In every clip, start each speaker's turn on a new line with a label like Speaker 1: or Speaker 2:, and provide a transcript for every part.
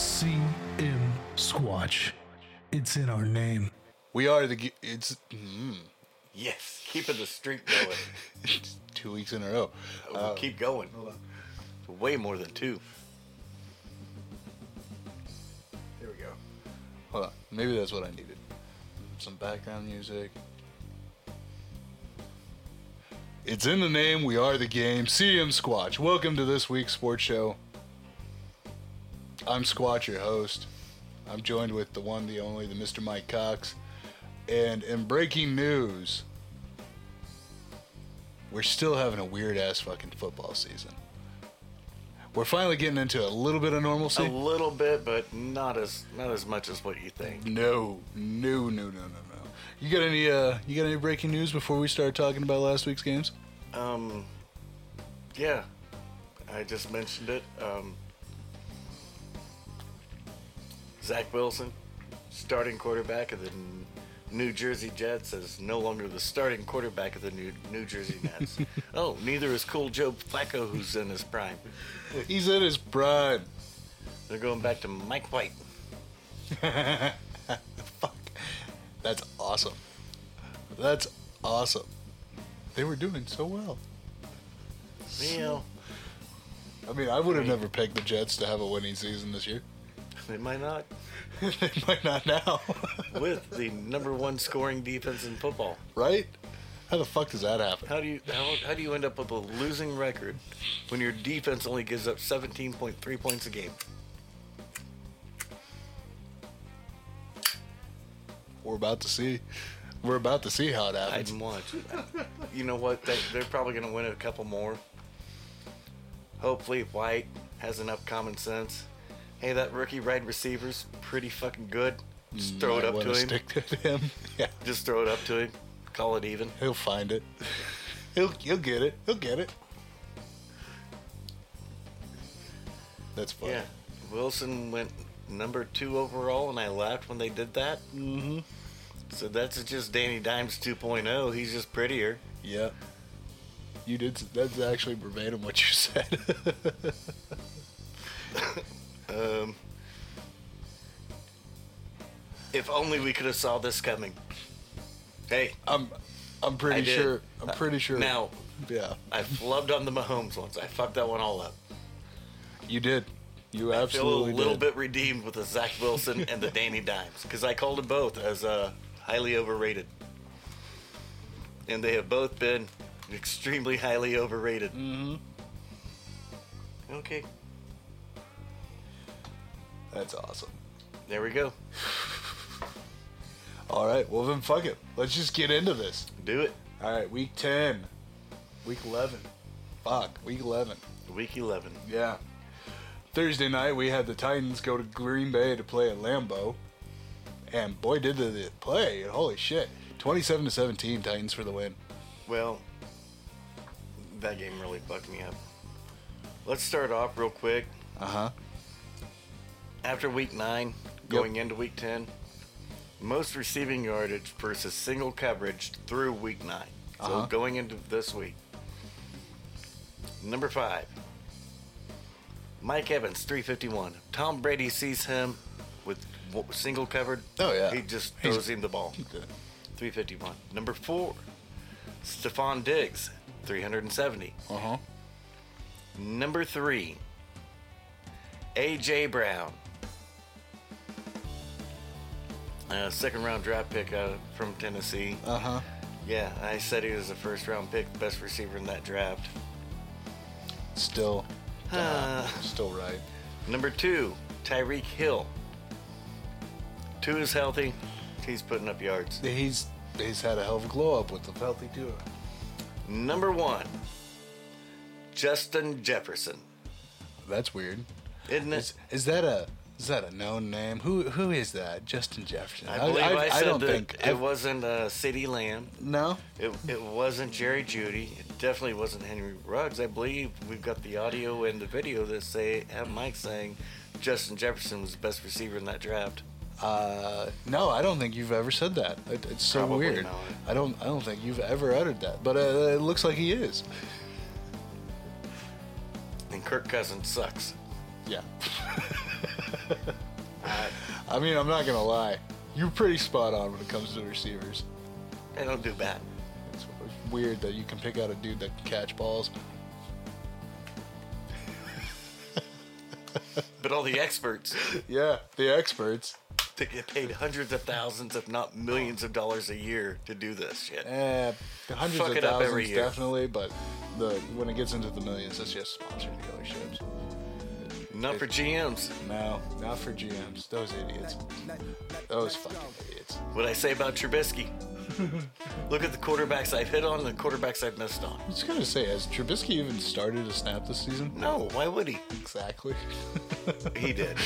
Speaker 1: CM Squatch. It's in our name.
Speaker 2: We are the. g- It's mm,
Speaker 3: Yes, keeping the streak going.
Speaker 2: two weeks in a row.
Speaker 3: We'll keep going. Way more than two. There we go.
Speaker 2: Hold on. Maybe that's what I needed. Some background music. It's in the name. We are the game. CM Squatch. Welcome to this week's sports show. I'm Squatch, your host. I'm joined with the one, the only, the Mr. Mike Cox. And in breaking news, we're still having a weird ass fucking football season. We're finally getting into a little bit of normalcy.
Speaker 3: A little bit, but not as not as much as what you think.
Speaker 2: No, no, no, no, no, no. You got any? Uh, you got any breaking news before we start talking about last week's games?
Speaker 3: Um, yeah, I just mentioned it. Um, Zach Wilson, starting quarterback of the N- New Jersey Jets, is no longer the starting quarterback of the New, New Jersey Nets. oh, neither is cool Joe Flacco, who's in his prime.
Speaker 2: He's in his prime.
Speaker 3: They're going back to Mike White.
Speaker 2: Fuck, that's awesome. That's awesome. They were doing so well.
Speaker 3: You know,
Speaker 2: I mean, I would have never pegged the Jets to have a winning season this year.
Speaker 3: they might not
Speaker 2: they might not now,
Speaker 3: with the number one scoring defense in football.
Speaker 2: right? How the fuck does that happen?
Speaker 3: How do you how, how do you end up with a losing record when your defense only gives up 17.3 points a game?
Speaker 2: We're about to see. We're about to see how it
Speaker 3: I
Speaker 2: happens.
Speaker 3: didn't watch. You know what? They, they're probably going to win a couple more. Hopefully, White has enough common sense. Hey, that rookie wide receiver's pretty fucking good. Just throw it
Speaker 2: Might
Speaker 3: up to
Speaker 2: wanna
Speaker 3: him.
Speaker 2: Stick to him. Yeah,
Speaker 3: Just throw it up to him. Call it even.
Speaker 2: he'll find it. He'll he'll get it. He'll get it. That's funny.
Speaker 3: Yeah. Wilson went number two overall, and I laughed when they did that. Mm-hmm. So that's just Danny Dimes 2.0. He's just prettier.
Speaker 2: Yeah. You did. s- That's actually verbatim what you said.
Speaker 3: If only we could have saw this coming. Hey,
Speaker 2: I'm, I'm pretty
Speaker 3: I did.
Speaker 2: sure. I'm pretty sure.
Speaker 3: now
Speaker 2: Yeah.
Speaker 3: I flubbed on the Mahomes once. I fucked that one all up.
Speaker 2: You did. You
Speaker 3: Feel a
Speaker 2: absolutely
Speaker 3: little
Speaker 2: did.
Speaker 3: bit redeemed with the Zach Wilson and the Danny Dimes because I called them both as uh, highly overrated, and they have both been extremely highly overrated. Mm-hmm. Okay,
Speaker 2: That's awesome.
Speaker 3: there we go.
Speaker 2: All right. Well then, fuck it. Let's just get into this.
Speaker 3: Do it.
Speaker 2: All right. Week ten. Week eleven. Fuck. Week eleven.
Speaker 3: Week 11.
Speaker 2: Yeah. Thursday night, we had the Titans go to Green Bay to play at Lambeau. And boy, did they play. Holy shit. 27 to 17, Titans for the win.
Speaker 3: Well, that game really fucked me up. Let's start off real quick.
Speaker 2: Uh huh.
Speaker 3: After week nine, going into week 10, most receiving yardage versus single coverage through week nine. So
Speaker 2: Uh-huh.
Speaker 3: going into this week. Number five, Mike Evans, 351. Tom Brady sees him with w- single covered.
Speaker 2: Oh, yeah.
Speaker 3: He just
Speaker 2: He's-
Speaker 3: throws him the ball. 351. Number four, Stephon Diggs, 370.
Speaker 2: Uh huh.
Speaker 3: Number three, AJ Brown. Uh, second round draft pick uh, from Tennessee.
Speaker 2: Uh huh.
Speaker 3: Yeah, I said he was a first round pick, best receiver in that draft.
Speaker 2: Still.
Speaker 3: Uh,
Speaker 2: Still right.
Speaker 3: number two, Tyreek Hill. Two is healthy. He's putting up yards.
Speaker 2: He's he's had a hell of a glow up with the healthy duo.
Speaker 3: Number one, Justin Jefferson.
Speaker 2: That's weird.
Speaker 3: Isn't it?
Speaker 2: Is, is that a is that a known name? Who who is that? Justin Jefferson.
Speaker 3: I believe I, said
Speaker 2: don't
Speaker 3: that
Speaker 2: think
Speaker 3: it wasn't uh, City Lamb.
Speaker 2: No.
Speaker 3: It, it wasn't Jerry Judy. It definitely wasn't Henry Ruggs. I believe we've got the audio and the video that say have Mike saying Justin Jefferson was the best receiver in that draft.
Speaker 2: Uh, no, I don't think you've ever said that. It, it's so
Speaker 3: Probably
Speaker 2: weird.
Speaker 3: not.
Speaker 2: I don't. I don't think you've ever uttered that. But uh, it looks like he is.
Speaker 3: And Kirk Cousins sucks.
Speaker 2: Yeah. I mean, I'm not gonna lie. You're pretty spot on when it comes to receivers.
Speaker 3: I don't do bad.
Speaker 2: It's weird that you can pick out a dude that can catch balls.
Speaker 3: But all the experts
Speaker 2: Yeah, the experts.
Speaker 3: that get paid hundreds of thousands, if not millions of dollars a year to do this shit.
Speaker 2: Eh, the hundreds
Speaker 3: Fuck
Speaker 2: of
Speaker 3: it up
Speaker 2: thousands
Speaker 3: every year.
Speaker 2: definitely, but the when it gets into the millions, that's just sponsored dealerships.
Speaker 3: Not for GMs.
Speaker 2: No, not for GMs. Those idiots. Those fucking idiots.
Speaker 3: What I say about Trubisky. Look at the quarterbacks I've hit on and the quarterbacks I've missed on.
Speaker 2: I was gonna say, has Trubisky even started a snap this season?
Speaker 3: No, why would he?
Speaker 2: Exactly.
Speaker 3: He did.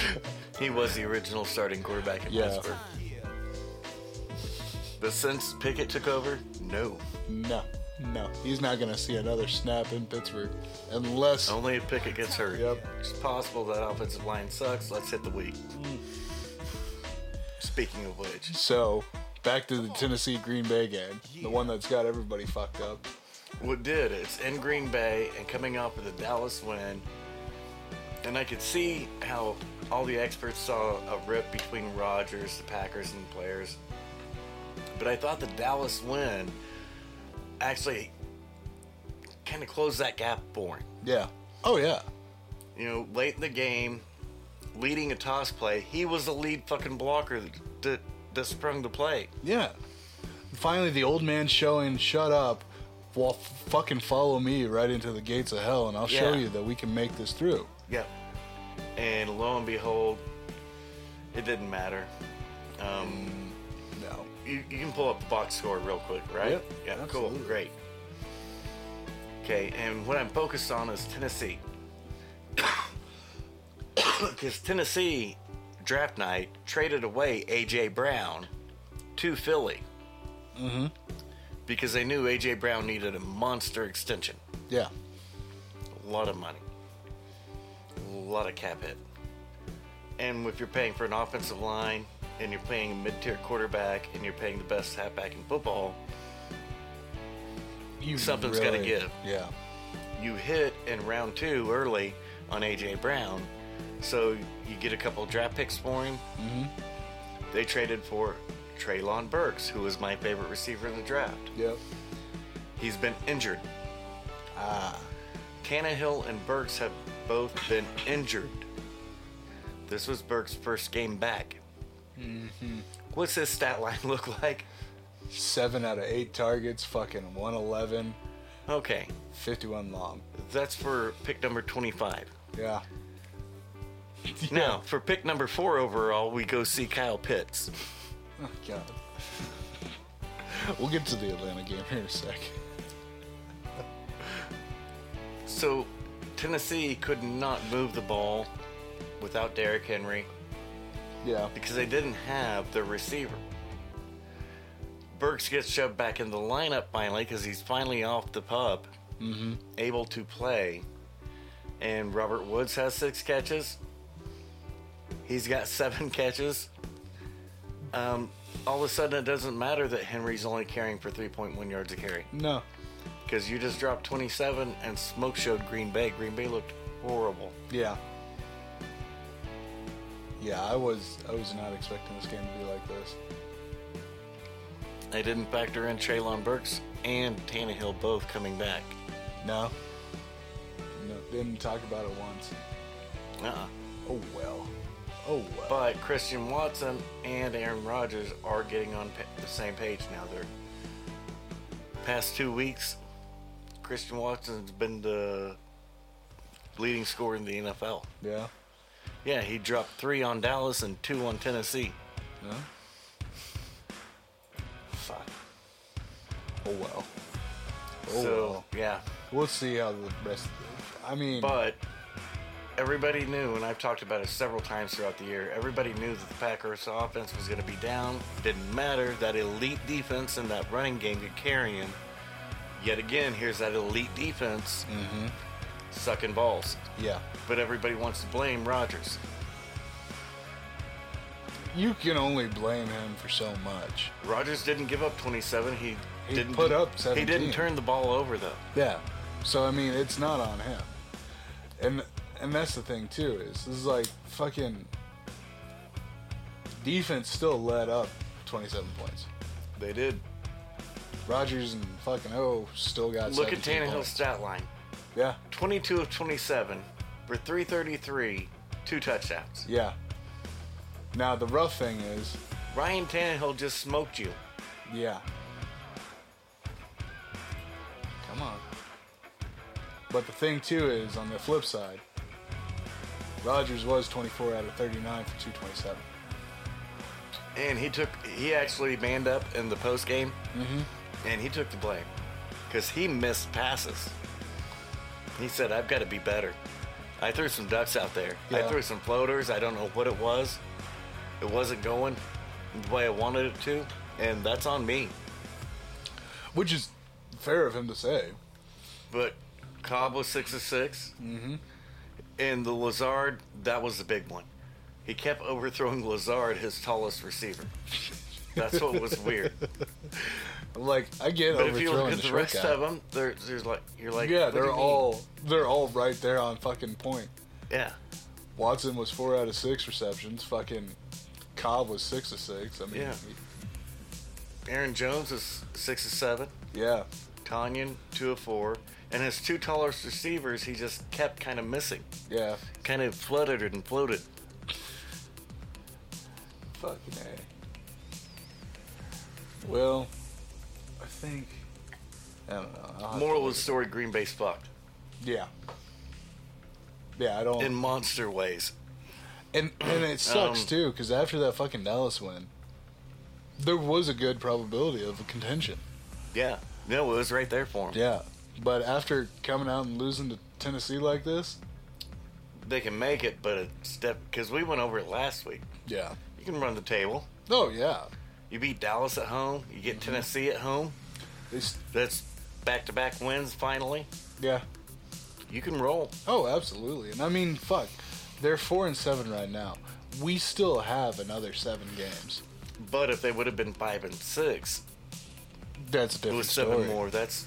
Speaker 3: he was the original starting quarterback in
Speaker 2: Yeah.
Speaker 3: Pittsburgh. But since Pickett took over, no.
Speaker 2: No, no. He's not gonna see another snap in Pittsburgh unless
Speaker 3: Only if Pickett gets hurt.
Speaker 2: Yep.
Speaker 3: It's possible that offensive line sucks. Let's hit the week.
Speaker 2: Mm.
Speaker 3: Speaking of which,
Speaker 2: So, back to the Tennessee Green Bay game, the one that's got everybody fucked up.
Speaker 3: Well, it did. It's in Green Bay and coming off of the Dallas win. And I could see how all the experts saw a rip between Rodgers, the Packers, and the players. But I thought the Dallas win actually kind of closed that gap for him.
Speaker 2: Yeah. Oh yeah.
Speaker 3: You know, late in the game, leading a toss play, he was the lead fucking blocker that, that, that sprung the play.
Speaker 2: Yeah. Finally, the old man showing "Shut up," well, f- fucking follow me right into the gates of hell, and I'll show
Speaker 3: Yeah.
Speaker 2: you that we can make this through.
Speaker 3: Yep. And lo and behold, it didn't matter. Um,
Speaker 2: No.
Speaker 3: you, you can pull up the box score real quick, right?
Speaker 2: Yep,
Speaker 3: Yeah,
Speaker 2: absolutely.
Speaker 3: cool, great. Okay, and what I'm focused on is Tennessee. Because Tennessee draft night traded away A.J. Brown to Philly. Mm-hmm. Because they knew A.J. Brown needed a monster extension.
Speaker 2: Yeah.
Speaker 3: A lot of money. A lot of cap hit. And if you're paying for an offensive line, and you're paying a mid-tier quarterback, and you're paying the best halfback in football,
Speaker 2: You
Speaker 3: Something's gotta give.
Speaker 2: Yeah.
Speaker 3: you hit in round two early on AJ Brown, so you get a couple draft picks for him. Mm-hmm. They traded for Traylon Burks, who was my favorite receiver in the draft.
Speaker 2: Yep.
Speaker 3: He's been injured.
Speaker 2: Ah.
Speaker 3: Tannehill and Burks have both been injured. This was Burks' first game back. What's his stat line look like?
Speaker 2: Seven out of eight targets. Fucking 111.
Speaker 3: Okay,
Speaker 2: 51 long.
Speaker 3: that's for pick number 25.
Speaker 2: Yeah.
Speaker 3: Now, for pick number four overall, we go see Kyle Pitts.
Speaker 2: Oh, God. we'll get to the Atlanta game here in a sec.
Speaker 3: So Tennessee could not move the ball without Derrick Henry
Speaker 2: Yeah.
Speaker 3: because they didn't have their receiver. Burks gets shoved back in the lineup finally because he's finally off the pub, able to play. And Robert Woods has six catches. He's got seven catches. Um, all of a sudden, it doesn't matter that Henry's only carrying for 3.1 yards a carry
Speaker 2: No.
Speaker 3: because you just dropped 27 and smoke showed Green Bay. Green Bay looked horrible.
Speaker 2: Yeah. Yeah, I was I was not expecting this game to be like this.
Speaker 3: They didn't factor in Traylon Burks and Tannehill both coming back.
Speaker 2: No. No, didn't talk about it once.
Speaker 3: Uh-uh.
Speaker 2: Oh well. Oh well.
Speaker 3: But Christian Watson and Aaron Rodgers are getting on pa- the same page now. They're past two weeks. Christian Watson's been the leading scorer in the NFL.
Speaker 2: yeah.
Speaker 3: Yeah, he dropped three on Dallas and two on Tennessee.
Speaker 2: No.
Speaker 3: Fuck.
Speaker 2: Oh well. Oh
Speaker 3: so
Speaker 2: well.
Speaker 3: yeah,
Speaker 2: We'll see how the rest. I mean,
Speaker 3: But everybody knew, and I've talked about it several times throughout the year, everybody knew that the Packers offense was going to be down. Didn't matter. That elite defense and that running game could carry him. Yet again, here's that elite defense
Speaker 2: Mm-hmm.
Speaker 3: sucking balls.
Speaker 2: yeah.
Speaker 3: But everybody wants to blame Rodgers.
Speaker 2: You can only blame him for so much.
Speaker 3: Rodgers didn't give up 27. He,
Speaker 2: He
Speaker 3: didn't
Speaker 2: put up
Speaker 3: He
Speaker 2: 17.
Speaker 3: didn't turn the ball over though.
Speaker 2: Yeah. So I mean, it's not on him. And and that's the thing too is this is like fucking Defense still led up 27 points.
Speaker 3: They did.
Speaker 2: Rogers and fucking O still got.
Speaker 3: Look at
Speaker 2: 17
Speaker 3: Tannehill's
Speaker 2: points.
Speaker 3: stat line
Speaker 2: Yeah,
Speaker 3: 22 of 27 for 333, two touchdowns.
Speaker 2: yeah. Now the rough thing is,
Speaker 3: Ryan Tannehill just smoked you.
Speaker 2: yeah. Come on. But the thing too is, on the flip side, Rogers was 24 out of 39 for 227.
Speaker 3: And he took, he actually manned up in the post game, and he took the blame because he missed passes. He said, "I've got to be better." I threw some ducks out there. I
Speaker 2: Yeah.
Speaker 3: threw some floaters. I don't know what it was. It wasn't going the way I wanted it to, and that's on me.
Speaker 2: which is fair of him to say.
Speaker 3: But Cobb was six of 6 Mm-hmm. And the Lazard, that was the big one. He kept overthrowing Lazard, his tallest receiver. That's what was weird.
Speaker 2: Like I get
Speaker 3: but if you look
Speaker 2: overthrowing
Speaker 3: at
Speaker 2: the,
Speaker 3: the
Speaker 2: short
Speaker 3: rest
Speaker 2: guy.
Speaker 3: of them, they're, there's like you're like
Speaker 2: yeah,
Speaker 3: what do
Speaker 2: they're
Speaker 3: you mean?
Speaker 2: all they're all right there on fucking point.
Speaker 3: yeah.
Speaker 2: Watson was four out of six receptions. Fucking Cobb was six of six. I mean,
Speaker 3: Yeah. Aaron Jones is six of seven.
Speaker 2: yeah,
Speaker 3: Tanyan two of four, and his two tallest receivers he just kept kind of missing,
Speaker 2: yeah.
Speaker 3: kind of fluttered and floated.
Speaker 2: Fucking a. Well, I think I don't know. I'll have
Speaker 3: Moral
Speaker 2: to-
Speaker 3: of the story: Green Bay's fucked
Speaker 2: yeah, yeah. I don't.
Speaker 3: in
Speaker 2: And
Speaker 3: monster ways.
Speaker 2: and, it sucks
Speaker 3: Um,
Speaker 2: too because after that fucking Dallas win, there was a good probability of a contention.
Speaker 3: Yeah, no, it was right there for him.
Speaker 2: Yeah, but after coming out and losing to Tennessee like this,
Speaker 3: they can make it, but it's step because we went over it last week.
Speaker 2: yeah.
Speaker 3: You can run the table.
Speaker 2: Oh yeah,
Speaker 3: You beat Dallas at home. You
Speaker 2: Mhm.
Speaker 3: get Tennessee at home.
Speaker 2: they s
Speaker 3: That's back-to-back wins. Finally,
Speaker 2: yeah.
Speaker 3: you can roll.
Speaker 2: Oh, absolutely. And I mean, fuck, they're four and seven right now. We still have another seven games.
Speaker 3: But if they would have been five and six,
Speaker 2: That's a
Speaker 3: it
Speaker 2: different
Speaker 3: was seven
Speaker 2: story.
Speaker 3: more. That's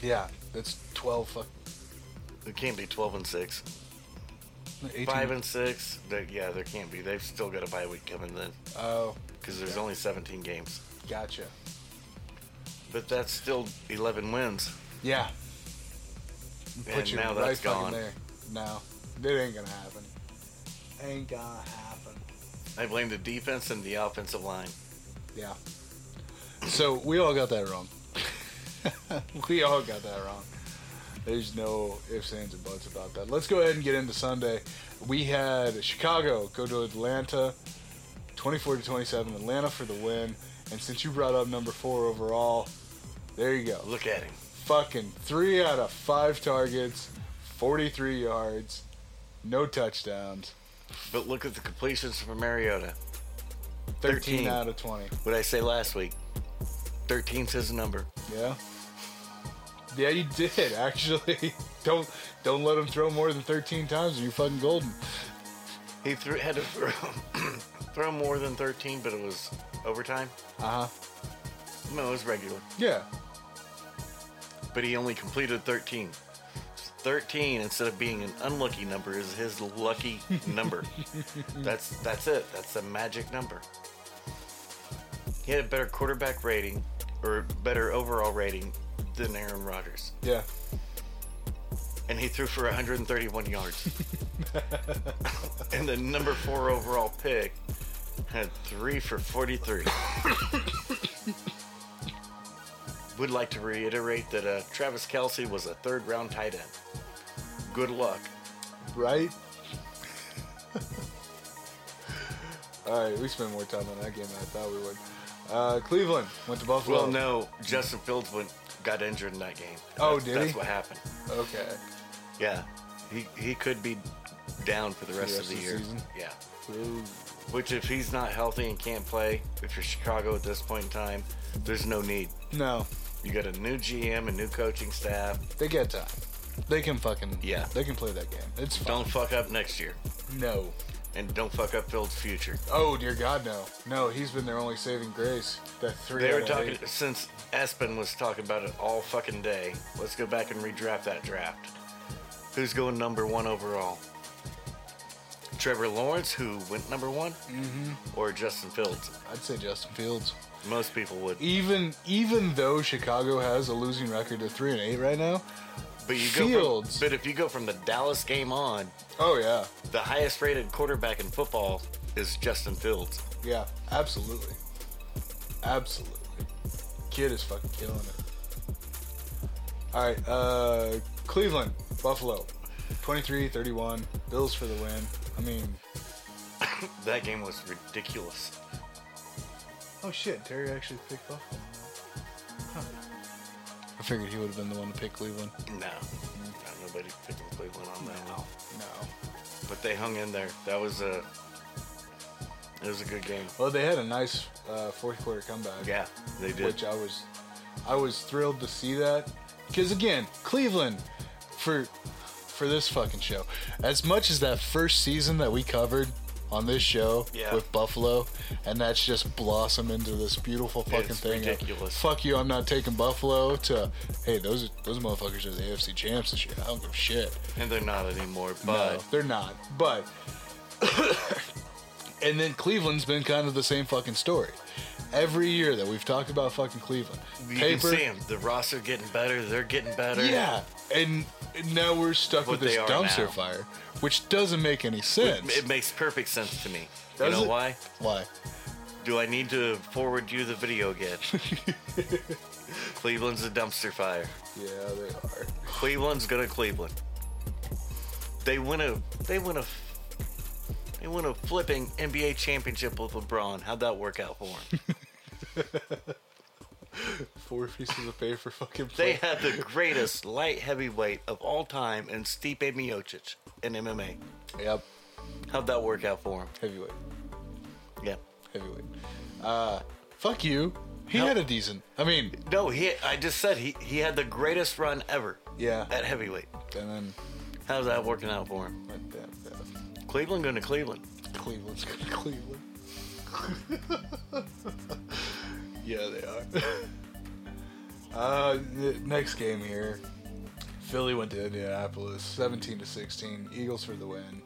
Speaker 2: Yeah, that's twelve. Fuck,
Speaker 3: it can't be twelve and six.
Speaker 2: 18.
Speaker 3: Five and six. That yeah, there can't be. They've still got a bye week coming then
Speaker 2: Oh,
Speaker 3: because there's only seventeen games.
Speaker 2: gotcha.
Speaker 3: But that's still eleven wins.
Speaker 2: Yeah.
Speaker 3: and now that's
Speaker 2: fucking
Speaker 3: gone.
Speaker 2: No, it ain't gonna happen. Ain't gonna happen.
Speaker 3: I blame the defense and the offensive line.
Speaker 2: Yeah. So we all got that wrong. we all got that wrong. There's no ifs, ands, and buts about that. Let's go ahead and get into Sunday. We had Chicago go to Atlanta, 24 to 27. Atlanta for the win. And since you brought up number four overall, there you go.
Speaker 3: Look at him.
Speaker 2: Fucking three out of five targets, 43 yards, no touchdowns,
Speaker 3: But look at the completions from Mariota.
Speaker 2: 13,
Speaker 3: 13.
Speaker 2: out of 20.
Speaker 3: What I say last week? 13's his number.
Speaker 2: Yeah. Yeah, you did actually. don't don't let him throw more than 13 times, or you fucking golden.
Speaker 3: He threw, had to throw, throw more than 13, but it was overtime.
Speaker 2: Uh huh.
Speaker 3: No, it was regular.
Speaker 2: Yeah.
Speaker 3: But he only completed 13. 13 instead of being an unlucky number is his lucky number. that's that's it. That's the magic number. He had a better quarterback rating or better overall rating than Aaron Rodgers.
Speaker 2: Yeah.
Speaker 3: and he threw for 131 yards. and the number four overall pick had three for 43. Would like to reiterate that uh, Travis Kelsey was a third round tight end. Good luck.
Speaker 2: Right. All right, we spent more time on that game than I thought we would. Uh, Cleveland went to Buffalo.
Speaker 3: Well, no, Justin Fields went, got injured in that game.
Speaker 2: Oh,
Speaker 3: that's,
Speaker 2: did he?
Speaker 3: That's what happened.
Speaker 2: Okay.
Speaker 3: Yeah, he he could be down for the rest,
Speaker 2: rest
Speaker 3: of the,
Speaker 2: of the
Speaker 3: year.
Speaker 2: season?
Speaker 3: Yeah.
Speaker 2: Ooh.
Speaker 3: Which, if he's not healthy and can't play, if you're Chicago at this point in time, there's no need.
Speaker 2: No,
Speaker 3: You got a new GM, and new coaching staff.
Speaker 2: they get time. They can fucking
Speaker 3: Yeah.
Speaker 2: They can play that game. It's fine.
Speaker 3: Don't fuck up next year,
Speaker 2: No.
Speaker 3: and don't fuck up Phil's future.
Speaker 2: Oh dear God, no. No, he's been their only saving grace. That three.
Speaker 3: They
Speaker 2: out
Speaker 3: were
Speaker 2: of
Speaker 3: talking
Speaker 2: eight.
Speaker 3: since Aspen was talking about it all fucking day. Let's go back and redraft that draft. Who's going number one overall? Trevor Lawrence, who went number one, or Justin Fields.
Speaker 2: I'd say Justin Fields.
Speaker 3: Most people would.
Speaker 2: Even even though Chicago has a losing record of three and eight right now.
Speaker 3: But you go
Speaker 2: Fields.
Speaker 3: From, but if you go from the Dallas game on,
Speaker 2: Oh yeah,
Speaker 3: the highest rated quarterback in football is Justin Fields.
Speaker 2: yeah, absolutely, absolutely. Kid is fucking killing it. All right, uh, Cleveland, Buffalo, 23-31, Bills for the win. I mean,
Speaker 3: That game was ridiculous.
Speaker 2: oh shit, Terry actually picked Buffalo. Huh. I figured he would have been the one to pick Cleveland.
Speaker 3: No. Not nobody picking Cleveland on that one.
Speaker 2: No.
Speaker 3: But they hung in there. That was a it was a good game.
Speaker 2: Well, they had a nice uh, fourth quarter comeback.
Speaker 3: Yeah, they did.
Speaker 2: which I was, I was thrilled to see that, because again, Cleveland, for, for this fucking show, as much as that first season that we covered on this show
Speaker 3: Yeah.
Speaker 2: with Buffalo, and that's just blossomed into this beautiful fucking
Speaker 3: It's
Speaker 2: thing. of,
Speaker 3: ridiculous.
Speaker 2: Fuck you, I'm not taking Buffalo. To hey, those those motherfuckers are the AFC champs and shit. I don't give a shit.
Speaker 3: and they're not anymore.
Speaker 2: No,
Speaker 3: But
Speaker 2: they're not. But and then Cleveland's been kind of the same fucking story. Every year that we've talked about fucking Cleveland,
Speaker 3: you can see them. The roster getting better. They're getting better.
Speaker 2: yeah, and and now we're stuck with
Speaker 3: What
Speaker 2: this
Speaker 3: they are
Speaker 2: dumpster
Speaker 3: now.
Speaker 2: fire, which doesn't make any sense.
Speaker 3: It makes perfect sense to me.
Speaker 2: Does
Speaker 3: you know
Speaker 2: it?
Speaker 3: why?
Speaker 2: Why?
Speaker 3: Do I need to forward you the video again? Cleveland's a dumpster fire.
Speaker 2: Yeah, they are.
Speaker 3: Cleveland's gonna Cleveland. They win a they win a they win a flipping NBA championship with LeBron. How'd that work out for them?
Speaker 2: Four pieces of paper, fucking.
Speaker 3: they
Speaker 2: play.
Speaker 3: had the greatest light heavyweight of all time in Stipe Miocic in MMA.
Speaker 2: Yep,
Speaker 3: How'd that work out for him?
Speaker 2: heavyweight,
Speaker 3: Yeah.
Speaker 2: heavyweight. Uh, fuck you. He
Speaker 3: No.
Speaker 2: had a decent. I mean,
Speaker 3: No, he. I just said he he had the greatest run ever.
Speaker 2: Yeah.
Speaker 3: At heavyweight.
Speaker 2: and then
Speaker 3: How's that working out for him?
Speaker 2: like that, that
Speaker 3: Cleveland going to Cleveland.
Speaker 2: Cleveland's gonna Cleveland. yeah, they are. uh, n- next game here. Philly went to Indianapolis, 17 to 16. Eagles for the win.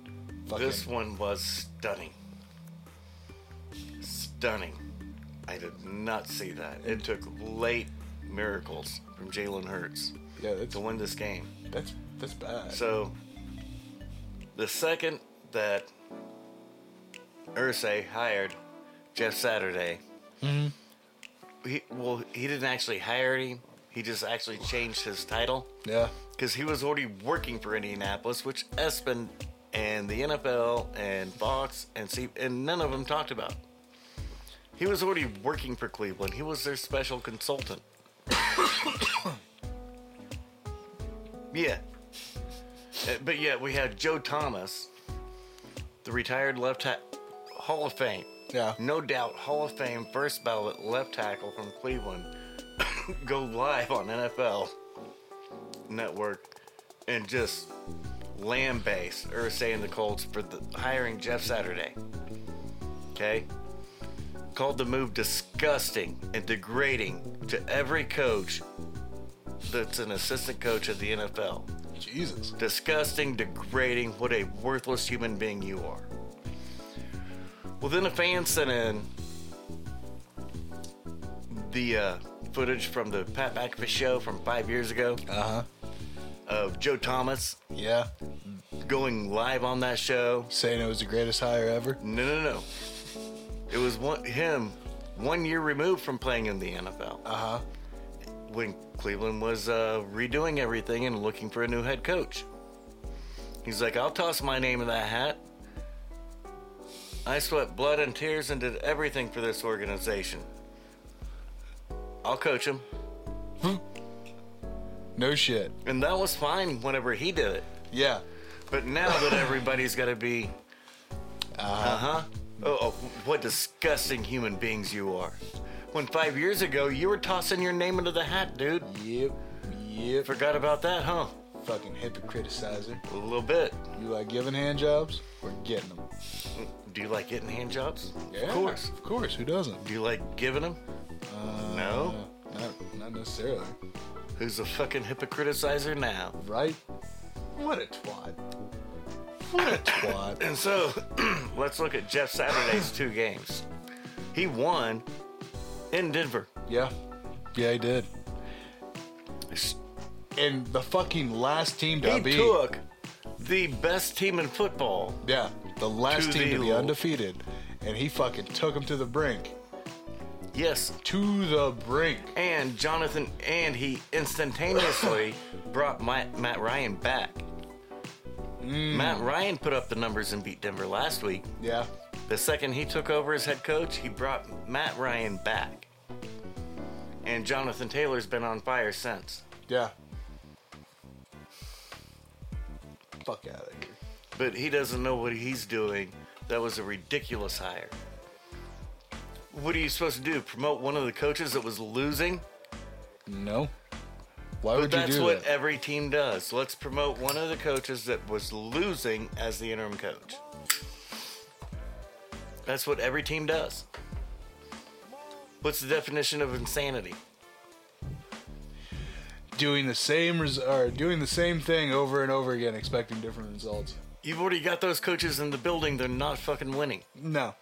Speaker 2: Fucking,
Speaker 3: This one was stunning. Stunning. I did not see that. It took late miracles from Jalen Hurts
Speaker 2: yeah, that's
Speaker 3: to win this game.
Speaker 2: that's that's bad.
Speaker 3: So, the second that Ursay hired Jeff Saturday, he, well, he didn't actually hire him. He just actually changed his title
Speaker 2: yeah,
Speaker 3: because he was already working for Indianapolis, which Espen and the NFL and Fox and C- and none of them talked about. He was already working for Cleveland. He was their special consultant. yeah, Uh, but yet we had Joe Thomas, the retired left ha- Hall of Fame,
Speaker 2: yeah.
Speaker 3: no doubt Hall of Fame first ballot left tackle from Cleveland go live on NFL Network and just lambaste Ursay and the Colts for the, hiring Jeff Saturday. Okay? Called the move disgusting and degrading to every coach that's an assistant coach of the NFL.
Speaker 2: Jesus.
Speaker 3: Disgusting, degrading, what a worthless human being you are. Well, then a fan sent in the uh, footage from the Pat McAfee show from five years ago
Speaker 2: Uh huh.
Speaker 3: of Joe Thomas
Speaker 2: Yeah,
Speaker 3: going live on that show.
Speaker 2: saying it was the greatest hire ever.
Speaker 3: No, no, no. It was one, him one year removed from playing in the NFL. Uh huh. When Cleveland was uh, redoing everything and looking for a new head coach, he's like, I'll toss my name in that hat. I sweat blood and tears and did everything for this organization. I'll coach him.
Speaker 2: No shit.
Speaker 3: And that was fine whenever he did it.
Speaker 2: Yeah.
Speaker 3: But now that everybody's got to be, uh huh. Oh, oh, what disgusting human beings you are. When five years ago you were tossing your name into the hat, dude.
Speaker 2: Yep. Yep.
Speaker 3: Forgot about that, huh?
Speaker 2: Fucking hypocriticizer.
Speaker 3: A little bit.
Speaker 2: You like giving hand jobs? We're getting them.
Speaker 3: Do you like getting hand jobs?
Speaker 2: Yeah,
Speaker 3: Of course.
Speaker 2: Of course. Who doesn't?
Speaker 3: Do you like giving them? no.
Speaker 2: Uh, Not, not necessarily.
Speaker 3: Who's a fucking hypocriticizer now?
Speaker 2: Right? What a twat. What a twat.
Speaker 3: And so let's look at Jeff Saturday's two games. He won in Denver.
Speaker 2: Yeah. Yeah, he did.
Speaker 3: He
Speaker 2: And the fucking last team to beat.
Speaker 3: took the best team in football.
Speaker 2: Yeah, the last
Speaker 3: To
Speaker 2: team
Speaker 3: the
Speaker 2: to be
Speaker 3: lo-
Speaker 2: undefeated. And he fucking took him to the brink.
Speaker 3: Yes.
Speaker 2: To the brink.
Speaker 3: And Jonathan, and he instantaneously brought my, Matt Ryan back. Matt Ryan put up the numbers and beat Denver last week.
Speaker 2: Yeah.
Speaker 3: The second he took over as head coach, he brought Matt Ryan back. And Jonathan Taylor's been on fire since.
Speaker 2: Yeah. Fuck out of here.
Speaker 3: But he doesn't know what he's doing. That was a ridiculous hire. What are you supposed to do? Promote one of the coaches that was losing?
Speaker 2: No. Why
Speaker 3: But
Speaker 2: would you
Speaker 3: that's
Speaker 2: do
Speaker 3: what
Speaker 2: that?
Speaker 3: every team does. Let's promote one of the coaches that was losing as the interim coach. That's what every team does. What's the definition of insanity?
Speaker 2: Doing the same res- or doing the same thing over and over again, expecting different results.
Speaker 3: You've already got those coaches in the building. They're not fucking winning.
Speaker 2: No.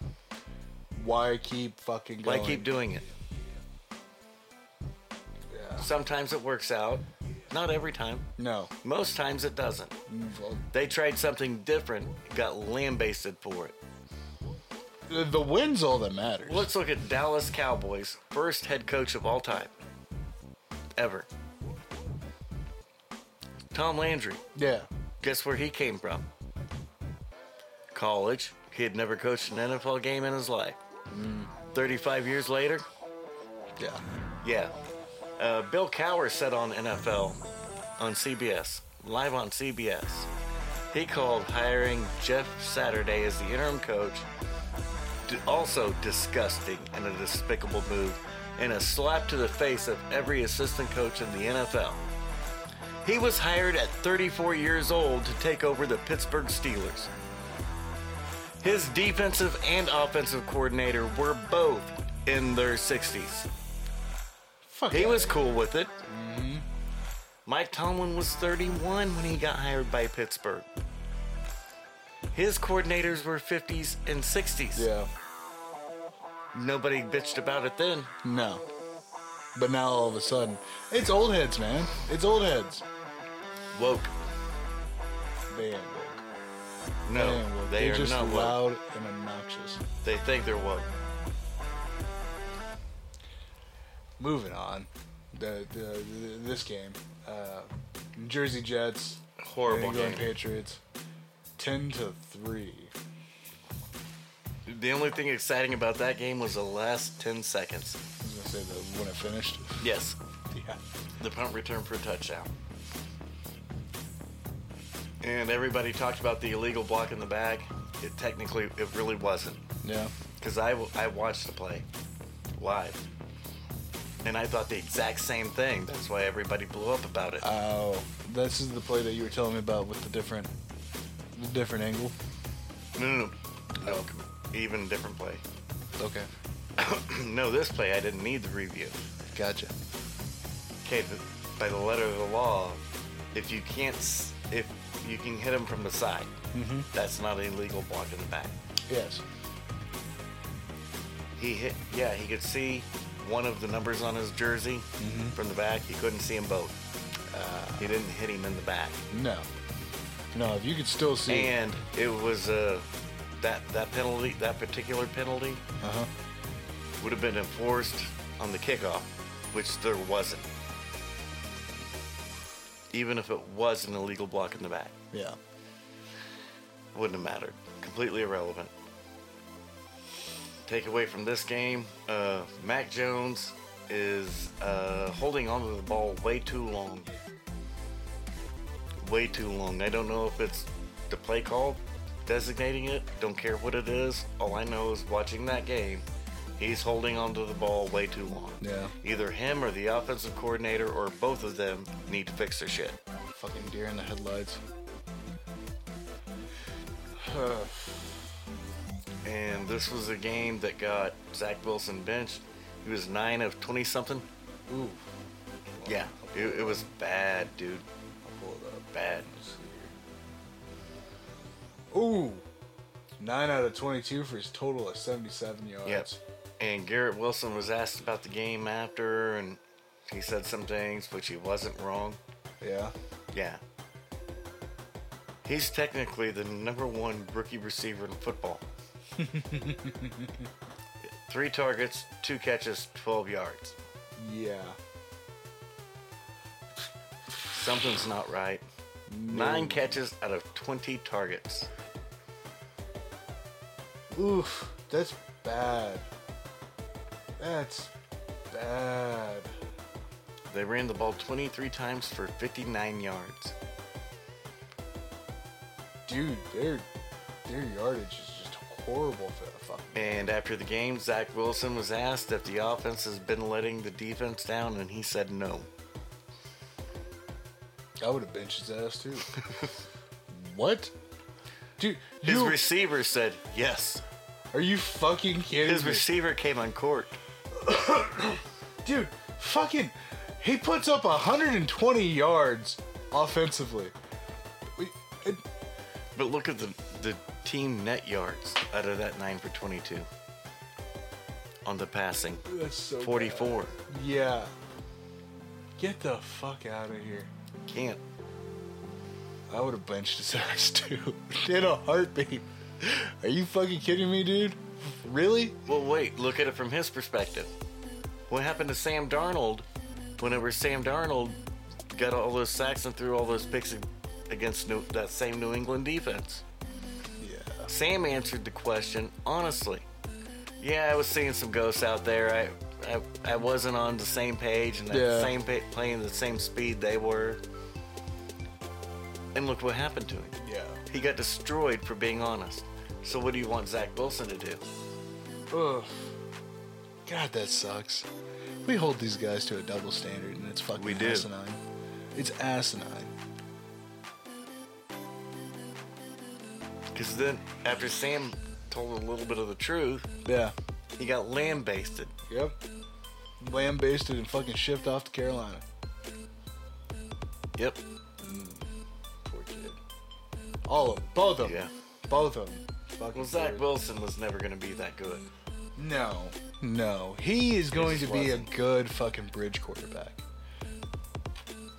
Speaker 2: Why keep fucking
Speaker 3: Why
Speaker 2: going?
Speaker 3: keep doing it?
Speaker 2: Yeah.
Speaker 3: Sometimes it works out. Not every time.
Speaker 2: No.
Speaker 3: Most times it doesn't.
Speaker 2: Well,
Speaker 3: They tried something different, got lambasted for it.
Speaker 2: the- The win's all that matters.
Speaker 3: Let's look at Dallas Cowboys, first head coach of all time, ever. Tom Landry.
Speaker 2: Yeah.
Speaker 3: Guess where he came from? College. He had never coached an NFL game in his life. 35 years later,
Speaker 2: Yeah.
Speaker 3: yeah. Uh, Bill Cower said on NFL, on CBS, live on CBS, he called hiring Jeff Saturday as the interim coach d- also disgusting and a despicable move and a slap to the face of every assistant coach in the NFL. He was hired at 34 years old to take over the Pittsburgh Steelers. His defensive and offensive coordinator were both in their 60s.
Speaker 2: Fuck
Speaker 3: He
Speaker 2: outta
Speaker 3: was
Speaker 2: here.
Speaker 3: cool with it. Mm-hmm. Mike Tomlin was 31 when he got hired by Pittsburgh. His coordinators were 50s and 60s.
Speaker 2: Yeah.
Speaker 3: Nobody bitched about it then.
Speaker 2: No. But now all of a sudden, it's old heads, man. It's old heads.
Speaker 3: Woke.
Speaker 2: They ain't woke.
Speaker 3: No,
Speaker 2: they ain't woke.
Speaker 3: they
Speaker 2: are
Speaker 3: are
Speaker 2: just
Speaker 3: not woke.
Speaker 2: loud and obnoxious.
Speaker 3: They think they're woke.
Speaker 2: Moving on. The, the, the- this game, uh, New Jersey Jets,
Speaker 3: Horrible
Speaker 2: New England
Speaker 3: game.
Speaker 2: Patriots, ten to three.
Speaker 3: The only thing exciting about that game was the last 10 seconds.
Speaker 2: I was gonna say that when it finished.
Speaker 3: Yes,
Speaker 2: Yeah.
Speaker 3: the punt return for a touchdown. And everybody talked about the illegal block in the back. It technically, it really wasn't.
Speaker 2: Yeah.
Speaker 3: because I, I watched the play live and I thought the exact same thing. That's why everybody blew up about it.
Speaker 2: Oh, this is the play that you were telling me about with the different, the different angle.
Speaker 3: no, no, no, no, even different play.
Speaker 2: Okay.
Speaker 3: no, this play I didn't need the review.
Speaker 2: Gotcha.
Speaker 3: Okay, but by the letter of the law, if you can't, s- if you can hit him from the side, that's not an illegal block in the back.
Speaker 2: Yes.
Speaker 3: He hit, yeah, he could see one of the numbers on his jersey from the back. He couldn't see him both. Uh, he didn't hit him in the back.
Speaker 2: No. No. If you could still see.
Speaker 3: and it was uh, that that penalty, that particular penalty,
Speaker 2: Uh-huh.
Speaker 3: would have been enforced on the kickoff, which there wasn't. Even if it was an illegal block in the back,
Speaker 2: Yeah.
Speaker 3: wouldn't have mattered. Completely irrelevant. Take away from this game, uh, Mac Jones is uh, holding onto the ball way too long. Way too long. I don't know if it's the play call designating it. Don't care what it is. All I know is watching that game, he's holding onto the ball way too long.
Speaker 2: Yeah.
Speaker 3: Either him or the offensive coordinator or both of them need to fix their shit.
Speaker 2: Fucking deer in the headlights.
Speaker 3: and this was a game that got Zach Wilson benched. He was nine of twenty something.
Speaker 2: Ooh.
Speaker 3: Yeah, it, it was bad, dude.
Speaker 2: I'll pull it up.
Speaker 3: Bad.
Speaker 2: Let's see here. Ooh, nine out of twenty-two for his total of seventy-seven yards.
Speaker 3: Yep. And Garrett Wilson was asked about the game after, and he said some things, which he wasn't wrong.
Speaker 2: Yeah.
Speaker 3: Yeah. He's technically the number one rookie receiver in football. Three targets, two catches, 12 yards.
Speaker 2: Yeah.
Speaker 3: Something's not right. Nine catches out of 20 targets.
Speaker 2: Oof, that's bad. That's bad.
Speaker 3: They ran the ball 23 times for 59 yards.
Speaker 2: Dude, their their yardage is just horrible for the fucking
Speaker 3: And after the game, Zach Wilson was asked if the offense has been letting the defense down, and he said no.
Speaker 2: I would have benched his ass too. what? Dude,
Speaker 3: His
Speaker 2: you,
Speaker 3: receiver said yes.
Speaker 2: are you fucking kidding
Speaker 3: His
Speaker 2: me?
Speaker 3: receiver came on court.
Speaker 2: Dude, fucking, he puts up 120 yards offensively. We- it-
Speaker 3: But look at the, the team net yards out of that 9 for 22 on the passing
Speaker 2: That's so bad.
Speaker 3: 44.
Speaker 2: Yeah. Get the fuck out of here.
Speaker 3: Can't.
Speaker 2: I would have benched his ass too. In a heartbeat. Are you fucking kidding me, dude? Really?
Speaker 3: Well, wait, look at it from his perspective. What happened to Sam Darnold whenever Sam Darnold got all those sacks and threw all those picks against New, that same New England defense?
Speaker 2: Yeah.
Speaker 3: Sam answered the question honestly. Yeah, I was seeing some ghosts out there. I, I, I wasn't on the same page and at the
Speaker 2: Yeah.
Speaker 3: same pa- playing the same speed they were. And look what happened to him.
Speaker 2: Yeah.
Speaker 3: He got destroyed for being honest. So what do you want Zach Wilson to do?
Speaker 2: Ugh. God, that sucks. We hold these guys to a double standard, and it's fucking
Speaker 3: We do.
Speaker 2: asinine. It's asinine.
Speaker 3: Because then after Sam told a little bit of the truth,
Speaker 2: Yeah.
Speaker 3: he got lambasted.
Speaker 2: Yep. Lamb basted and fucking shipped off to Carolina.
Speaker 3: Yep.
Speaker 2: Poor kid. All of them. Both of them.
Speaker 3: Yeah.
Speaker 2: Both of them. Fucking
Speaker 3: Well, Zach
Speaker 2: poor-
Speaker 3: Wilson was never going to be that good.
Speaker 2: No, no. He is going to
Speaker 3: just
Speaker 2: be a
Speaker 3: wasn't.
Speaker 2: good fucking bridge quarterback.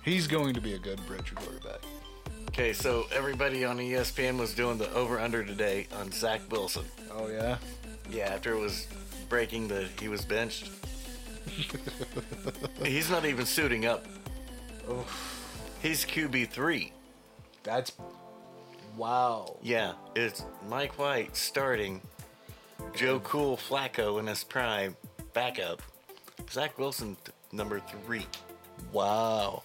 Speaker 2: He's going to be a good bridge quarterback.
Speaker 3: Okay, so everybody on E ESPN was doing the over/under today on Zach Wilson.
Speaker 2: Oh yeah.
Speaker 3: Yeah, after it was breaking that he was benched. He's not even suiting up. He's QB three.
Speaker 2: That's wow.
Speaker 3: Yeah, it's Mike White starting, Joe Cool Flacco in his prime backup, Zach Wilson t- number three.
Speaker 2: Wow.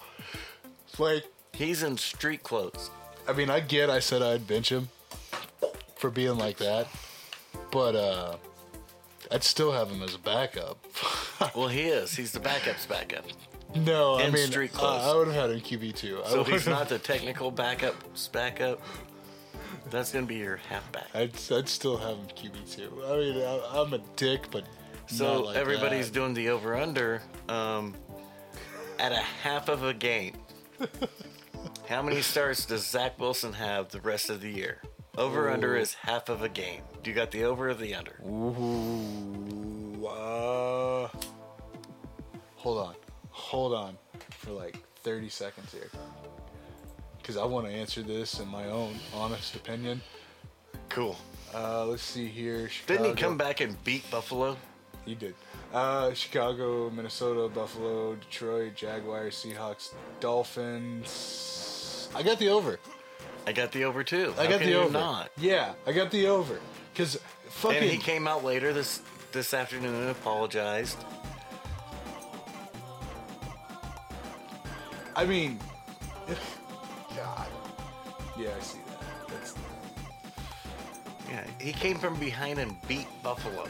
Speaker 2: Like,
Speaker 3: He's in street clothes.
Speaker 2: I mean, I get I said I'd bench him for being like that, but uh I'd still have him as a backup.
Speaker 3: Well, he is. He's the backup's backup.
Speaker 2: no, I
Speaker 3: And
Speaker 2: mean,
Speaker 3: street
Speaker 2: uh,
Speaker 3: clothes.
Speaker 2: I would have had him QB two. I
Speaker 3: So
Speaker 2: would've-
Speaker 3: he's not the technical backup's backup. That's gonna be your halfback.
Speaker 2: I'd, I'd still have him QB two. I mean, I, I'm a dick, but
Speaker 3: So
Speaker 2: not like uh,
Speaker 3: everybody's
Speaker 2: that.
Speaker 3: doing the over under um, at a half of a game. How many starts does Zach Wilson have the rest of the year? Over under is half of a game. Do you got the over or the under?
Speaker 2: Ooh, uh, hold on, hold on for like 30 seconds here, because I want to answer this in my own honest opinion.
Speaker 3: Cool.
Speaker 2: Uh, let's see here. Chicago.
Speaker 3: Didn't he come back and beat Buffalo?
Speaker 2: He did. Uh, Chicago, Minnesota, Buffalo, Detroit, Jaguars, Seahawks, Dolphins. I got the over.
Speaker 3: I got the over too.
Speaker 2: I
Speaker 3: How
Speaker 2: got
Speaker 3: can
Speaker 2: the
Speaker 3: you
Speaker 2: over.
Speaker 3: Not.
Speaker 2: Yeah, I got the over. Cause fucking
Speaker 3: And he came out later this this afternoon and apologized.
Speaker 2: I mean, God. Yeah, I see that. That's
Speaker 3: Yeah, he came from behind and beat Buffalo.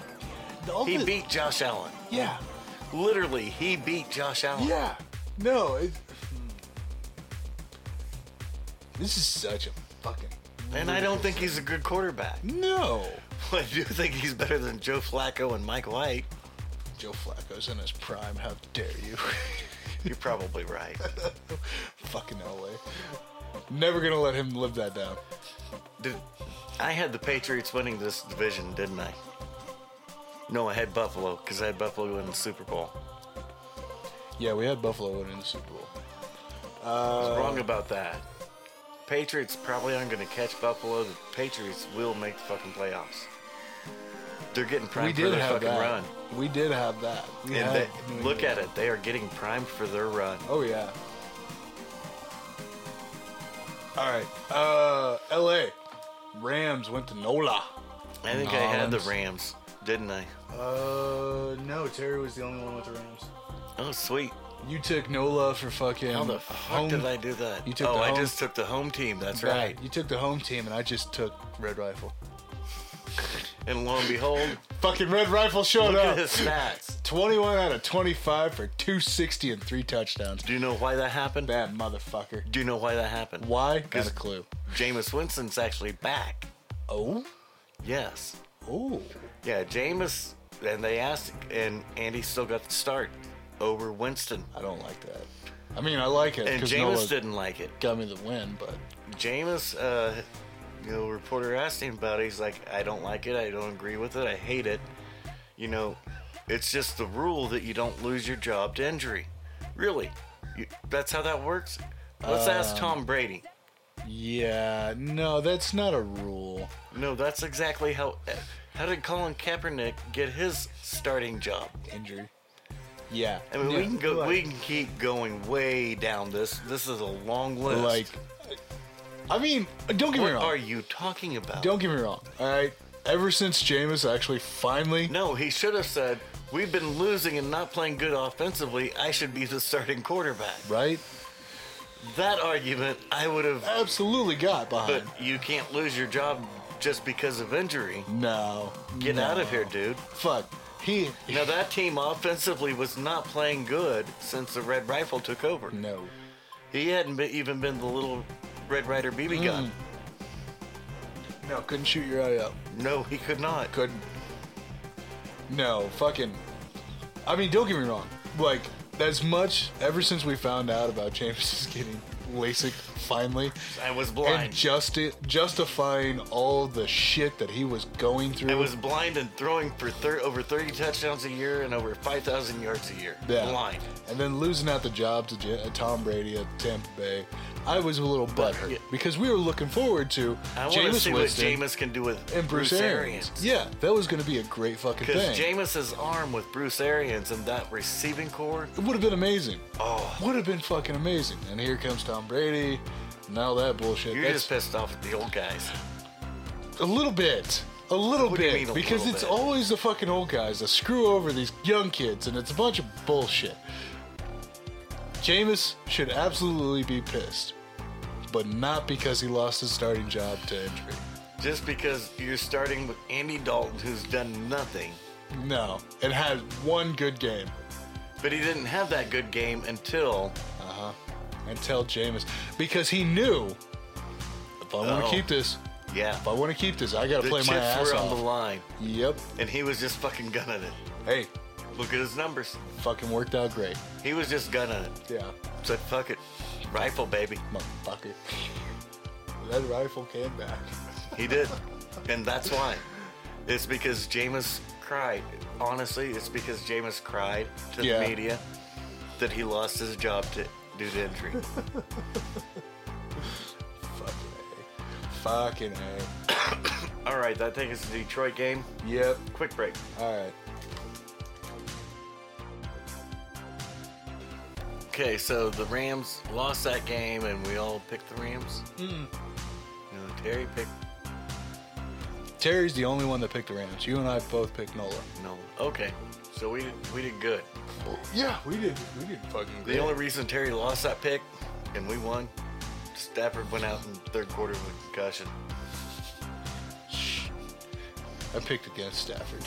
Speaker 2: the, all
Speaker 3: He
Speaker 2: the-
Speaker 3: beat Josh Allen.
Speaker 2: Yeah,
Speaker 3: Literally, he beat Josh Allen.
Speaker 2: yeah. No, it, this is such a fucking
Speaker 3: And I don't think he's a good quarterback.
Speaker 2: no.
Speaker 3: I do think he's better than Joe Flacco and Mike White.
Speaker 2: Joe Flacco's in his prime. How dare you?
Speaker 3: You're probably right.
Speaker 2: Fucking Elway. Never gonna let him live that down.
Speaker 3: Dude, I had the Patriots winning this division, didn't I? No, I had Buffalo because I had Buffalo win the Super Bowl.
Speaker 2: Yeah, we had Buffalo winning the Super Bowl.
Speaker 3: I
Speaker 2: Oh.
Speaker 3: was wrong about that. Patriots probably aren't going to catch Buffalo. The Patriots will make the fucking playoffs. They're getting primed
Speaker 2: we did
Speaker 3: for their
Speaker 2: have
Speaker 3: fucking
Speaker 2: that.
Speaker 3: run.
Speaker 2: We did have that. We
Speaker 3: and
Speaker 2: had
Speaker 3: they,
Speaker 2: New
Speaker 3: look
Speaker 2: England.
Speaker 3: at it. They are getting primed for their run.
Speaker 2: Oh yeah. All right. Uh, L.A. Rams went to NOLA.
Speaker 3: I think I had the
Speaker 2: Rollins.
Speaker 3: Rams, didn't I?
Speaker 2: Uh, no. Terry was the only one with the Rams.
Speaker 3: Oh, sweet.
Speaker 2: You took NOLA for fucking.
Speaker 3: How the fuck
Speaker 2: home-
Speaker 3: did I do that?
Speaker 2: You took
Speaker 3: oh,
Speaker 2: the
Speaker 3: I
Speaker 2: home-
Speaker 3: just took the home team. That's right.
Speaker 2: You took the home team, and I just took Red Rifle.
Speaker 3: And lo and behold,
Speaker 2: Fucking Red Rifle showed
Speaker 3: look
Speaker 2: up.
Speaker 3: at his stats.
Speaker 2: 21 out of 25 for 260 and three touchdowns.
Speaker 3: Do you know why that happened?
Speaker 2: That motherfucker.
Speaker 3: Do you know why that happened?
Speaker 2: Why? Got
Speaker 3: Because
Speaker 2: a clue.
Speaker 3: Jameis Winston's actually back.
Speaker 2: Oh,
Speaker 3: Yes.
Speaker 2: oh.
Speaker 3: Yeah, Jameis, and they asked, and Andy still got the start over Winston.
Speaker 2: I don't like that. I mean, I like it
Speaker 3: And
Speaker 2: because
Speaker 3: Jameis
Speaker 2: Noah
Speaker 3: didn't like it.
Speaker 2: got me the win, but
Speaker 3: Jameis, uh, you know, reporter asked him about it. He's like, I don't like it. I don't agree with it. I hate it. You know, it's just the rule that you don't lose your job to injury. Really? You, that's how that works? Let's ask
Speaker 2: Um,
Speaker 3: Tom Brady.
Speaker 2: yeah, no, that's not a rule.
Speaker 3: No, that's exactly how. How did Colin Kaepernick get his starting job?
Speaker 2: Injury. Yeah.
Speaker 3: I mean,
Speaker 2: Yeah,
Speaker 3: we can go.
Speaker 2: like-
Speaker 3: We can keep going way down this. This is a long list.
Speaker 2: Like, I mean, don't get me
Speaker 3: what
Speaker 2: wrong.
Speaker 3: are you talking about?
Speaker 2: Don't get me wrong. All right. Ever since Jameis actually finally
Speaker 3: No, he should have said, "We've been losing and not playing good offensively. I should be the starting quarterback."
Speaker 2: right,
Speaker 3: That argument, I would have.
Speaker 2: absolutely got behind.
Speaker 3: But you can't lose your job just because of injury.
Speaker 2: no,
Speaker 3: Get
Speaker 2: no.
Speaker 3: out of here, dude.
Speaker 2: Fuck. He
Speaker 3: Now that team offensively was not playing good since the Red Rifle took over.
Speaker 2: no.
Speaker 3: He hadn't been, even been the little Red Rider BB gun.
Speaker 2: No, couldn't shoot your eye out.
Speaker 3: No, he could not.
Speaker 2: Couldn't. No, fucking. I mean, don't get me wrong. Like, as much ever since we found out about James is getting LASIK finally,
Speaker 3: I was
Speaker 2: and
Speaker 3: blind.
Speaker 2: justi- justifying all the shit that he was going through.
Speaker 3: I was blind and throwing for thir- over 30 touchdowns a year and over 5,000 yards a year.
Speaker 2: Yeah.
Speaker 3: Blind.
Speaker 2: And then losing out the job to J- uh, Tom Brady at Tampa Bay, I was a little butthurt
Speaker 3: yeah.
Speaker 2: because we were looking forward to
Speaker 3: I want to
Speaker 2: James Winston
Speaker 3: see what Jameis can do with
Speaker 2: and Bruce, Arians. Yeah, that was going to be a great fucking
Speaker 3: Because
Speaker 2: thing.
Speaker 3: Jameis's arm with Bruce Arians and that receiving core,
Speaker 2: It would have been amazing.
Speaker 3: oh,
Speaker 2: Would have been fucking amazing. And here comes Tom Brady. Now that bullshit.
Speaker 3: you're
Speaker 2: That's
Speaker 3: just pissed off at the old guys.
Speaker 2: a little bit. A little
Speaker 3: What do you
Speaker 2: bit.
Speaker 3: mean a
Speaker 2: because
Speaker 3: little
Speaker 2: it's
Speaker 3: bit?
Speaker 2: always the fucking old guys that screw over these young kids, and it's a bunch of bullshit. Jameis should absolutely be pissed, but not because he lost his starting job to injury.
Speaker 3: Just because you're starting with Andy Dalton, who's done nothing,
Speaker 2: No, it had one good game.
Speaker 3: but he didn't have that good game until
Speaker 2: Uh huh. Until Jameis, because he knew if I want
Speaker 3: Oh.
Speaker 2: to keep this,
Speaker 3: yeah,
Speaker 2: if I want to keep this, I got to
Speaker 3: the
Speaker 2: play
Speaker 3: chips
Speaker 2: my ass
Speaker 3: were on the
Speaker 2: off.
Speaker 3: line,
Speaker 2: Yep.
Speaker 3: and he was just fucking gunning it.
Speaker 2: Hey,
Speaker 3: Look at his numbers.
Speaker 2: fucking worked out great.
Speaker 3: He was just gunning it.
Speaker 2: Yeah.
Speaker 3: Said fuck it, rifle baby.
Speaker 2: Motherfucker. That rifle came back.
Speaker 3: He did. And that's why. It's because Jameis cried. Honestly, it's because Jameis cried to
Speaker 2: Yeah.
Speaker 3: the media that he lost his job to due to injury.
Speaker 2: Fucking A. Fucking A.
Speaker 3: All right, that takes us to the Detroit game.
Speaker 2: Yep.
Speaker 3: Quick break.
Speaker 2: Alright.
Speaker 3: Okay, so the Rams lost that game, and we all picked the Rams. Mm.
Speaker 2: Mm-hmm.
Speaker 3: You know, Terry picked
Speaker 2: Terry's the only one that picked the Rams. You and I both picked Nola.
Speaker 3: no. Okay, so we did, we did good.
Speaker 2: Yeah, we did. We did fucking
Speaker 3: The only reason Terry lost that pick, and we won, Stafford went out in the third quarter with concussion.
Speaker 2: I picked against Stafford.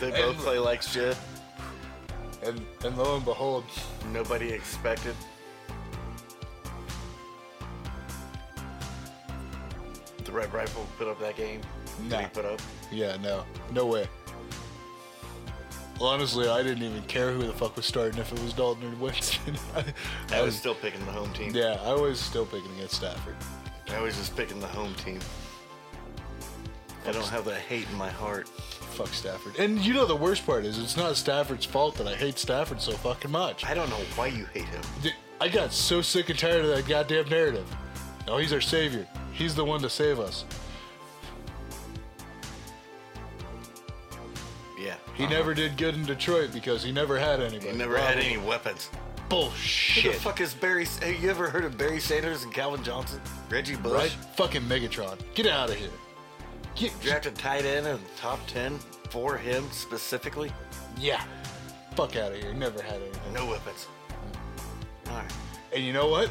Speaker 3: They both
Speaker 2: And-
Speaker 3: play like shit.
Speaker 2: and and lo and behold,
Speaker 3: Nobody expected. The Red Rifle put up that game. Did
Speaker 2: Nah.
Speaker 3: he put up?
Speaker 2: yeah, no, no way. Honestly, I didn't even care who the fuck was starting if it was Dalton or Winston. I, I
Speaker 3: I was still picking the home team.
Speaker 2: yeah, I was still picking against Stafford.
Speaker 3: I was just picking the home team. I don't have that hate in my heart.
Speaker 2: Fuck Stafford. And you know the worst part is it's not Stafford's fault that I hate Stafford so fucking much.
Speaker 3: I don't know why you hate him.
Speaker 2: Dude, I got so sick and tired of that goddamn narrative. Oh, he's our savior. He's the one to save us.
Speaker 3: Yeah.
Speaker 2: He never did good in Detroit because he never had anybody.
Speaker 3: Uh-huh. He never had any weapons. Who
Speaker 2: bullshit.
Speaker 3: the fuck is Barry? Have you ever heard of Barry Sanders and Calvin Johnson? Reggie Bush
Speaker 2: Right? Fucking Megatron. Get out of here. Get,
Speaker 3: drafted tight end in the top ten for him specifically.
Speaker 2: yeah. Fuck out of here. Never had anything.
Speaker 3: No weapons. All right.
Speaker 2: And you know what?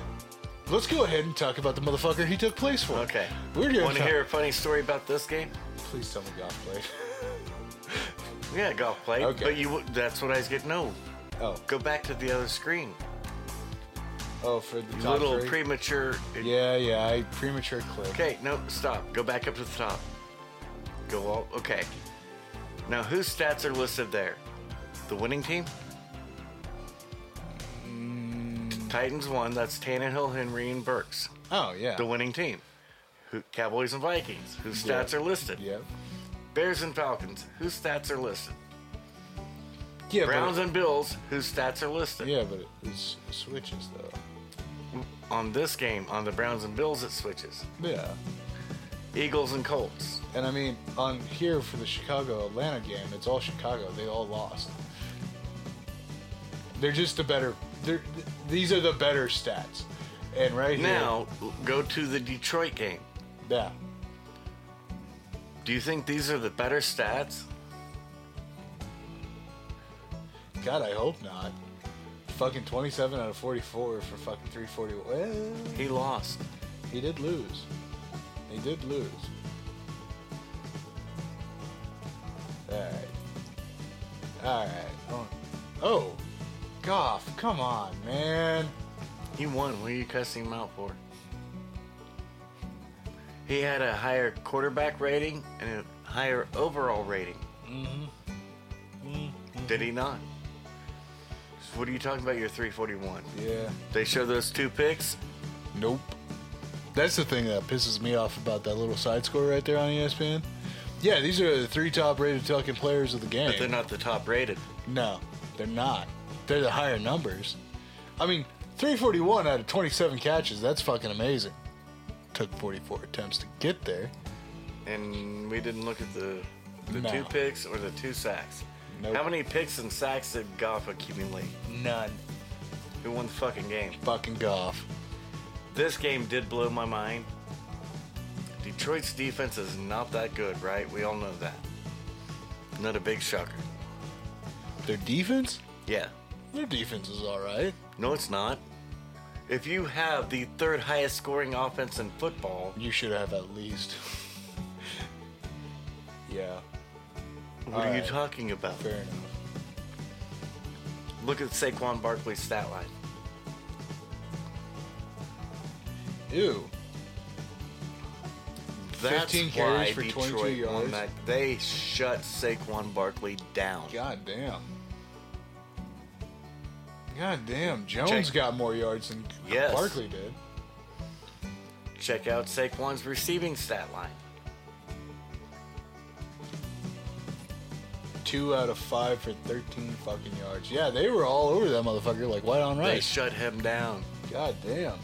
Speaker 2: Let's go ahead and talk about the motherfucker he took place for.
Speaker 3: Okay.
Speaker 2: We're gonna
Speaker 3: Want to
Speaker 2: talk-
Speaker 3: hear a funny story about this game?
Speaker 2: Please tell me golf played.
Speaker 3: Yeah, golf played.
Speaker 2: Okay.
Speaker 3: But you—that's what I was getting. No,
Speaker 2: oh,
Speaker 3: go back to the other screen.
Speaker 2: oh, for the
Speaker 3: You
Speaker 2: top
Speaker 3: little
Speaker 2: three?
Speaker 3: premature.
Speaker 2: Yeah, yeah. I premature click.
Speaker 3: Okay, no, stop. Go back up to the top. Go all. Okay. Now, whose stats are listed there? The winning team?
Speaker 2: Mm.
Speaker 3: Titans won. That's Tannehill, Henry, and Burks.
Speaker 2: Oh yeah.
Speaker 3: The winning team. Who, Cowboys and Vikings. Whose stats are listed?
Speaker 2: yeah.
Speaker 3: Bears and Falcons. Whose stats are listed?
Speaker 2: Yeah.
Speaker 3: Browns
Speaker 2: but
Speaker 3: and Bills. Whose stats are listed?
Speaker 2: yeah, but it, it's- it switches though.
Speaker 3: On this game, on the Browns and Bills, it switches.
Speaker 2: Yeah.
Speaker 3: Eagles and Colts.
Speaker 2: And I mean, on here for the Chicago Atlanta game, it's all Chicago. They all lost. They're just the better. They're, th- these are the better stats. And right
Speaker 3: Now, go to the Detroit game.
Speaker 2: here, yeah,
Speaker 3: Do you think these are the better stats?
Speaker 2: God, I hope not. Fucking 27 out of 44 for fucking 340. Well,
Speaker 3: He lost.
Speaker 2: he did lose. He did lose. All right. All right. Oh, oh Goff, come on, man.
Speaker 3: He won. What are you cussing him out for? He had a higher quarterback rating and a higher overall rating. Mm-hmm.
Speaker 2: Mm,
Speaker 3: Did he not? So what are you talking about? Your 341.
Speaker 2: Yeah.
Speaker 3: They show those two picks.
Speaker 2: Nope. That's the thing that pisses me off about that little side score right there on E ESPN. Yeah, these are the three top rated fucking players of the game.
Speaker 3: But they're not the top rated.
Speaker 2: No, they're not. They're the higher numbers. I mean, 341 out of 27 catches, that's fucking amazing. Took 44 attempts to get there.
Speaker 3: And we didn't look at the the
Speaker 2: No.
Speaker 3: two picks or the two sacks.
Speaker 2: Nope.
Speaker 3: How many picks and sacks did Goff accumulate?
Speaker 2: None.
Speaker 3: Who won the fucking game?
Speaker 2: Fucking golf.
Speaker 3: This game did blow my mind. Detroit's defense is not that good, right? We all know that. Not a big shocker.
Speaker 2: Their defense?
Speaker 3: Yeah.
Speaker 2: Their defense is all right.
Speaker 3: No, it's not. If you have the third highest scoring offense in football,
Speaker 2: You should have at least. yeah,
Speaker 3: what
Speaker 2: All
Speaker 3: are you
Speaker 2: right.
Speaker 3: talking about?
Speaker 2: fair enough.
Speaker 3: Look at Saquon Barkley's stat line.
Speaker 2: Ew.
Speaker 3: That's
Speaker 2: 15
Speaker 3: why
Speaker 2: carries for 22
Speaker 3: Detroit won
Speaker 2: yards.
Speaker 3: that. They shut Saquon Barkley down.
Speaker 2: God damn. God damn. Jones
Speaker 3: Check.
Speaker 2: got more yards than
Speaker 3: Yes.
Speaker 2: Barkley did.
Speaker 3: Check out Saquon's receiving stat line.
Speaker 2: Two out of five for 13 fucking yards. Yeah, they were all over that motherfucker like white on
Speaker 3: They
Speaker 2: rice.
Speaker 3: shut him down.
Speaker 2: God damn.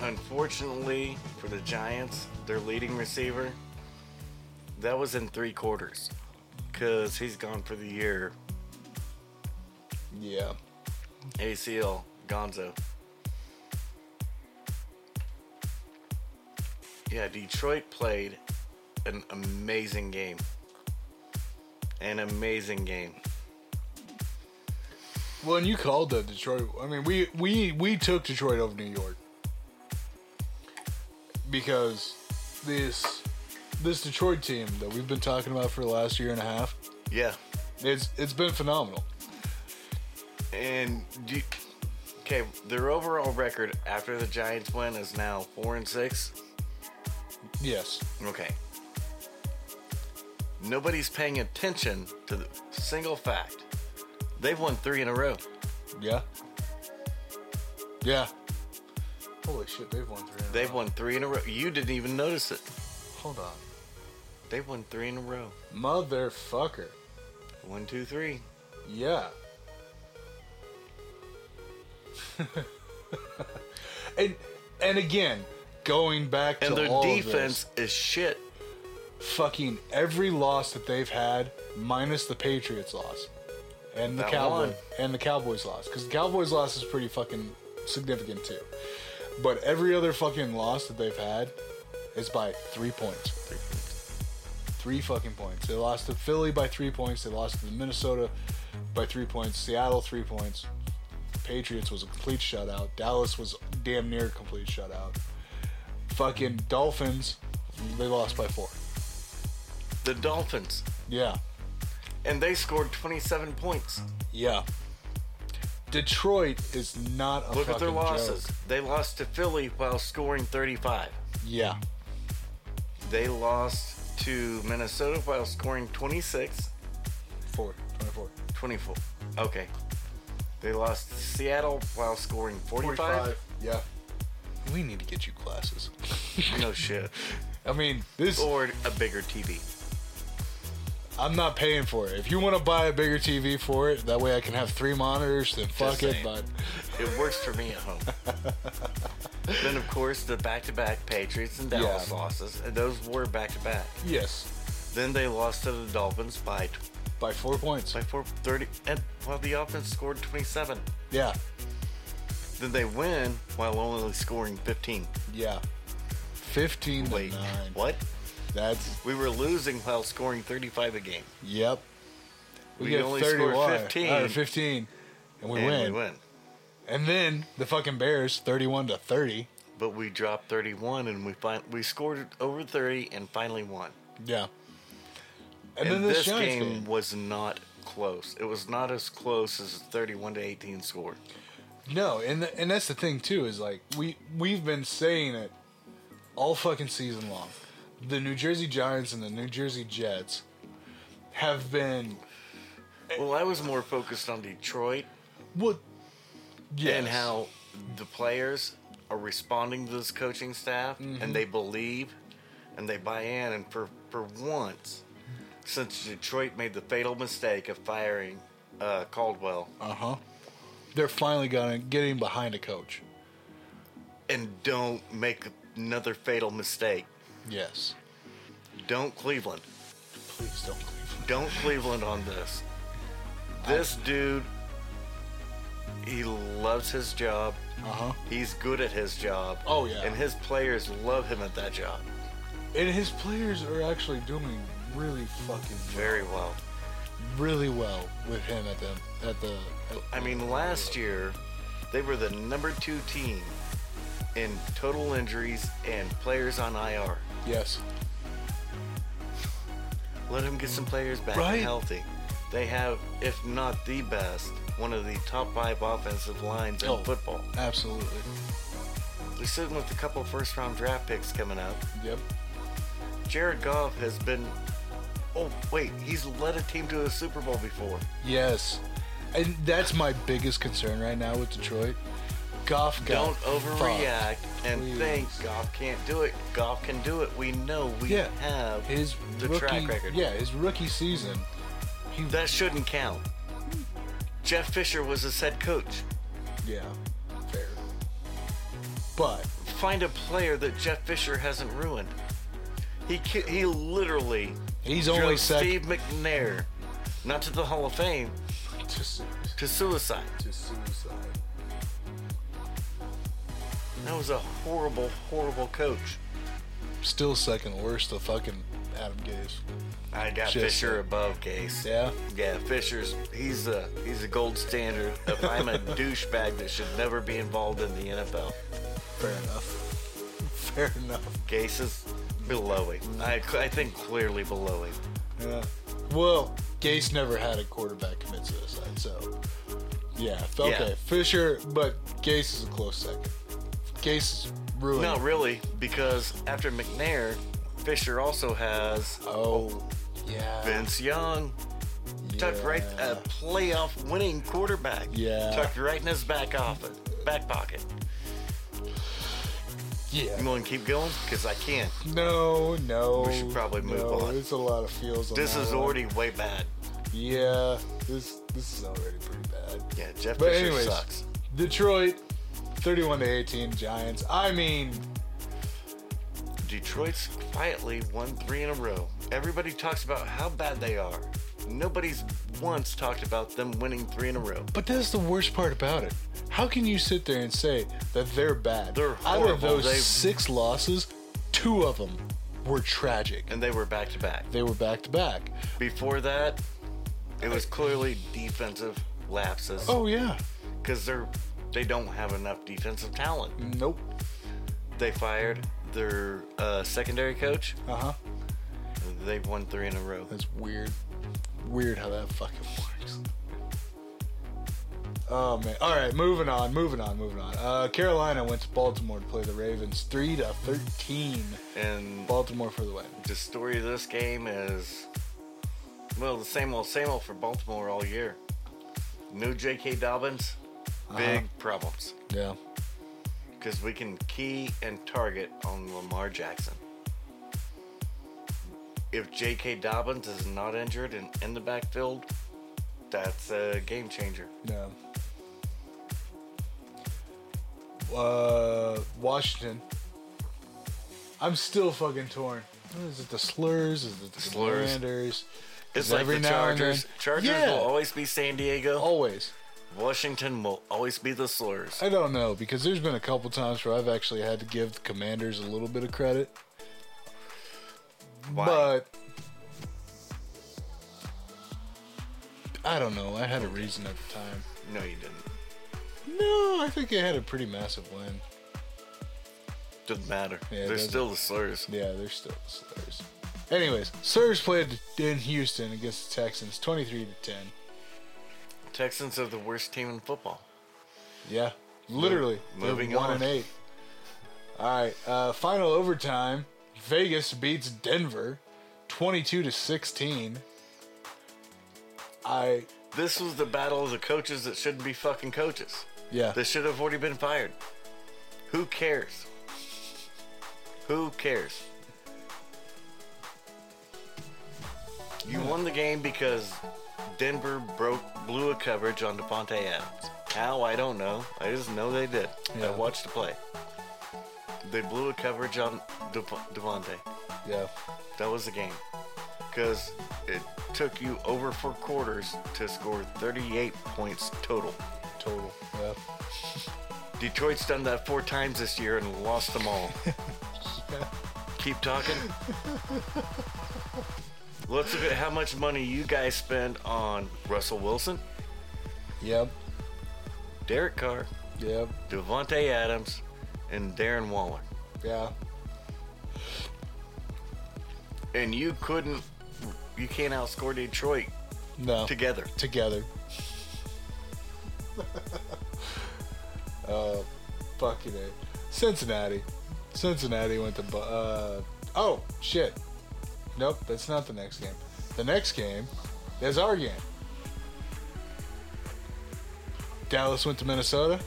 Speaker 3: Unfortunately for the Giants, their leading receiver, that was in three quarters because he's gone for the year.
Speaker 2: Yeah.
Speaker 3: ACL, Gonzo. Yeah, Detroit played an amazing game. An amazing game.
Speaker 2: Well, and you called the Detroit. I mean, we we we took Detroit over New York because this this Detroit team that we've been talking about for the last year and a half,
Speaker 3: Yeah.
Speaker 2: it's it's been phenomenal.
Speaker 3: And do you- okay, their overall record after the Giants win is now four and six.
Speaker 2: Yes.
Speaker 3: Okay. Nobody's paying attention to the single fact. They've won three in a row.
Speaker 2: Yeah. Yeah. Holy shit, they've won three. in a
Speaker 3: They've
Speaker 2: row.
Speaker 3: won three in a row. You didn't even notice it.
Speaker 2: Hold on.
Speaker 3: They've won three in a row.
Speaker 2: Motherfucker.
Speaker 3: One, two, three.
Speaker 2: Yeah. and and again, going back
Speaker 3: And
Speaker 2: to
Speaker 3: their
Speaker 2: all of this,
Speaker 3: defense is shit.
Speaker 2: fucking every loss that they've had, minus the Patriots loss, and the
Speaker 3: That
Speaker 2: Cowboy
Speaker 3: one.
Speaker 2: and the Cowboys loss, because the Cowboys loss is pretty fucking significant too. But every other fucking loss that they've had is by three points. Three fucking points. They lost to Philly by three points. They lost to Minnesota by three points. Seattle three points. Patriots was a complete shutout. Dallas was damn near a complete shutout. Fucking Dolphins, they lost by four.
Speaker 3: The Dolphins.
Speaker 2: Yeah.
Speaker 3: And they scored 27 points.
Speaker 2: Yeah. Detroit is not a
Speaker 3: Look
Speaker 2: fucking
Speaker 3: at their losses.
Speaker 2: joke.
Speaker 3: They lost to Philly while scoring 35.
Speaker 2: Yeah.
Speaker 3: They lost to Minnesota while scoring 26.
Speaker 2: Four. 24.
Speaker 3: 24. Okay. They lost to Seattle while scoring 45.
Speaker 2: Yeah. We need to get you glasses.
Speaker 3: No shit.
Speaker 2: I mean, this
Speaker 3: Or a bigger TV.
Speaker 2: I'm not paying for it. If you want to buy a bigger TV for it, that way I can have three monitors, then fuck it,
Speaker 3: saying.
Speaker 2: but
Speaker 3: It works for me at home. then, of course, the back to back Patriots and Dallas
Speaker 2: Yeah.
Speaker 3: losses. And those were back to back.
Speaker 2: yes,
Speaker 3: Then they lost to the Dolphins by, tw-
Speaker 2: by 4 points.
Speaker 3: by 430. And while the offense scored 27.
Speaker 2: Yeah.
Speaker 3: Then they win while only scoring 15.
Speaker 2: Yeah. 15 to
Speaker 3: Wait,
Speaker 2: 9.
Speaker 3: what?
Speaker 2: That's
Speaker 3: We were losing while scoring 35 a game.
Speaker 2: yep.
Speaker 3: We only scored
Speaker 2: why?
Speaker 3: 15.
Speaker 2: Or 15 and we
Speaker 3: and
Speaker 2: win.
Speaker 3: we win.
Speaker 2: And then the fucking Bears 31 to 30.
Speaker 3: But we dropped 31 and we fin- we scored over 30 and finally won.
Speaker 2: Yeah.
Speaker 3: And,
Speaker 2: And, then this,
Speaker 3: this
Speaker 2: Giants
Speaker 3: game
Speaker 2: game.
Speaker 3: was not close. It was not as close as the 31 to 18 score.
Speaker 2: No, and th- and that's the thing too is like we we've been saying it all fucking season long. The New Jersey Giants and the New Jersey Jets have been
Speaker 3: Well, I was more focused on Detroit
Speaker 2: what? Yes.
Speaker 3: and how the players are responding to this coaching staff
Speaker 2: Mm-hmm.
Speaker 3: and they believe and they buy in. And for, for once, since Detroit made the fatal mistake of firing uh, Caldwell
Speaker 2: Uh huh. They're finally gonna getting behind a coach.
Speaker 3: and don't make another fatal mistake,
Speaker 2: Yes.
Speaker 3: don't Cleveland.
Speaker 2: Please don't leave.
Speaker 3: Don't Cleveland on this. This dude, he loves his job.
Speaker 2: Uh huh.
Speaker 3: He's good at his job.
Speaker 2: Oh, yeah.
Speaker 3: And his players love him at that job
Speaker 2: And his players are actually doing really fucking
Speaker 3: very well.
Speaker 2: really well with him at the at the. At,
Speaker 3: I mean, last year, they were the number two team in total injuries and players on IR.
Speaker 2: yes.
Speaker 3: Let him get some players back
Speaker 2: Right.
Speaker 3: and healthy. They have, if not the best, one of the top five offensive lines in
Speaker 2: Oh.
Speaker 3: football.
Speaker 2: Absolutely.
Speaker 3: We're sitting with a couple first round draft picks coming up.
Speaker 2: Yep.
Speaker 3: Jared Goff has been. Oh wait, he's led a team to a Super Bowl before.
Speaker 2: Yes. And that's my biggest concern right now with Detroit. Goff got
Speaker 3: Don't overreact and
Speaker 2: Please.
Speaker 3: think Goff can't do it. Goff can do it. We know we
Speaker 2: Yeah.
Speaker 3: have
Speaker 2: fucked. His
Speaker 3: the
Speaker 2: rookie,
Speaker 3: track record.
Speaker 2: Yeah, his rookie season. He
Speaker 3: That shouldn't count. Jeff Fisher was his head coach.
Speaker 2: yeah, fair. But
Speaker 3: Find a player that Jeff Fisher hasn't ruined. He ki- he literally
Speaker 2: he's
Speaker 3: drove
Speaker 2: only second
Speaker 3: Steve McNair, not to the Hall of Fame,
Speaker 2: to, su-
Speaker 3: to suicide.
Speaker 2: to suicide.
Speaker 3: That was a horrible, horrible coach.
Speaker 2: Still second worst to fucking Adam Gase.
Speaker 3: I got
Speaker 2: Just-
Speaker 3: Fisher above Case.
Speaker 2: Yeah.
Speaker 3: Yeah, Fisher's he's a he's a gold standard. If I'm a douchebag that should never be involved in the NFL,
Speaker 2: Fair enough. Fair enough.
Speaker 3: Gase is below him. I, I think clearly below him.
Speaker 2: Yeah. Well, Gase never had a quarterback commit suicide, so yeah. f- Okay,
Speaker 3: Yeah.
Speaker 2: Fisher, but Gase is a close second. Gase is ruined.
Speaker 3: Not really, because after McNair, Fisher also has
Speaker 2: Oh, Yeah.
Speaker 3: Vince Young. Tucked right, a playoff winning quarterback.
Speaker 2: Yeah.
Speaker 3: Tucked right in his back office, back pocket.
Speaker 2: Yeah.
Speaker 3: You want to keep going? Because I can't.
Speaker 2: No, no.
Speaker 3: We should probably move
Speaker 2: no,
Speaker 3: on.
Speaker 2: It's a lot of feels. On
Speaker 3: This
Speaker 2: that
Speaker 3: is
Speaker 2: one.
Speaker 3: already way bad.
Speaker 2: Yeah. This this is already pretty bad.
Speaker 3: Yeah, Jeff
Speaker 2: But
Speaker 3: Fisher
Speaker 2: anyways,
Speaker 3: sucks.
Speaker 2: Detroit, thirty-one to eighteen, Giants. I mean,
Speaker 3: Detroit's quietly won three in a row. Everybody talks about how bad they are. Nobody's once talked about them winning three in a row.
Speaker 2: but that's the worst part about it. How can you sit there and say that they're bad?
Speaker 3: They're
Speaker 2: Out of
Speaker 3: horrible.
Speaker 2: those
Speaker 3: They've-
Speaker 2: six losses, two of them were tragic.
Speaker 3: And they were back to back.
Speaker 2: They were back to back.
Speaker 3: Before that, it was clearly defensive lapses
Speaker 2: Oh yeah.
Speaker 3: because they're they don't have enough defensive talent.
Speaker 2: Nope.
Speaker 3: They fired their uh, secondary coach.
Speaker 2: Uh huh.
Speaker 3: They've won three in a row.
Speaker 2: That's weird. Weird how that fucking works. Oh man. All right, moving on, moving on, moving on. Uh, Carolina went to Baltimore to play the Ravens, three to thirteen.
Speaker 3: And
Speaker 2: Baltimore for the win.
Speaker 3: the story of this game is well the same old same old for baltimore all year no j.k. dobbins
Speaker 2: Uh-huh.
Speaker 3: big problems
Speaker 2: Yeah.
Speaker 3: because we can key and target on lamar jackson if j.k. dobbins is not injured and in the backfield that's a game changer
Speaker 2: No. Uh, Washington. I'm still fucking torn. What Is it the slurs? Is it the
Speaker 3: Slurs.
Speaker 2: Commanders?
Speaker 3: it's
Speaker 2: Is
Speaker 3: like
Speaker 2: every
Speaker 3: the
Speaker 2: now and
Speaker 3: chargers
Speaker 2: then-
Speaker 3: chargers
Speaker 2: Yeah.
Speaker 3: will always be san diego
Speaker 2: Always.
Speaker 3: washington will always be the slurs
Speaker 2: I don't know because there's been a couple times where I've actually had to give the Commanders a little bit of credit,
Speaker 3: Why?
Speaker 2: but I don't know. I had a reason at the time.
Speaker 3: no you didn't
Speaker 2: No, I think they had a pretty massive win.
Speaker 3: Doesn't matter.
Speaker 2: Yeah, it
Speaker 3: They're
Speaker 2: doesn't.
Speaker 3: still the slurs.
Speaker 2: Yeah, they're still the Slurs. Anyways, Slurs played in Houston against the Texans, 23 to 10.
Speaker 3: Texans are the worst team in football.
Speaker 2: Yeah, literally. They're
Speaker 3: moving
Speaker 2: one
Speaker 3: on.
Speaker 2: and eight. All right, uh, final overtime. Vegas beats Denver, 22 to 16. I
Speaker 3: This was the battle of the coaches that shouldn't be fucking coaches.
Speaker 2: yeah.
Speaker 3: They should have already been fired. Who cares? Who cares? You won the game because Denver broke blew a coverage on Devontae Adams. How I don't know. I just know they did.
Speaker 2: Yeah.
Speaker 3: I watched the play. They blew a coverage on Dev- Devontae.
Speaker 2: yeah.
Speaker 3: That was the game. Because it took you over four quarters to score 38 points total.
Speaker 2: Total. Yeah.
Speaker 3: Detroit's done that four times this year and lost them all. Keep talking. Let's look at how much money you guys spend on Russell Wilson,
Speaker 2: Yep.
Speaker 3: Derek Carr,
Speaker 2: Yep.
Speaker 3: Devontae Adams, and Darren Waller.
Speaker 2: Yeah.
Speaker 3: And you couldn't, you can't outscore Detroit
Speaker 2: No.
Speaker 3: together.
Speaker 2: together. uh, fucking it. Cincinnati. Cincinnati went to. Bu- Uh, oh, shit. Nope, that's not the next game. The next game is our game. Dallas went to Minnesota.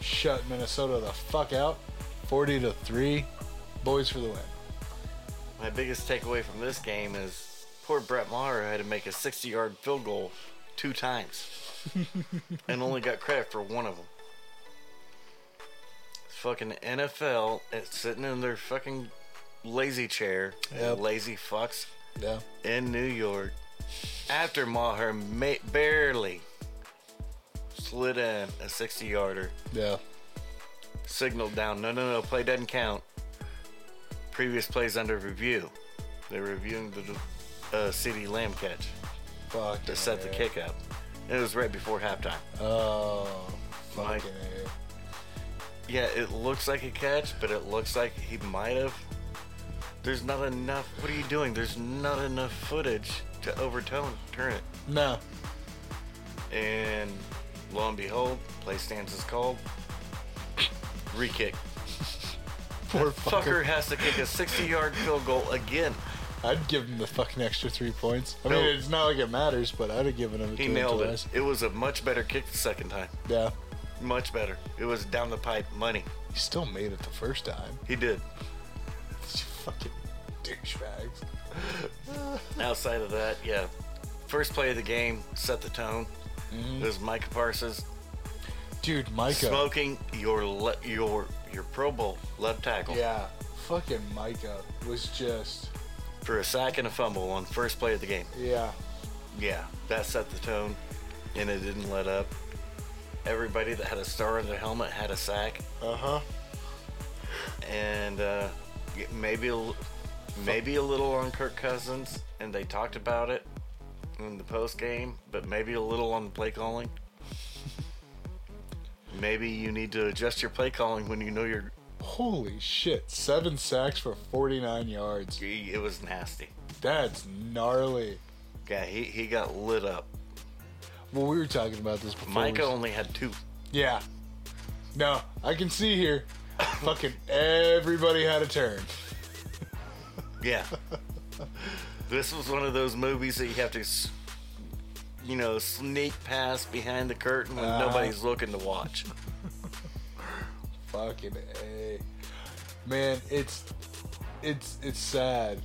Speaker 2: Shut Minnesota the fuck out. 40 to 3. Boys for the win.
Speaker 3: My biggest takeaway from this game is poor Brett Maher had to make a 60 yard field goal two times and only got credit for one of them. Fucking NFL is sitting in their fucking lazy chair,
Speaker 2: Yep.
Speaker 3: lazy fucks
Speaker 2: Yeah.
Speaker 3: in New York after Maher ma- barely slid in a 60 yarder,
Speaker 2: Yeah.
Speaker 3: signaled down, no, no, no, play doesn't count. Previous plays under review. They're reviewing the uh, CD Lamb catch
Speaker 2: Fuck.
Speaker 3: to set the kick up. And it was right before halftime.
Speaker 2: Oh.
Speaker 3: Mike.
Speaker 2: Fucking it.
Speaker 3: Yeah, it looks like a catch, but it looks like he might have. There's not enough. What are you doing? There's not enough footage to overturn turn it.
Speaker 2: No.
Speaker 3: And lo and behold, play stance is called. Re-kick.
Speaker 2: Poor
Speaker 3: Fucker has to kick a 60-yard field goal again.
Speaker 2: I'd give him the fucking extra three points. I
Speaker 3: No.
Speaker 2: mean, it's not like it matters, but I'd have given him.
Speaker 3: He
Speaker 2: to him
Speaker 3: nailed it.
Speaker 2: twice.
Speaker 3: It was a much better kick the second time.
Speaker 2: Yeah,
Speaker 3: Much better. It was down the pipe money.
Speaker 2: he still made it the first time.
Speaker 3: He did.
Speaker 2: You fucking douchebags.
Speaker 3: Outside of that, yeah. First play of the game set the tone.
Speaker 2: Mm-hmm.
Speaker 3: It was Micah Parsons
Speaker 2: Dude, Micah.
Speaker 3: smoking your le- your your Pro Bowl left tackle
Speaker 2: Yeah, fucking Micah was just.
Speaker 3: for a sack and a fumble on first play of the game.
Speaker 2: Yeah,
Speaker 3: Yeah, that set the tone, and it didn't let up. Everybody that had a star on their helmet had a sack,
Speaker 2: uh huh.
Speaker 3: and uh, y- maybe a, l- maybe a little on Kirk Cousins, and they talked about it in the post game, but maybe a little on play calling. maybe you need to adjust your play calling when you know you're.
Speaker 2: Holy shit! Seven sacks for 49 yards.
Speaker 3: It was nasty.
Speaker 2: That's gnarly.
Speaker 3: Yeah, he, he got lit up.
Speaker 2: Well, we were talking about this before.
Speaker 3: Micah
Speaker 2: we-
Speaker 3: only had two.
Speaker 2: Yeah. No, I can see here. fucking everybody had a turn.
Speaker 3: Yeah. this was one of those movies that you have to, s- you know, sneak past behind the curtain when
Speaker 2: Uh-huh.
Speaker 3: nobody's looking to watch.
Speaker 2: Fucking a. Man, it's it's it's sad.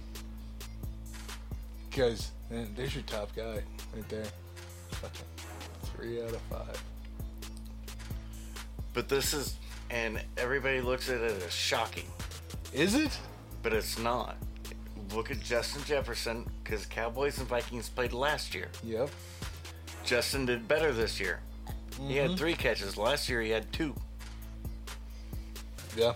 Speaker 2: Cause man, there's your top guy right there. Fucking three out of five.
Speaker 3: But this is, and everybody looks at it as shocking,
Speaker 2: Is it?
Speaker 3: but it's not. Look at Justin Jefferson because Cowboys and Vikings played last year.
Speaker 2: Yep.
Speaker 3: Justin did better this year. He had three catches. Last year he had two.
Speaker 2: Yeah.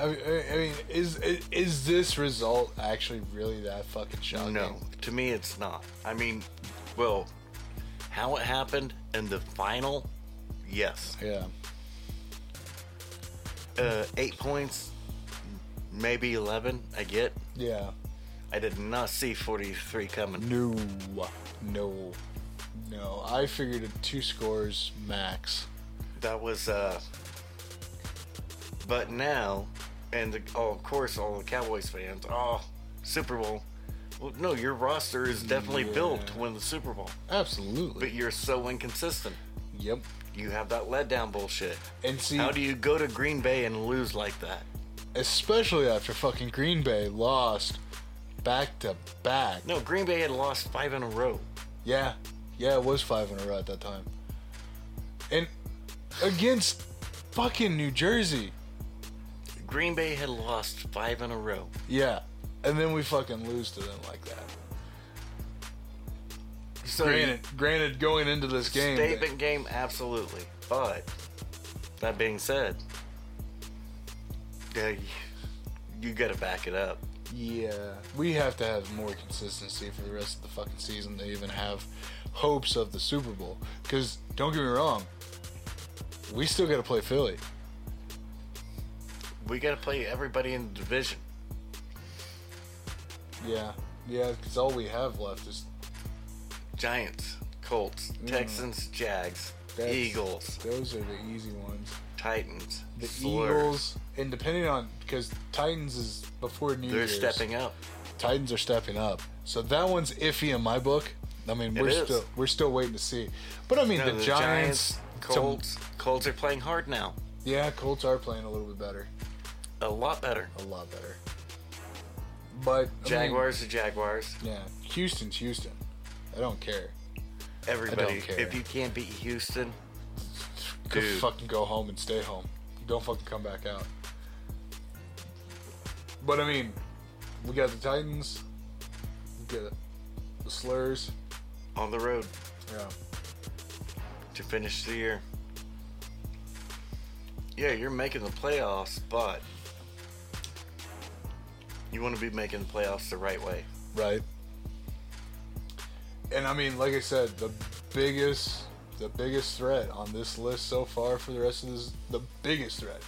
Speaker 2: I mean, I- I mean, is is this result actually really that fucking shocking?
Speaker 3: No, to me it's not. I mean, well, how it happened and the final, yes.
Speaker 2: Yeah.
Speaker 3: uh, eight points, maybe 11. I get.
Speaker 2: Yeah.
Speaker 3: I did not see 43 coming.
Speaker 2: No. No. No. I figured it two scores max.
Speaker 3: That was, uh, but now, and the, oh, of course, all the Cowboys fans, oh, Super Bowl. Well, no, your roster is definitely built to win the Super Bowl,
Speaker 2: Absolutely.
Speaker 3: but you're so inconsistent.
Speaker 2: yep.
Speaker 3: You have that letdown bullshit.
Speaker 2: And see,
Speaker 3: How do you go to Green Bay and lose like that?
Speaker 2: especially after fucking Green Bay lost back to back.
Speaker 3: No, Green Bay had lost five in a row.
Speaker 2: Yeah. Yeah, it was five in a row at that time. And against fucking New Jersey.
Speaker 3: Green Bay had lost five in a row.
Speaker 2: Yeah. And then we fucking lose to them like that.
Speaker 3: So
Speaker 2: granted, granted, going into this game,
Speaker 3: Statement game, absolutely. But that being said, yeah, you, you got to back it up.
Speaker 2: yeah, we have to have more consistency for the rest of the fucking season to even have hopes of the Super Bowl. Because don't get me wrong, we still got to play Philly.
Speaker 3: We got to play everybody in the division.
Speaker 2: Yeah, yeah, because all we have left is
Speaker 3: Giants, Colts, Texans, Jags,
Speaker 2: Mm. That's-
Speaker 3: Eagles,
Speaker 2: those are the easy ones.
Speaker 3: Titans,
Speaker 2: The
Speaker 3: Slurs.
Speaker 2: Eagles, and depending on because Titans is before New
Speaker 3: They're
Speaker 2: Year's.
Speaker 3: stepping up.
Speaker 2: Titans are stepping up, so that one's iffy in my book. I mean,
Speaker 3: It
Speaker 2: we're
Speaker 3: is.
Speaker 2: still we're still waiting to see. But I mean,
Speaker 3: No,
Speaker 2: the, Giants,
Speaker 3: Colts, Colts are playing hard now.
Speaker 2: Yeah, Colts are playing a little bit better.
Speaker 3: A lot better.
Speaker 2: A lot better. But I
Speaker 3: Jaguars are Jaguars.
Speaker 2: mean, yeah, Houston's Houston. I don't care.
Speaker 3: Everybody.
Speaker 2: care.
Speaker 3: If you can't beat Houston,
Speaker 2: Go
Speaker 3: Dude.
Speaker 2: fucking go home and stay home. Don't fucking come back out. But I mean, we got the Titans. We got the Slurs.
Speaker 3: on the road
Speaker 2: Yeah.
Speaker 3: to finish the year. Yeah, you're making the playoffs, but you want to be making the playoffs the right way.
Speaker 2: Right. And I mean, like I said, the biggest, the biggest threat on this list so far for the rest of this, the biggest threat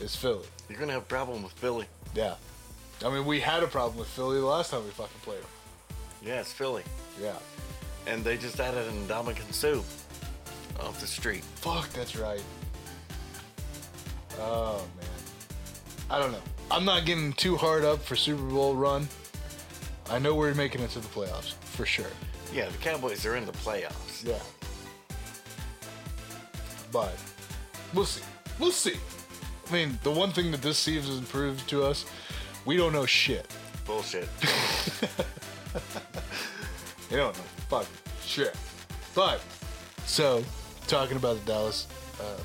Speaker 2: is Philly.
Speaker 3: You're gonna have a problem with Philly.
Speaker 2: Yeah. I mean, we had a problem with Philly the last time we fucking played them.
Speaker 3: Yeah, it's Philly,
Speaker 2: Yeah.
Speaker 3: and they just added an Dominican Sue off the street.
Speaker 2: Fuck, that's right. Oh, man. I don't know. I'm not getting too hard up for Super Bowl run. I know we're making it to the playoffs for sure.
Speaker 3: Yeah, the Cowboys are in the playoffs.
Speaker 2: Yeah. But we'll see. We'll see. I mean, the one thing that this season proved to us, we don't know shit.
Speaker 3: Bullshit.
Speaker 2: We don't know fucking shit. But so, talking about the Dallas uh,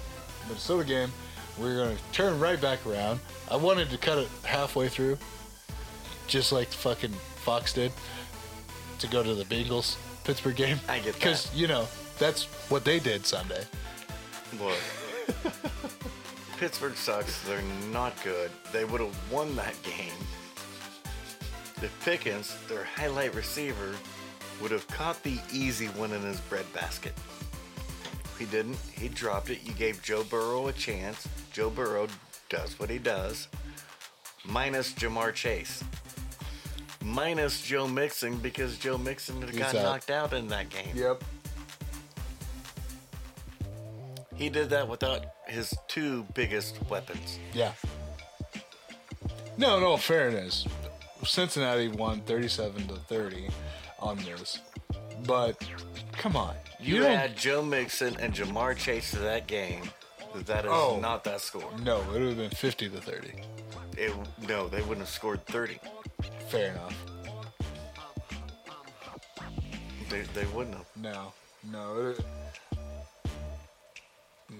Speaker 2: Minnesota game, we're gonna turn right back around. I wanted to cut it halfway through, just like fucking Fox did, to go to the Bengals Pittsburgh game.
Speaker 3: I get that.
Speaker 2: because you know that's what they did Sunday.
Speaker 3: Look. Pittsburgh sucks. They're not good. They would have won that game. If Pickens, their highlight receiver, would have caught the easy one in his breadbasket. He didn't. He dropped it. You gave Joe Burrow a chance. Joe Burrow does what he does. Minus Jamar Chase. Minus Joe Mixon because Joe Mixon
Speaker 2: He's
Speaker 3: got
Speaker 2: out.
Speaker 3: knocked out in that game.
Speaker 2: Yep.
Speaker 3: He did that without his two biggest weapons.
Speaker 2: Yeah. No, in all fairness, Cincinnati won 37 to 30 on this. But come on.
Speaker 3: You,
Speaker 2: don't-
Speaker 3: add Joe Mixon and Jamar Chase to that game, that is
Speaker 2: Oh.
Speaker 3: not that score.
Speaker 2: No, it would have been 50 to 30.
Speaker 3: It, no, they wouldn't have scored 30.
Speaker 2: Fair enough.
Speaker 3: They, they wouldn't have.
Speaker 2: No. No. It,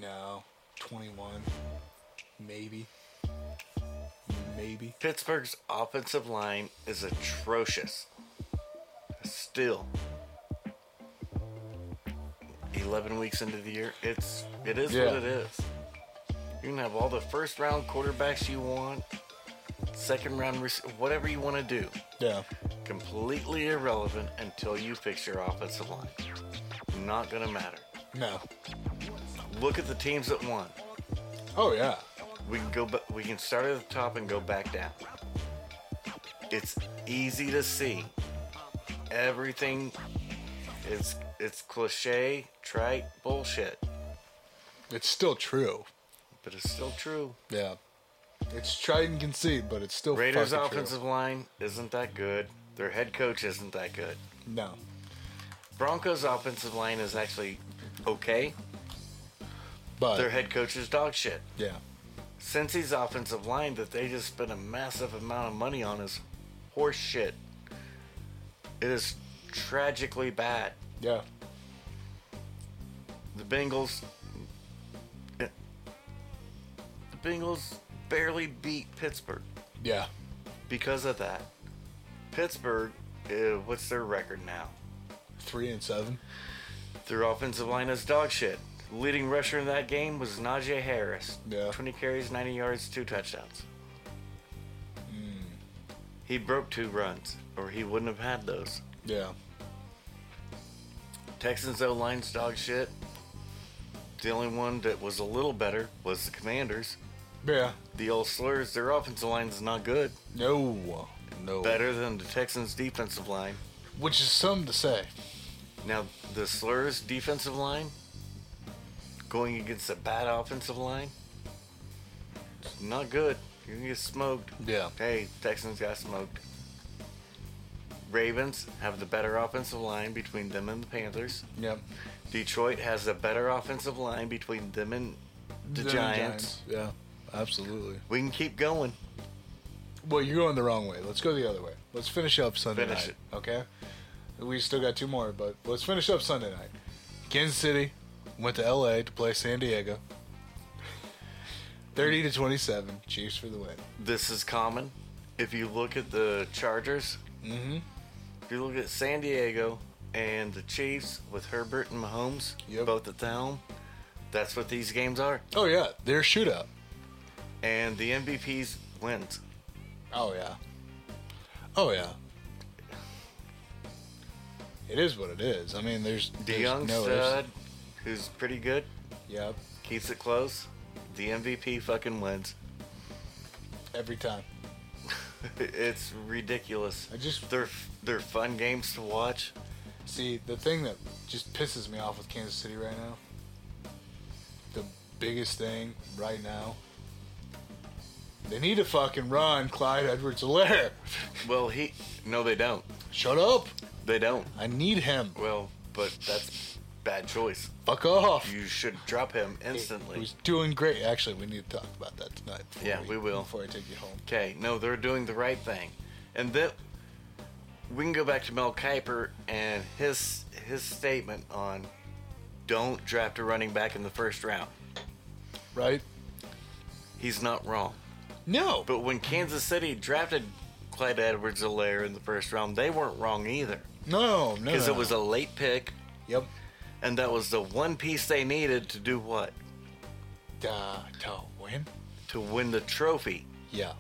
Speaker 2: no. 21. Maybe. Maybe.
Speaker 3: Pittsburgh's offensive line is atrocious. Still. 11 weeks into the year, it's it is what
Speaker 2: Yeah.
Speaker 3: it is. You can have all the first round quarterbacks you want, second round, rec- whatever you want to do.
Speaker 2: Yeah.
Speaker 3: completely irrelevant until you fix your offensive line. Not gonna matter.
Speaker 2: No.
Speaker 3: Look at the teams that won.
Speaker 2: Oh, yeah.
Speaker 3: We can go, ba- we can start at the top and go back down. It's easy to see. Everything, it's it's cliche, trite bullshit,
Speaker 2: It's still true.
Speaker 3: but it's still true.
Speaker 2: Yeah. It's try and concede, but it's still
Speaker 3: Raiders
Speaker 2: fucking true.
Speaker 3: offensive line isn't that good. Their head coach isn't that good.
Speaker 2: No.
Speaker 3: Broncos offensive line is actually okay.
Speaker 2: But
Speaker 3: Their head coach is dog shit.
Speaker 2: yeah.
Speaker 3: Cincy's offensive line that they just spent a massive amount of money on is horse shit. It is tragically bad.
Speaker 2: Yeah.
Speaker 3: The Bengals. The Bengals barely beat Pittsburgh
Speaker 2: Yeah.
Speaker 3: because of that. Pittsburgh, eh, what's their record now?
Speaker 2: Three and seven.
Speaker 3: Their offensive line is dog shit. Leading rusher in that game was Najee Harris.
Speaker 2: Yeah.
Speaker 3: 20 carries, 90 yards, two touchdowns. He broke two runs, or he wouldn't have had those.
Speaker 2: Yeah.
Speaker 3: Texans O line's dog shit. The only one that was a little better was the Commanders.
Speaker 2: Yeah.
Speaker 3: The old slurs, their offensive line's not good.
Speaker 2: No. No.
Speaker 3: Better than the Texans' defensive line.
Speaker 2: Which is something to say.
Speaker 3: Now, the slurs' defensive line going against a bad offensive line, it's not good. You're going to get smoked.
Speaker 2: Yeah.
Speaker 3: Hey, Texans got smoked. Ravens have the better offensive line between them and the Panthers.
Speaker 2: Yep.
Speaker 3: Detroit has a better offensive line between them and the,
Speaker 2: Then
Speaker 3: Giants.
Speaker 2: Yeah. Absolutely.
Speaker 3: We can keep going.
Speaker 2: Well, you're going the wrong way. Let's go the other way. Let's finish up Sunday
Speaker 3: Finish
Speaker 2: night. Okay. We still got two more, but let's finish up Sunday night. Kansas City went to LA to play San Diego. 30 to 27, Chiefs for the win.
Speaker 3: This is common. If you look at the Chargers,
Speaker 2: Mhm.
Speaker 3: if you look at San Diego and the Chiefs with Herbert and Mahomes
Speaker 2: Yep.
Speaker 3: both at the helm, that's what these games are.
Speaker 2: Oh yeah, their shootout.
Speaker 3: And the MVP's wins.
Speaker 2: Oh yeah. Oh yeah. It is what it is. I mean, there's
Speaker 3: The
Speaker 2: there's
Speaker 3: young
Speaker 2: no
Speaker 3: stud, who's pretty good,
Speaker 2: Yep.
Speaker 3: keeps it close. The MVP fucking wins.
Speaker 2: Every time.
Speaker 3: It's ridiculous.
Speaker 2: I just-
Speaker 3: they're they're fun games to watch.
Speaker 2: See, the thing that just pisses me off with Kansas City right now, the biggest thing right now They need to fucking run Clyde Edwards Alaire.
Speaker 3: Well, he. No, they don't.
Speaker 2: Shut up.
Speaker 3: They don't.
Speaker 2: I need him.
Speaker 3: Well, but that's bad choice.
Speaker 2: Fuck off.
Speaker 3: You should drop him instantly.
Speaker 2: Who's doing great. Actually, we need to talk about that tonight. before
Speaker 3: Yeah, we will.
Speaker 2: Before I take you home.
Speaker 3: Okay, no, they're doing the right thing, and then we can go back to Mel Kiper and his his statement on don't draft a running back in the first round.
Speaker 2: Right?
Speaker 3: He's not wrong.
Speaker 2: No.
Speaker 3: But when Kansas City drafted Clyde edwards alaire in the first round, they weren't wrong either
Speaker 2: no, no.
Speaker 3: because
Speaker 2: no.
Speaker 3: it was a late pick,
Speaker 2: Yep.
Speaker 3: and that was the one piece they needed to do what
Speaker 2: Da, to win?
Speaker 3: to win the trophy.
Speaker 2: Yeah.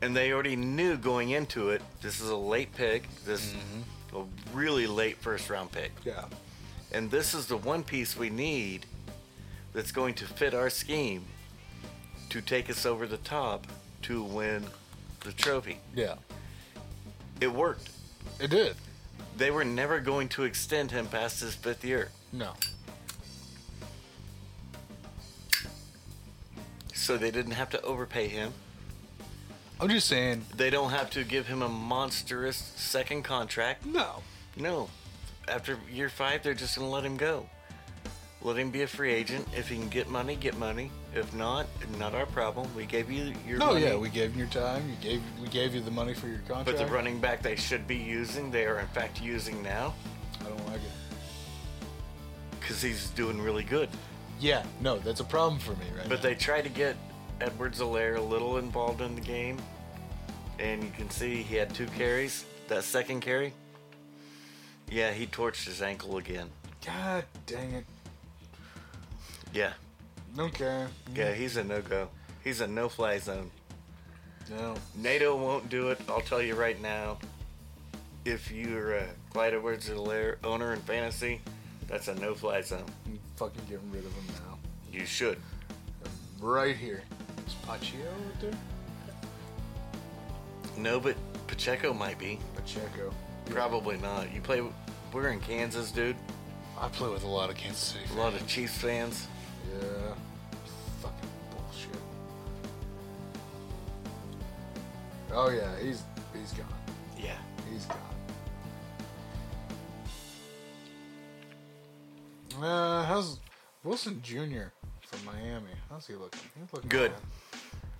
Speaker 3: and they already knew going into it this is a late pick this a really late first round pick
Speaker 2: Yeah.
Speaker 3: and this is the one piece we need that's going to fit our scheme to take us over the top to win the trophy
Speaker 2: Yeah.
Speaker 3: it worked
Speaker 2: It did.
Speaker 3: they were never going to extend him past his fifth year
Speaker 2: No.
Speaker 3: so they didn't have to overpay him
Speaker 2: I'm just saying.
Speaker 3: they don't have to give him a monstrous second contract
Speaker 2: No.
Speaker 3: No. After year five, they're just going to let him go. Let him be a free agent. If he can get money, get money. If not, not our problem. We gave you your
Speaker 2: No,
Speaker 3: money.
Speaker 2: yeah, we gave you your time. You gave we gave you the money for your contract.
Speaker 3: But the running back they should be using, they are in fact using now
Speaker 2: I don't like it.
Speaker 3: because he's doing really good.
Speaker 2: Yeah, no, that's a problem for me right
Speaker 3: But
Speaker 2: now.
Speaker 3: they try to get Edwards Alaire a little involved in the game. And you can see he had two carries. That second carry, yeah, he torched his ankle again.
Speaker 2: God dang it.
Speaker 3: Yeah.
Speaker 2: Okay.
Speaker 3: Yeah, he's a no go. He's a no fly zone.
Speaker 2: No.
Speaker 3: NATO won't do it. I'll tell you right now. If you're a Clyde Edwards Alaire owner in fantasy, that's a no fly zone.
Speaker 2: I'm fucking getting rid of him now.
Speaker 3: You should.
Speaker 2: Right here. Is Pacheco right there?
Speaker 3: No, but Pacheco might be.
Speaker 2: Pacheco.
Speaker 3: Probably not. You play. We're in Kansas, dude.
Speaker 2: I play with a lot of Kansas City
Speaker 3: A
Speaker 2: fans.
Speaker 3: lot of Chiefs fans.
Speaker 2: Yeah. Fucking bullshit. Oh yeah, he's he's gone.
Speaker 3: Yeah.
Speaker 2: He's gone. Uh, how's Wilson Jr. from Miami? How's he looking? He's looking
Speaker 3: Good.
Speaker 2: alright.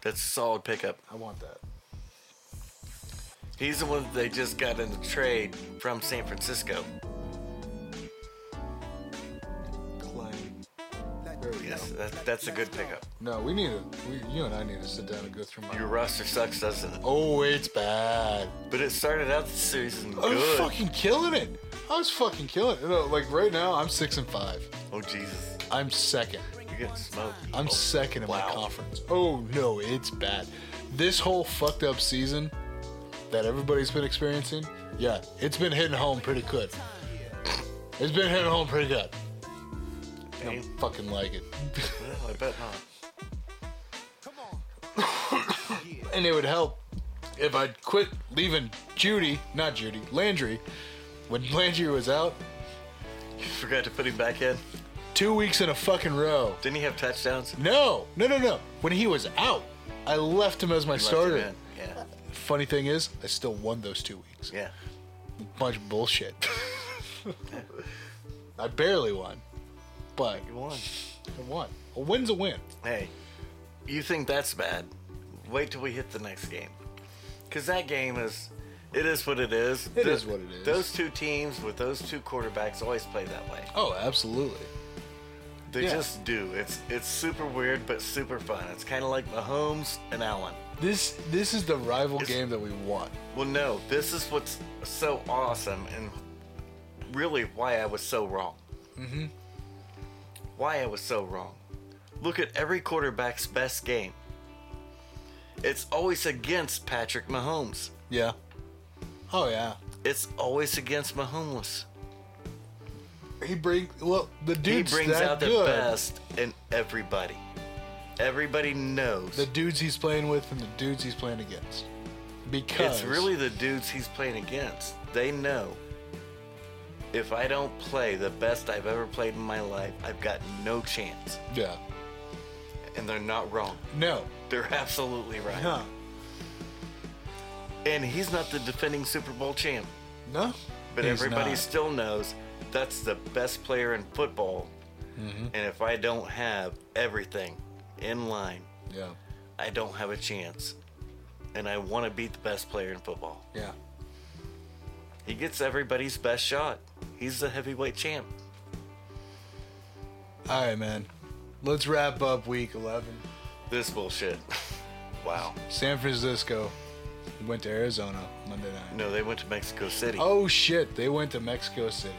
Speaker 3: That's a solid pickup.
Speaker 2: I want that.
Speaker 3: He's the one that they just got in the trade from San Francisco.
Speaker 2: Clay. There we
Speaker 3: Yes,
Speaker 2: go.
Speaker 3: that, that's a good pickup.
Speaker 2: No, we need to. We, you and I need to sit down and go through my.
Speaker 3: Your roster sucks, doesn't it?
Speaker 2: Oh, it's bad.
Speaker 3: But it started out the season
Speaker 2: I was
Speaker 3: good.
Speaker 2: fucking killing it. I was fucking killing it. You know, like right now, I'm six and five.
Speaker 3: Oh Jesus,
Speaker 2: I'm second.
Speaker 3: you're getting smoked.
Speaker 2: I'm
Speaker 3: Oh,
Speaker 2: second in
Speaker 3: wow.
Speaker 2: my conference. Oh no, it's bad. This whole fucked up season that everybody's been experiencing, yeah, it's been hitting home pretty good. It's been hitting home pretty good. I
Speaker 3: Damn.
Speaker 2: don't fucking like it.
Speaker 3: Well, I bet not.
Speaker 2: and it would help if I'd quit leaving Judy, not Judy, Landry. When Landry was out,
Speaker 3: You forgot to put him back in.
Speaker 2: two weeks in a fucking row.
Speaker 3: Didn't he have touchdowns?
Speaker 2: No, no, no, no. When he was out, I left him as my
Speaker 3: You left him
Speaker 2: starter.
Speaker 3: in. Yeah,
Speaker 2: Funny thing is, I still won those two weeks.
Speaker 3: yeah.
Speaker 2: bunch of bullshit. I barely won, but
Speaker 3: You won.
Speaker 2: I won. A win's a win.
Speaker 3: Hey, you think that's bad? Wait till we hit the next game, because that game is, it is what it is.
Speaker 2: It
Speaker 3: It is
Speaker 2: is what it is.
Speaker 3: Those two teams with those two quarterbacks always play that way.
Speaker 2: Oh, absolutely.
Speaker 3: They
Speaker 2: Yeah.
Speaker 3: just do. It's it's super weird but super fun. It's kind of like Mahomes and Allen.
Speaker 2: This this is the rival
Speaker 3: It's-
Speaker 2: game that we want.
Speaker 3: Well, no, this is what's so awesome and really why I was so wrong. Mm-hmm. Why I was so wrong. Look at every quarterback's best game. It's always against Patrick Mahomes.
Speaker 2: Yeah. Oh yeah.
Speaker 3: It's always against Mahomes.
Speaker 2: He bring well the dude's
Speaker 3: he brings
Speaker 2: that
Speaker 3: out the
Speaker 2: good.
Speaker 3: best in everybody. Everybody knows.
Speaker 2: The dudes he's playing with and the dudes he's playing against. Because
Speaker 3: It's really the dudes he's playing against. They know if I don't play the best I've ever played in my life, I've got no chance.
Speaker 2: yeah.
Speaker 3: and they're not wrong.
Speaker 2: No.
Speaker 3: They're absolutely right.
Speaker 2: Huh.
Speaker 3: And he's not the defending Super Bowl champ,
Speaker 2: No.
Speaker 3: but
Speaker 2: He's
Speaker 3: everybody
Speaker 2: not.
Speaker 3: still knows that's the best player in football.
Speaker 2: Mm-hmm.
Speaker 3: And if I don't have everything in line,
Speaker 2: Yeah.
Speaker 3: I don't have a chance. And I want to beat the best player in football.
Speaker 2: Yeah.
Speaker 3: He gets everybody's best shot. He's the heavyweight champ.
Speaker 2: All right, man. Let's wrap up week 11.
Speaker 3: This bullshit. wow.
Speaker 2: San Francisco went to Arizona Monday night.
Speaker 3: No, they went to Mexico City.
Speaker 2: Oh shit, they went to Mexico City.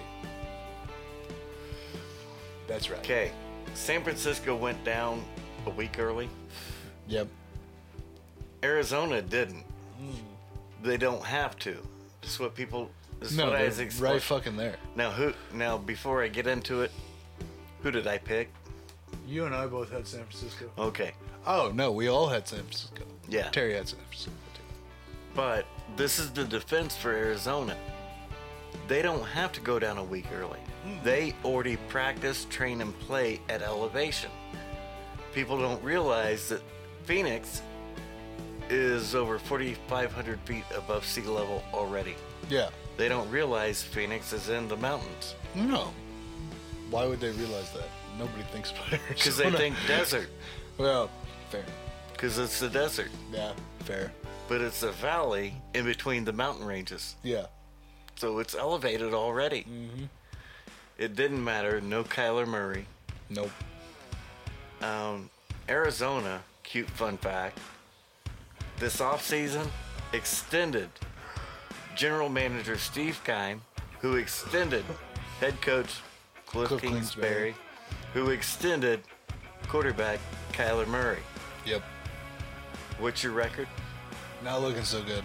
Speaker 2: That's right.
Speaker 3: Okay. San Francisco went down a week early.
Speaker 2: Yep.
Speaker 3: Arizona didn't. They don't have to. It's what people. It's
Speaker 2: No,
Speaker 3: what I
Speaker 2: they're
Speaker 3: was exploring.
Speaker 2: right fucking there.
Speaker 3: now who? Now before I get into it, who did I pick?
Speaker 2: You and I both had San Francisco.
Speaker 3: Okay,
Speaker 2: Oh no, we all had San Francisco.
Speaker 3: Yeah.
Speaker 2: Terry had San Francisco too.
Speaker 3: but this is the defense for Arizona. They don't have to go down a week early. They already practice, train, and play at elevation. People don't realize that Phoenix is over 4,500 feet above sea level already.
Speaker 2: Yeah.
Speaker 3: They don't realize Phoenix is in the mountains
Speaker 2: No. Why would they realize that? Nobody thinks about Arizona.
Speaker 3: because they think desert
Speaker 2: Well, fair.
Speaker 3: because it's the desert,
Speaker 2: Yeah. Fair.
Speaker 3: but it's a valley in between the mountain ranges,
Speaker 2: Yeah.
Speaker 3: so it's elevated already. It didn't matter. No Kyler Murray.
Speaker 2: Nope.
Speaker 3: Um, Arizona. Cute fun fact. This offseason extended general manager Steve Keim, who extended head coach Cliff,
Speaker 2: Cliff
Speaker 3: Kingsbury,
Speaker 2: Kingsbury.
Speaker 3: who extended quarterback Kyler Murray.
Speaker 2: Yep.
Speaker 3: What's your record?
Speaker 2: Not looking so good.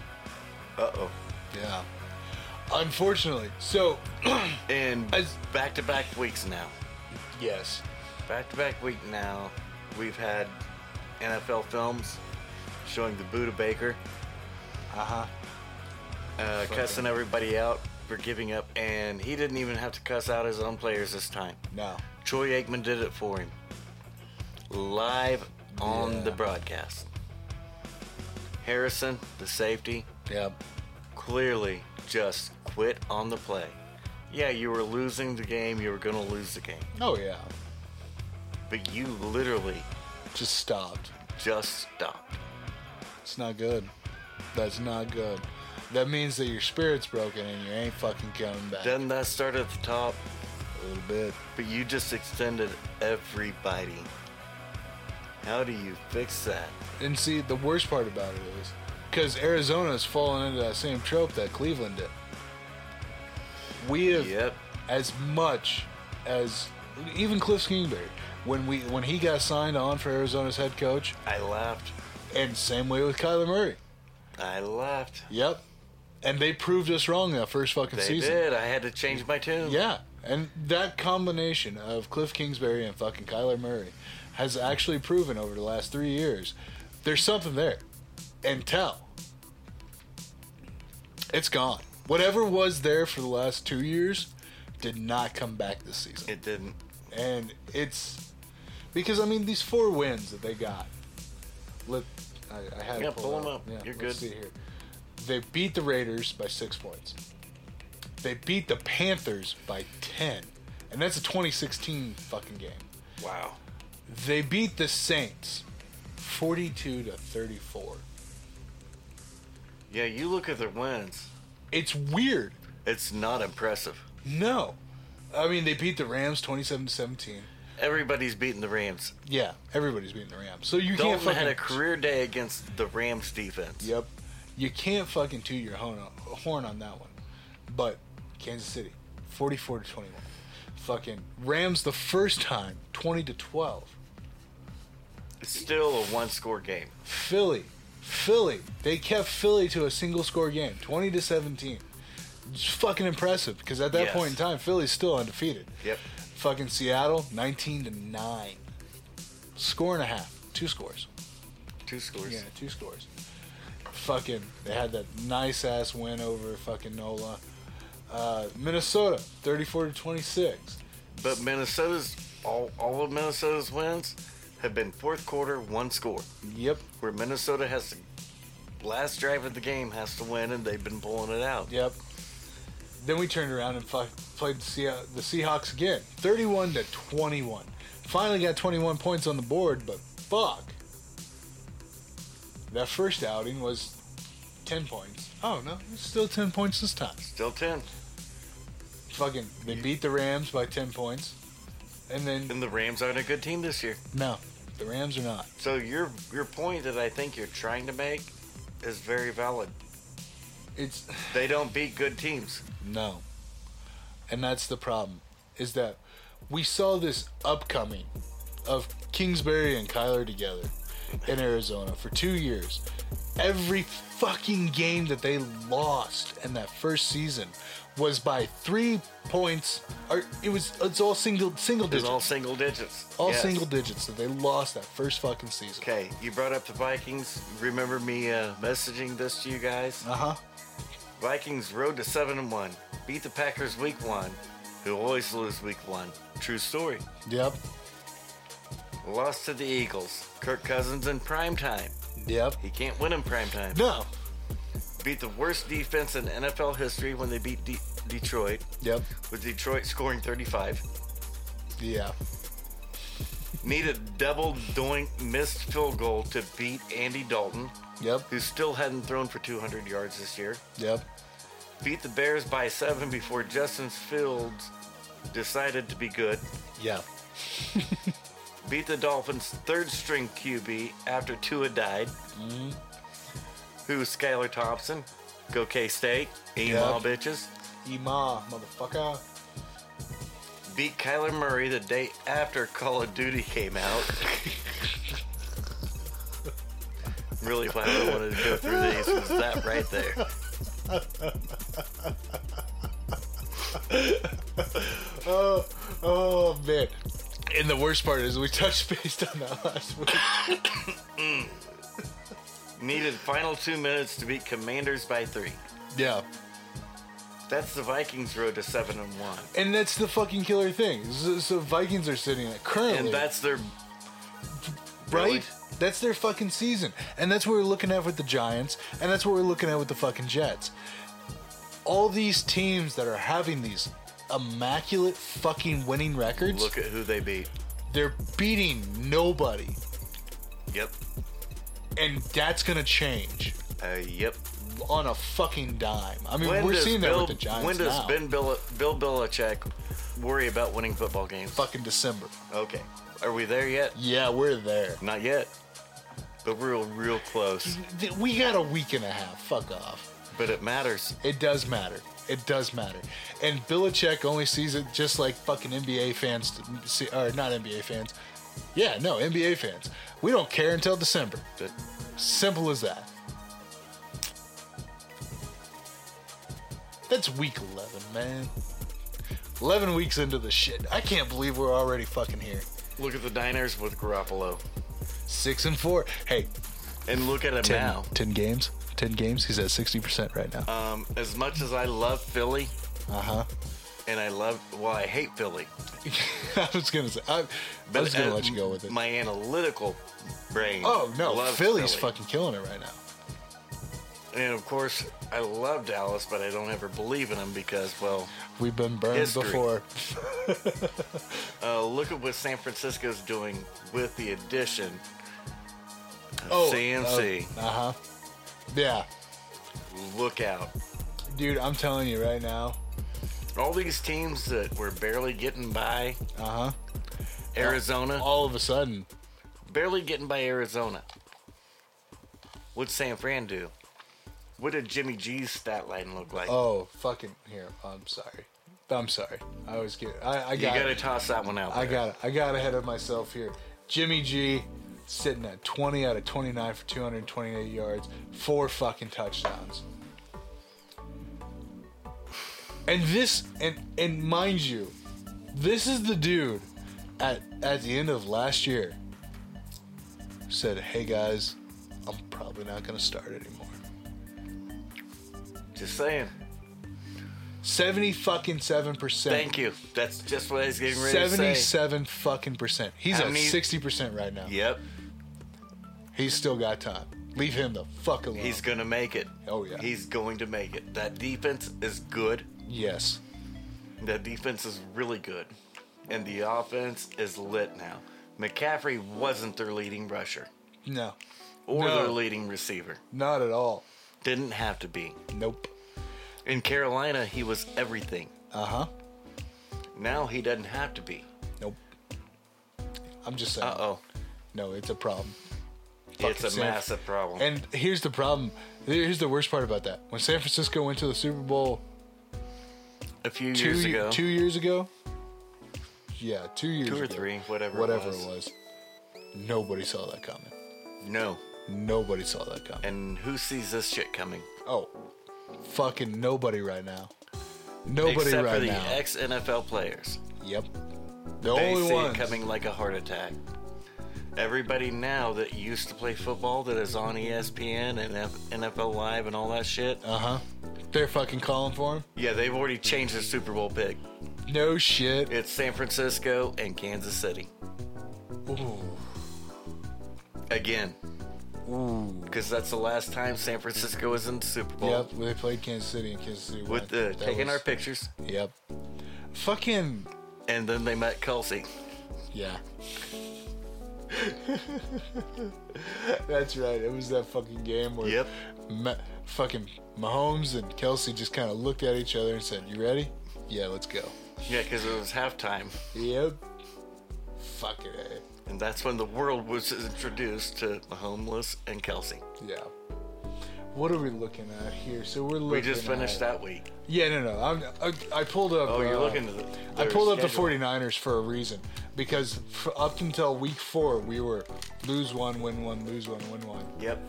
Speaker 3: Uh oh.
Speaker 2: Yeah. Unfortunately. So
Speaker 3: And
Speaker 2: As-
Speaker 3: back to back weeks now.
Speaker 2: Yes.
Speaker 3: Back to back week now, we've had NFL films showing the Buddha Baker,
Speaker 2: Uh-huh.
Speaker 3: uh,
Speaker 2: Fuck
Speaker 3: cussing
Speaker 2: him.
Speaker 3: everybody out for giving up, and he didn't even have to cuss out his own players this time.
Speaker 2: No.
Speaker 3: Troy Aikman did it for him. Live on
Speaker 2: Yeah.
Speaker 3: the broadcast. Harrison, the safety,
Speaker 2: Yep.
Speaker 3: clearly just quit on the play. Yeah, you were losing the game, you were going to lose the game,
Speaker 2: Oh yeah.
Speaker 3: but you literally
Speaker 2: Just stopped.
Speaker 3: just stopped.
Speaker 2: It's not good. That's not good. That means that your spirit's broken and you ain't fucking coming back.
Speaker 3: Doesn't that start at the top?
Speaker 2: a little bit.
Speaker 3: But you just extended everybody. How do you fix that?
Speaker 2: And see, the worst part about it is, because Arizona's fallen into that same trope that Cleveland did. We have
Speaker 3: Yep.
Speaker 2: as much as even Cliff Kingsbury when we when he got signed on for Arizona's head coach,
Speaker 3: I laughed.
Speaker 2: and same way with Kyler Murray.
Speaker 3: I laughed.
Speaker 2: Yep. And they proved us wrong that first fucking
Speaker 3: They
Speaker 2: season.
Speaker 3: did. I had to change my tune.
Speaker 2: Yeah. And that combination of Cliff Kingsbury and fucking Kyler Murray has actually proven over the last three years there's something there. And tell. It's gone. Whatever was there for the last two years did not come back this season.
Speaker 3: It didn't.
Speaker 2: And it's because, I mean, these four wins that they got. Let, I, I had
Speaker 3: Yeah,
Speaker 2: it pulled
Speaker 3: pull 'em up. You're
Speaker 2: let's
Speaker 3: good.
Speaker 2: See here. They beat the Raiders by six points. They beat the Panthers by ten, and that's a 2016 fucking game.
Speaker 3: Wow.
Speaker 2: They beat the Saints, 42 to 34.
Speaker 3: Yeah, you look at their wins.
Speaker 2: It's weird.
Speaker 3: It's not impressive.
Speaker 2: No, I mean they beat the Rams 27 to 17.
Speaker 3: Everybody's beating the Rams.
Speaker 2: Yeah, everybody's beating the Rams. So you can't
Speaker 3: Dalton
Speaker 2: fucking
Speaker 3: had a career day against the Rams defense.
Speaker 2: Yep. You can't fucking toot your horn on, horn on that one. But Kansas City, 44 to 21. Fucking Rams the first time, 20 to 12.
Speaker 3: It's still a one-score game.
Speaker 2: Philly, Philly, they kept Philly to a single score game, 20 to 17. It's fucking impressive because at that
Speaker 3: Yes.
Speaker 2: point in time, Philly's still undefeated.
Speaker 3: Yep.
Speaker 2: Fucking Seattle, 19 to 9. Score and a half, two scores.
Speaker 3: Two scores.
Speaker 2: Yeah, two scores. Fucking, they had that nice ass win over fucking NOLA. Uh, Minnesota, 34 to 26.
Speaker 3: But Minnesota's all all of Minnesota's wins have been fourth quarter, one score,
Speaker 2: Yep.
Speaker 3: where Minnesota has to, last drive of the game has to win, and they've been pulling it out.
Speaker 2: Yep. Then we turned around and fu- played the, Sea- the Seahawks again, 31 to 21. Finally got 21 points on the board, but fuck. That first outing was 10 points. Oh no, it's still 10 points this time.
Speaker 3: Still 10.
Speaker 2: Fucking, they beat the Rams by 10 points, and then
Speaker 3: And the Rams aren't a good team this year.
Speaker 2: no, the Rams are not.
Speaker 3: So your your point that I think you're trying to make is very valid.
Speaker 2: It's
Speaker 3: They don't beat good teams.
Speaker 2: No. And that's the problem, is that we saw this upcoming of Kingsbury and Kyler together in Arizona for two years. Every fucking game that they lost in that first season was by three points. Or it was it's all single single
Speaker 3: It's
Speaker 2: digits.
Speaker 3: all
Speaker 2: All,
Speaker 3: single digits. Yes.
Speaker 2: single digits that they lost that first fucking season.
Speaker 3: Okay, you brought up the Vikings. Remember me uh, messaging this to you guys?
Speaker 2: Uh huh.
Speaker 3: Vikings rode to seven and one, beat the Packers week one, who always lose week one. True story.
Speaker 2: Yep.
Speaker 3: Lost to the Eagles. Kirk Cousins in prime time.
Speaker 2: Yep.
Speaker 3: He can't win in prime time.
Speaker 2: No.
Speaker 3: Beat the worst defense in NFL history when they beat De- Detroit,
Speaker 2: Yep.
Speaker 3: with Detroit scoring 35.
Speaker 2: Yeah.
Speaker 3: Needed double doink missed field goal to beat Andy Dalton,
Speaker 2: Yep.
Speaker 3: who still hadn't thrown for 200 yards this year.
Speaker 2: Yep.
Speaker 3: Beat the Bears by seven before Justin Fields decided to be good.
Speaker 2: Yeah.
Speaker 3: beat the Dolphins' third string QB after Tua died,
Speaker 2: Mm-hmm.
Speaker 3: who was Skylar Thompson. Go K State,
Speaker 2: Yep.
Speaker 3: email bitches.
Speaker 2: Ima, motherfucker.
Speaker 3: Beat Kyler Murray the day after Call of Duty came out. really glad I wanted to go through these was that right there.
Speaker 2: Oh, oh man. And the worst part is we touched base on that last week.
Speaker 3: Needed final two minutes to beat Commanders by three.
Speaker 2: Yeah.
Speaker 3: That's the Vikings road to seven and one.
Speaker 2: And that's the fucking killer thing. So, so Vikings are sitting at currently,
Speaker 3: And that's their
Speaker 2: right?
Speaker 3: really-
Speaker 2: That's their fucking season. And that's what we're looking at with the Giants, and that's what we're looking at with the fucking Jets. All these teams that are having these immaculate fucking winning records,
Speaker 3: look at who they beat.
Speaker 2: they're beating nobody.
Speaker 3: Yep.
Speaker 2: And that's going to change
Speaker 3: Uh, yep.
Speaker 2: on a fucking dime. I mean,
Speaker 3: When
Speaker 2: we're
Speaker 3: does
Speaker 2: seeing that
Speaker 3: Bill,
Speaker 2: with the Giants
Speaker 3: When does
Speaker 2: now.
Speaker 3: Ben Bill, Bill Belichick worry about winning football games?
Speaker 2: fucking December.
Speaker 3: Okay. Are we there yet?
Speaker 2: Yeah, we're there.
Speaker 3: Not yet. But we're real, real close.
Speaker 2: Th- We got a week and a half. Fuck off.
Speaker 3: But it matters.
Speaker 2: It does matter. It does matter. And Belichick only sees it just like fucking NBA fans, t- see, or not NBA fans. Yeah, no, NBA fans. We don't care until December.
Speaker 3: But
Speaker 2: Simple as that. That's week 11, man. 11 weeks into the shit. I can't believe we're already fucking here.
Speaker 3: look at the Diners with Garoppolo.
Speaker 2: Six and four. Hey,
Speaker 3: And look at him
Speaker 2: 10,
Speaker 3: now.
Speaker 2: 10 games. 10 games. He's at 60% right now.
Speaker 3: Um, as much as I love Philly,
Speaker 2: Uh huh.
Speaker 3: and I love, well, I hate Philly.
Speaker 2: I was gonna say. I, I was gonna
Speaker 3: uh,
Speaker 2: let you go with it.
Speaker 3: My analytical brain.
Speaker 2: oh no,
Speaker 3: loves
Speaker 2: Philly's
Speaker 3: Philly.
Speaker 2: fucking killing it right now.
Speaker 3: And of course, I love Dallas, but I don't ever believe in them because, well,
Speaker 2: We've been burned
Speaker 3: History.
Speaker 2: before.
Speaker 3: Uh, look at what San Francisco's doing with the addition of
Speaker 2: Oh,
Speaker 3: CMC.
Speaker 2: Uh huh. Yeah,
Speaker 3: look out.
Speaker 2: dude, I'm telling you right now.
Speaker 3: All these teams that were barely getting by,
Speaker 2: Uh huh.
Speaker 3: Arizona,
Speaker 2: All of a sudden,
Speaker 3: barely getting by Arizona. What'd San Fran do? What did Jimmy G's stat line look like?
Speaker 2: oh fucking here. I'm sorry. I'm sorry. I was kidding. I, I
Speaker 3: you
Speaker 2: got.
Speaker 3: gotta toss that one out.
Speaker 2: I
Speaker 3: there.
Speaker 2: got. I got ahead of myself here. Jimmy G. Sitting at 20 out of 29 for 228 yards, four fucking touchdowns. And this, and and mind you, this is the dude at at the end of last year said, "Hey guys, I'm probably not gonna start anymore."
Speaker 3: Just saying.
Speaker 2: Seventy fucking seven percent.
Speaker 3: Thank you. That's just what I was getting ready to say.
Speaker 2: Seventy-seven fucking percent. He's
Speaker 3: How
Speaker 2: at
Speaker 3: many-
Speaker 2: sixty percent right now.
Speaker 3: Yep.
Speaker 2: He's still got time. Leave him the fuck alone.
Speaker 3: He's gonna make it.
Speaker 2: Oh, yeah.
Speaker 3: He's going to make it. That defense is good.
Speaker 2: yes.
Speaker 3: That defense is really good. And the offense is lit now. McCaffrey wasn't their leading rusher
Speaker 2: No.
Speaker 3: or
Speaker 2: No.
Speaker 3: their leading receiver.
Speaker 2: Not at all.
Speaker 3: Didn't have to be.
Speaker 2: Nope.
Speaker 3: In Carolina, he was everything.
Speaker 2: Uh huh.
Speaker 3: Now he doesn't have to be.
Speaker 2: Nope. I'm just saying.
Speaker 3: Uh oh.
Speaker 2: No, it's a problem.
Speaker 3: It's a
Speaker 2: San-
Speaker 3: massive problem.
Speaker 2: And here's the problem. Here's the worst part about that. When San Francisco went to the Super Bowl
Speaker 3: a few
Speaker 2: two
Speaker 3: years ago.
Speaker 2: two years ago. Yeah, two years.
Speaker 3: or
Speaker 2: ago.
Speaker 3: three, whatever it
Speaker 2: Whatever
Speaker 3: was.
Speaker 2: it was. Nobody saw that coming.
Speaker 3: No.
Speaker 2: Nobody saw that coming.
Speaker 3: And who sees this shit coming?
Speaker 2: Oh, fucking nobody right now. Nobody
Speaker 3: Except
Speaker 2: right
Speaker 3: for the
Speaker 2: now.
Speaker 3: ex NFL players.
Speaker 2: yep. The
Speaker 3: They
Speaker 2: only
Speaker 3: see
Speaker 2: one.
Speaker 3: it coming like a heart attack. Everybody now that used to play football that is on E ESPN and F- NFL Live and all that shit.
Speaker 2: Uh huh. They're fucking calling for him.
Speaker 3: Yeah, they've already changed their Super Bowl pick.
Speaker 2: No shit.
Speaker 3: It's San Francisco and Kansas City.
Speaker 2: Ooh.
Speaker 3: Again.
Speaker 2: Ooh.
Speaker 3: Because that's the last time San Francisco was in the Super Bowl.
Speaker 2: Yep. They played Kansas City and Kansas City.
Speaker 3: With
Speaker 2: won.
Speaker 3: the
Speaker 2: That
Speaker 3: taking
Speaker 2: was-
Speaker 3: our pictures.
Speaker 2: Yep. Fucking
Speaker 3: And then they met Kelsey.
Speaker 2: yeah. That's right. It was that fucking game where
Speaker 3: Yep.
Speaker 2: Ma- fucking Mahomes and Kelsey just kind of looked at each other and said, "You ready? Yeah, let's go."
Speaker 3: Yeah, because it was halftime.
Speaker 2: Yep. Fuck it. eh?
Speaker 3: And that's when the world was introduced to Mahomes and Kelsey.
Speaker 2: Yeah. What are we looking at here? So we're looking.
Speaker 3: We just finished
Speaker 2: at-
Speaker 3: that week.
Speaker 2: Yeah, no, no. I'm, I, I pulled up.
Speaker 3: Oh, you're
Speaker 2: uh,
Speaker 3: looking at the.
Speaker 2: I
Speaker 3: their
Speaker 2: pulled up the
Speaker 3: schedule.
Speaker 2: 49ers for a reason because f up until week four we were lose one, win one, lose one, win one,
Speaker 3: Yep.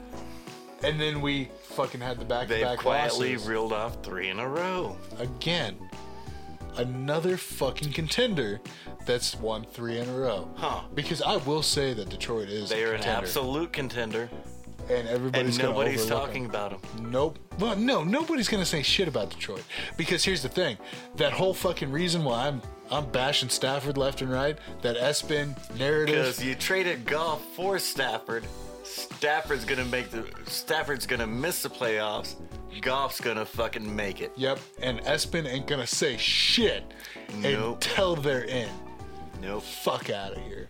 Speaker 2: and then we fucking had the
Speaker 3: They
Speaker 2: back-to-back
Speaker 3: quietly
Speaker 2: losses
Speaker 3: reeled off three in a row.
Speaker 2: again. Another fucking contender that's won three in a row.
Speaker 3: Huh.
Speaker 2: Because I will say that Detroit is.
Speaker 3: They
Speaker 2: a
Speaker 3: are an
Speaker 2: contender,
Speaker 3: absolute contender,
Speaker 2: and everybody's
Speaker 3: and
Speaker 2: gonna
Speaker 3: nobody's
Speaker 2: overlook 'em.
Speaker 3: talking about them.
Speaker 2: Nope. Well, no, nobody's gonna say shit about Detroit because here's the thing: that whole fucking reason why I'm I'm bashing Stafford left and right, that Espen narrative.
Speaker 3: Because you traded golf for Stafford. Stafford's gonna make the. Stafford's gonna miss the playoffs. Goff's gonna fucking make it.
Speaker 2: Yep, and Espen ain't gonna say shit
Speaker 3: Nope.
Speaker 2: until they're in.
Speaker 3: Nope.
Speaker 2: Fuck out of here.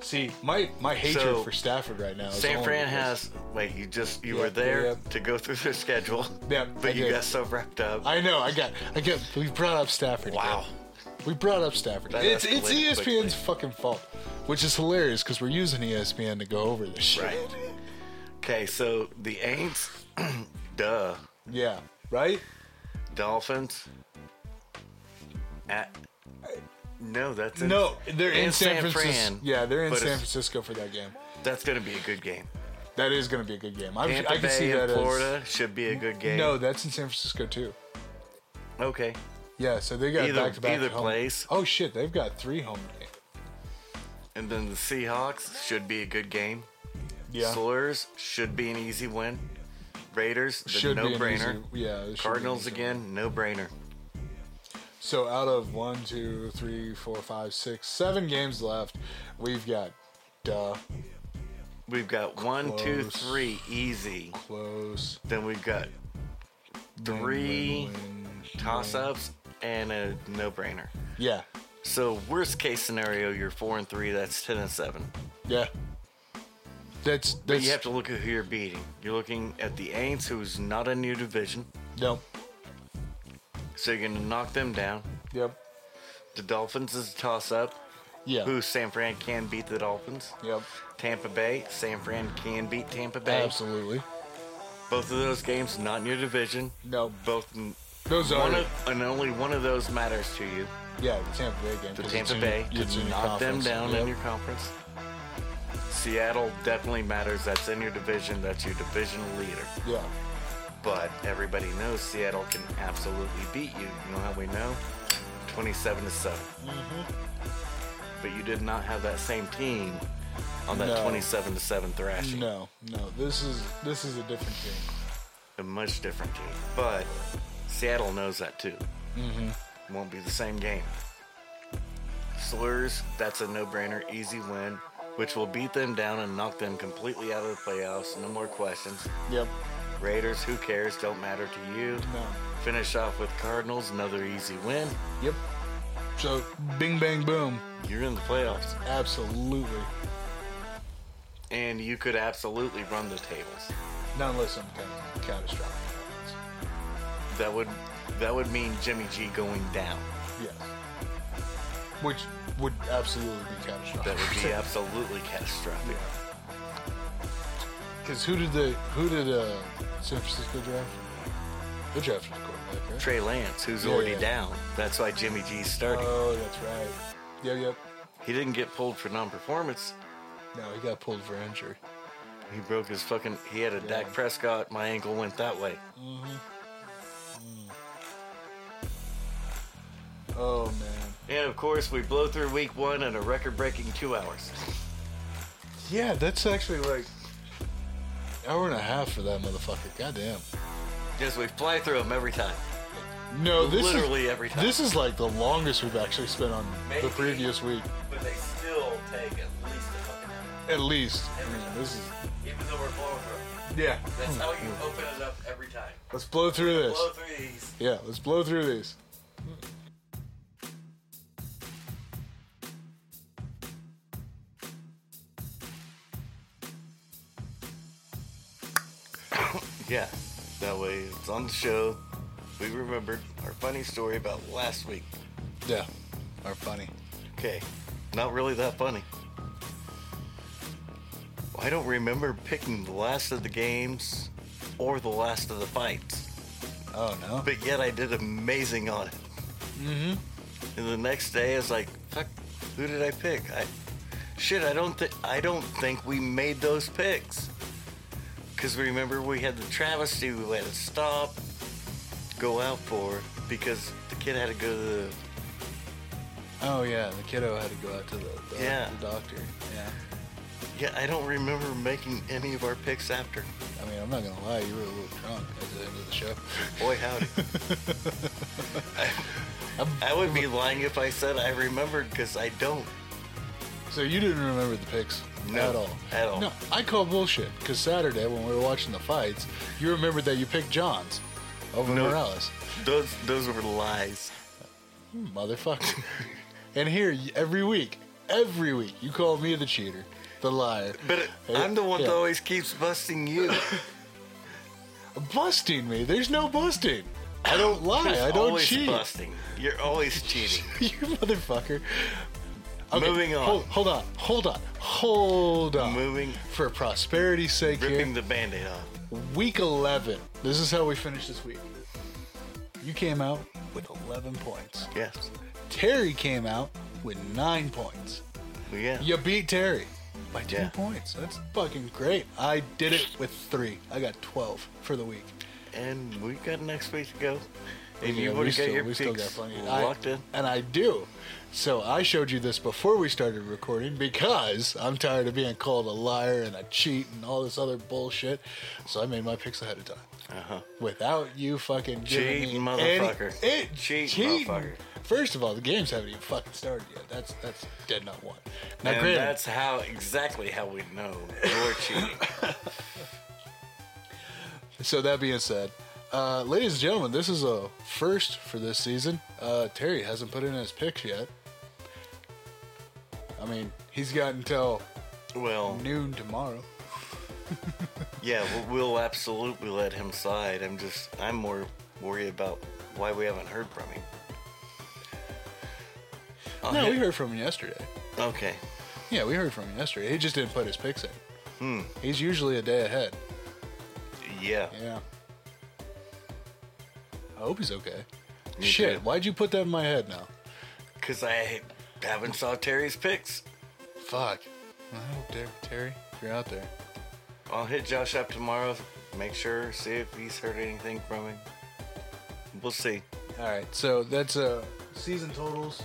Speaker 2: See, my my hatred
Speaker 3: So,
Speaker 2: for Stafford right now. Is
Speaker 3: San
Speaker 2: only
Speaker 3: Fran
Speaker 2: because-
Speaker 3: has. Wait, you just you
Speaker 2: Yep,
Speaker 3: were there
Speaker 2: yep.
Speaker 3: to go through their schedule.
Speaker 2: Yep, I
Speaker 3: But you
Speaker 2: did.
Speaker 3: got so wrapped up.
Speaker 2: I know. I got. I got. We brought up Stafford. again.
Speaker 3: wow.
Speaker 2: We brought up Stafford.
Speaker 3: That
Speaker 2: it's E it's
Speaker 3: escalated
Speaker 2: ESPN's fucking fault, which is hilarious because we're using E ESPN to go over this shit.
Speaker 3: Right. Okay, so the Aints, duh,
Speaker 2: Yeah. Right.
Speaker 3: Dolphins. At no, that's in,
Speaker 2: No, they're in, San, Francisco.
Speaker 3: Fran,
Speaker 2: yeah, they're in
Speaker 3: but
Speaker 2: San
Speaker 3: it's-
Speaker 2: Francisco for that game.
Speaker 3: That's gonna be a good game.
Speaker 2: That is going to be a good game. I,
Speaker 3: Tampa
Speaker 2: I can
Speaker 3: Bay
Speaker 2: see
Speaker 3: and
Speaker 2: that as-
Speaker 3: Florida should be a good game.
Speaker 2: No, that's in San Francisco too.
Speaker 3: okay,
Speaker 2: Yeah, so they got
Speaker 3: Either-
Speaker 2: back to back.
Speaker 3: either place.
Speaker 2: Oh shit, they've got three home games.
Speaker 3: and then the Seahawks should be a good game.
Speaker 2: Yeah,
Speaker 3: Slurs should be an easy win. Raiders, the
Speaker 2: should be an
Speaker 3: no-brainer.
Speaker 2: easy- yeah, it should be an
Speaker 3: Cardinals
Speaker 2: easy one.
Speaker 3: again, no-brainer.
Speaker 2: So out of one, two, three, four, five, six, seven games left, we've got duh
Speaker 3: We've got one, two,
Speaker 2: Close.
Speaker 3: three, easy.
Speaker 2: close
Speaker 3: Then we've got three toss-ups and a no-brainer.
Speaker 2: Yeah,
Speaker 3: So worst case scenario, you're four and three. That's ten and seven.
Speaker 2: yeah. That's
Speaker 3: But
Speaker 2: that's
Speaker 3: you have to look at who you're beating. You're looking at the Aints, who's not in your division,
Speaker 2: no.
Speaker 3: so you're gonna knock them down.
Speaker 2: Yep.
Speaker 3: The Dolphins is a toss-up.
Speaker 2: Yeah.
Speaker 3: Who San Fran can beat the Dolphins.
Speaker 2: Yep.
Speaker 3: Tampa Bay, San Fran can beat Tampa Bay.
Speaker 2: Absolutely.
Speaker 3: Both of those games not in your division.
Speaker 2: No.
Speaker 3: Both.
Speaker 2: Those are
Speaker 3: One of, and only one of those matters to you.
Speaker 2: yeah the Tampa Bay game.
Speaker 3: The
Speaker 2: 'cause it's
Speaker 3: Tampa
Speaker 2: in-
Speaker 3: Bay
Speaker 2: it's in
Speaker 3: to
Speaker 2: your
Speaker 3: knock them
Speaker 2: conference.
Speaker 3: down in
Speaker 2: Yep.
Speaker 3: your conference. Seattle definitely matters. That's in your division. That's your divisional leader.
Speaker 2: Yeah.
Speaker 3: But everybody knows Seattle can absolutely beat you. You know how we know? 27 to 7. But you did not have that same team on that
Speaker 2: Mm-hmm. No.
Speaker 3: 27 to 7 thrashing.
Speaker 2: No, no. This is this is a different game.
Speaker 3: A much different team. But Seattle knows that too. Mm-hmm. Won't be the same game. Slurs, that's a no brainer, easy win, which will beat them down and knock them completely out of the playoffs. No more questions.
Speaker 2: Yep.
Speaker 3: Raiders, who cares? Don't matter to you.
Speaker 2: No.
Speaker 3: Finish off with Cardinals, another easy win.
Speaker 2: Yep. So, bing, bang, boom.
Speaker 3: You're in the playoffs.
Speaker 2: Absolutely.
Speaker 3: And you could absolutely run the tables.
Speaker 2: Not unless some kind of catastrophic happens.
Speaker 3: That would that would mean Jimmy G going down.
Speaker 2: Yes. Which would absolutely be catastrophic.
Speaker 3: That would be absolutely catastrophic.
Speaker 2: Because who did the who did uh, San Francisco draft? They drafted a quarterback, right?
Speaker 3: Trey Lance, who's
Speaker 2: Yeah,
Speaker 3: already
Speaker 2: yeah.
Speaker 3: down. That's why Jimmy G's starting.
Speaker 2: Oh, that's right. Yep, yep.
Speaker 3: he didn't get pulled for non-performance.
Speaker 2: No, he got pulled for injury.
Speaker 3: He broke his fucking. He had a Dak Prescott. My ankle went that way.
Speaker 2: Oh man.
Speaker 3: And of course, we blow through week one in a record-breaking two hours.
Speaker 2: Yeah, that's actually like hour and a half for that motherfucker. Goddamn.
Speaker 3: Because we fly through them every time.
Speaker 2: No, this
Speaker 3: Literally
Speaker 2: is,
Speaker 3: every time.
Speaker 2: This is like the longest we've actually spent on
Speaker 3: Maybe.
Speaker 2: the previous week,
Speaker 3: But they still take at least a fucking hour.
Speaker 2: at least. I mean, this is
Speaker 3: Even though we're blowing through.
Speaker 2: yeah.
Speaker 3: That's how you open it up every time.
Speaker 2: Let's blow through this.
Speaker 3: through these.
Speaker 2: Yeah, let's blow through these.
Speaker 3: Yeah. That way, it's on the show. We remembered our funny story about last week.
Speaker 2: Yeah, are funny.
Speaker 3: Okay, not really that funny. I don't remember picking the last of the games or the last of the fights,
Speaker 2: Oh no.
Speaker 3: but yet I did amazing on it. Mm-hmm. And the next day, I was like, "Fuck, who did I pick?" I shit, I don't think I don't think we made those picks. Cause remember we had the travesty we had to stop, go out for because the kid had to go to the
Speaker 2: Oh yeah, the kiddo had to go out to the, the,
Speaker 3: Yeah.
Speaker 2: the doctor. Yeah.
Speaker 3: Yeah, I don't remember making any of our picks after.
Speaker 2: I mean, I'm not gonna lie, you were a little drunk at the end of the show.
Speaker 3: Boy, howdy. I, I would be lying if I said I remembered because I don't.
Speaker 2: So you didn't remember the picks
Speaker 3: No,
Speaker 2: at all.
Speaker 3: at all.
Speaker 2: No, I call bullshit because Saturday when we were watching the fights, you remembered that you picked Johns over
Speaker 3: No.
Speaker 2: Morales. Hmm,
Speaker 3: Those those were lies.
Speaker 2: Motherfucker. and here y- every week, every week, you call me the cheater, the liar.
Speaker 3: But it, I'm the one
Speaker 2: Oh, Yeah.
Speaker 3: that always keeps busting you.
Speaker 2: busting me. There's no busting. I don't lie. I don't
Speaker 3: always
Speaker 2: cheat.
Speaker 3: busting. You're always cheating.
Speaker 2: you motherfucker.
Speaker 3: Moving on.
Speaker 2: Hold, hold on. Hold on. Hold on.
Speaker 3: Moving,
Speaker 2: For prosperity's sake here.
Speaker 3: ripping the band-aid off.
Speaker 2: Week 11. This is how we finish this week. You came out with 11 points.
Speaker 3: Yes.
Speaker 2: Terry came out with 9 points.
Speaker 3: Well, yeah.
Speaker 2: You beat Terry by 2
Speaker 3: Yeah.
Speaker 2: points. That's fucking great. I did it with 3. I got 12 for the week.
Speaker 3: And we got next week to go. And
Speaker 2: Yeah,
Speaker 3: you
Speaker 2: we
Speaker 3: already got
Speaker 2: still-
Speaker 3: your
Speaker 2: we still
Speaker 3: picks
Speaker 2: got plenty.
Speaker 3: locked
Speaker 2: I,
Speaker 3: in.
Speaker 2: And I do. So I showed you this before we started recording because I'm tired of being called a liar and a cheat and all this other bullshit. So I made my picks ahead of time.
Speaker 3: Uh-huh.
Speaker 2: Without you fucking giving
Speaker 3: Cheating
Speaker 2: me
Speaker 3: motherfucker.
Speaker 2: Any, it,
Speaker 3: Cheating motherfucker.
Speaker 2: First of all, the games haven't even fucking started yet. That's that's dead not one. Now,
Speaker 3: And
Speaker 2: granted,
Speaker 3: that's how exactly how we know you're cheating.
Speaker 2: So that being said, uh, ladies and gentlemen, this is a first for this season. Uh, Terry hasn't put in his picks yet. I mean, he's got until
Speaker 3: Well,
Speaker 2: noon tomorrow.
Speaker 3: Yeah, we'll, we'll absolutely let him slide. I'm just, I'm more worried about why we haven't heard from him. I'll
Speaker 2: No,
Speaker 3: hit-
Speaker 2: we heard from him yesterday.
Speaker 3: Okay.
Speaker 2: Yeah, we heard from him yesterday. He just didn't put his picks in.
Speaker 3: Hmm.
Speaker 2: He's usually a day ahead.
Speaker 3: Yeah.
Speaker 2: Yeah. I hope he's okay.
Speaker 3: Me
Speaker 2: Shit,
Speaker 3: too.
Speaker 2: why'd you put that in my head now?
Speaker 3: Because I haven't saw Terry's picks.
Speaker 2: Fuck. I hope Ter- Terry, if you're out there.
Speaker 3: I'll hit Josh up tomorrow, make sure, see if he's heard anything from him. We'll see.
Speaker 2: All right, so that's uh season totals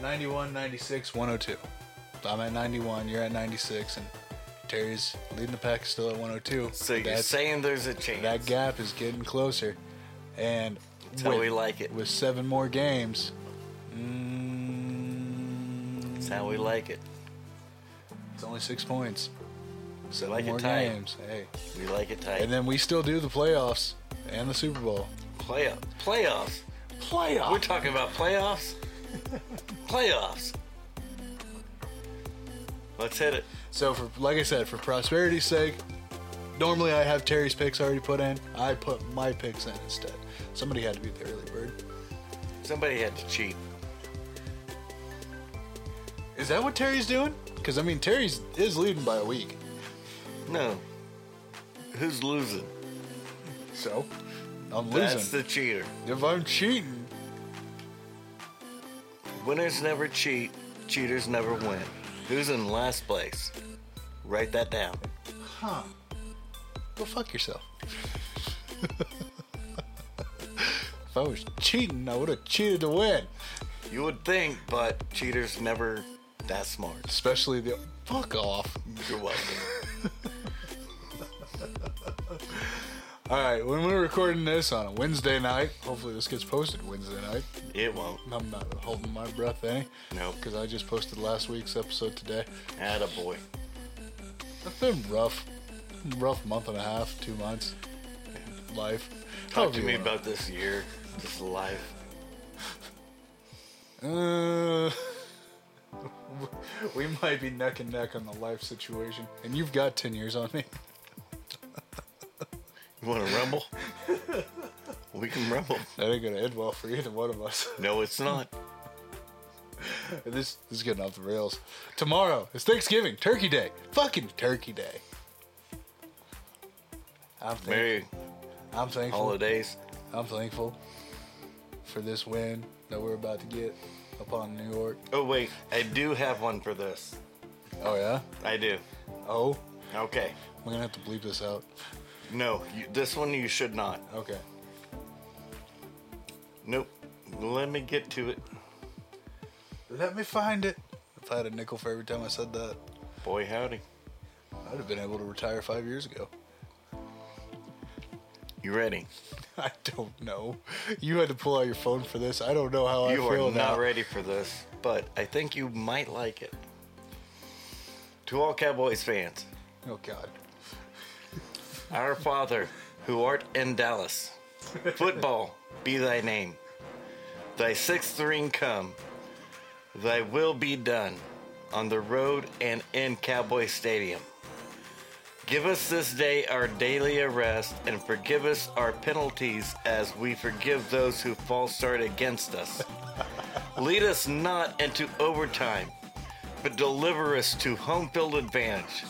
Speaker 2: 91, 96, 102. I'm at 91, you're at 96, and Terry's leading the pack still at 102.
Speaker 3: So you're
Speaker 2: That's-
Speaker 3: saying there's a chance.
Speaker 2: that gap is getting closer. and
Speaker 3: That's how we like it.
Speaker 2: with seven more games. Mm,
Speaker 3: That's how we like it.
Speaker 2: it's only six points.
Speaker 3: So
Speaker 2: Seven
Speaker 3: like
Speaker 2: more
Speaker 3: it tight.
Speaker 2: games. Hey,
Speaker 3: We like it tight.
Speaker 2: and then we still do the playoffs and the Super Bowl.
Speaker 3: playoff, playoffs. We're
Speaker 2: Playoffs.
Speaker 3: talking about playoffs. playoffs. Let's hit it.
Speaker 2: So for like I said, for prosperity's sake, normally I have Terry's picks already put in. I put my picks in instead. Somebody had to be the early bird.
Speaker 3: Somebody had to cheat.
Speaker 2: Is that what Terry's doing? Because I mean, Terry's is leading by a week.
Speaker 3: No. Who's losing?
Speaker 2: So I'm
Speaker 3: That's
Speaker 2: losing.
Speaker 3: the cheater.
Speaker 2: if I'm cheating,
Speaker 3: Winners never cheat. Cheaters never win. Who's in last place? Write that down.
Speaker 2: huh? Go fuck yourself. if I was cheating, I would have cheated to win.
Speaker 3: You would think, but cheaters never that smart.
Speaker 2: Especially the fuck off.
Speaker 3: You're welcome.
Speaker 2: All right, when we're recording this on a Wednesday night, hopefully this gets posted Wednesday night.
Speaker 3: It won't.
Speaker 2: I'm not holding my breath any.
Speaker 3: Nope.
Speaker 2: Because I just posted last week's episode today.
Speaker 3: Attaboy.
Speaker 2: It's been rough. Rough month and a half, two months. Life.
Speaker 3: Talk
Speaker 2: However
Speaker 3: to
Speaker 2: you
Speaker 3: me
Speaker 2: wanna-
Speaker 3: about this year, this life.
Speaker 2: Uh, we might be neck and neck on the life situation. And you've got 10 years on me.
Speaker 3: You want to rumble? we can rumble.
Speaker 2: That ain't going to end well for either one of us.
Speaker 3: No, it's not.
Speaker 2: this, this is getting off the rails. Tomorrow is Thanksgiving, Turkey Day. Fucking Turkey Day. I'm, thank-
Speaker 3: Merry
Speaker 2: I'm thankful.
Speaker 3: holidays.
Speaker 2: I'm thankful for this win that we're about to get upon New York.
Speaker 3: Oh, wait. I do have one for this.
Speaker 2: Oh yeah.
Speaker 3: I do.
Speaker 2: Oh,
Speaker 3: Okay.
Speaker 2: we're gonna have to bleep this out.
Speaker 3: No, you, this one you should not.
Speaker 2: Okay.
Speaker 3: Nope. Let me get to it.
Speaker 2: Let me find it. If I had a nickel for every time I said that,
Speaker 3: Boy, howdy.
Speaker 2: I'd have been able to retire five years ago.
Speaker 3: You ready?
Speaker 2: I don't know. You had to pull out your phone for this. I don't know how I
Speaker 3: you
Speaker 2: feel
Speaker 3: are not
Speaker 2: now.
Speaker 3: ready for this, but I think you might like it. To all Cowboys fans,
Speaker 2: Oh God.
Speaker 3: our Father who art in Dallas, football be thy name. Thy sixth ring come, thy will be done on the road and in Cowboy Stadium. Give us this day our daily arrest and forgive us our penalties as we forgive those who false start against us. Lead us not into overtime, but deliver us to home field advantage.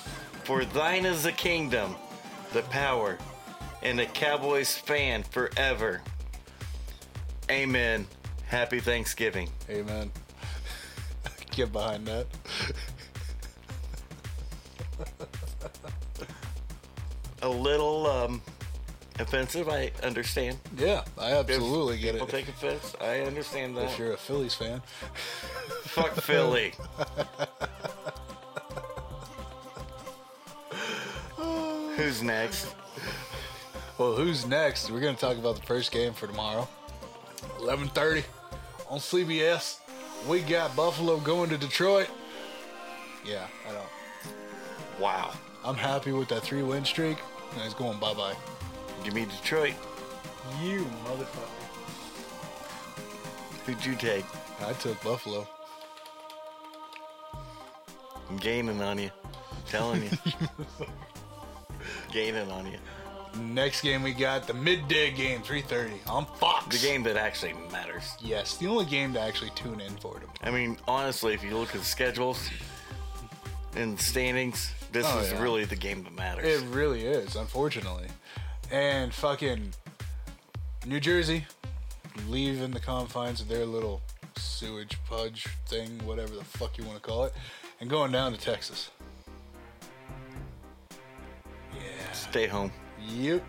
Speaker 3: For thine is the kingdom, the power, and the Cowboys fan forever. Amen. Happy Thanksgiving.
Speaker 2: Amen. Get behind that.
Speaker 3: A little um, offensive, I understand.
Speaker 2: Yeah, I absolutely get
Speaker 3: People
Speaker 2: it.
Speaker 3: take offense. I understand that.
Speaker 2: If you're a Phillies fan,
Speaker 3: Fuck Philly. Who's next?
Speaker 2: well, who's next? We're gonna talk about the first game for tomorrow. 11:30 on CBS. We got Buffalo going to Detroit. Yeah, I don't.
Speaker 3: Wow.
Speaker 2: I'm happy with that three-win streak. And it's going bye-bye.
Speaker 3: Give me Detroit.
Speaker 2: You motherfucker!
Speaker 3: Who'd you take?
Speaker 2: I took Buffalo.
Speaker 3: I'm gaining on you. telling you. gaining on you.
Speaker 2: Next game we got the midday game, 3:30 on Fox.
Speaker 3: The game that actually matters.
Speaker 2: Yes, the only game to actually tune in for tomorrow.
Speaker 3: I mean, honestly, if you look at the schedules and standings, this
Speaker 2: Oh,
Speaker 3: is
Speaker 2: yeah.
Speaker 3: really the game that matters.
Speaker 2: It really is, unfortunately. And fucking New Jersey leaving the confines of their little sewage pudge thing, whatever the fuck you want to call it, and going down to Texas. Yeah.
Speaker 3: Stay home.
Speaker 2: Yep.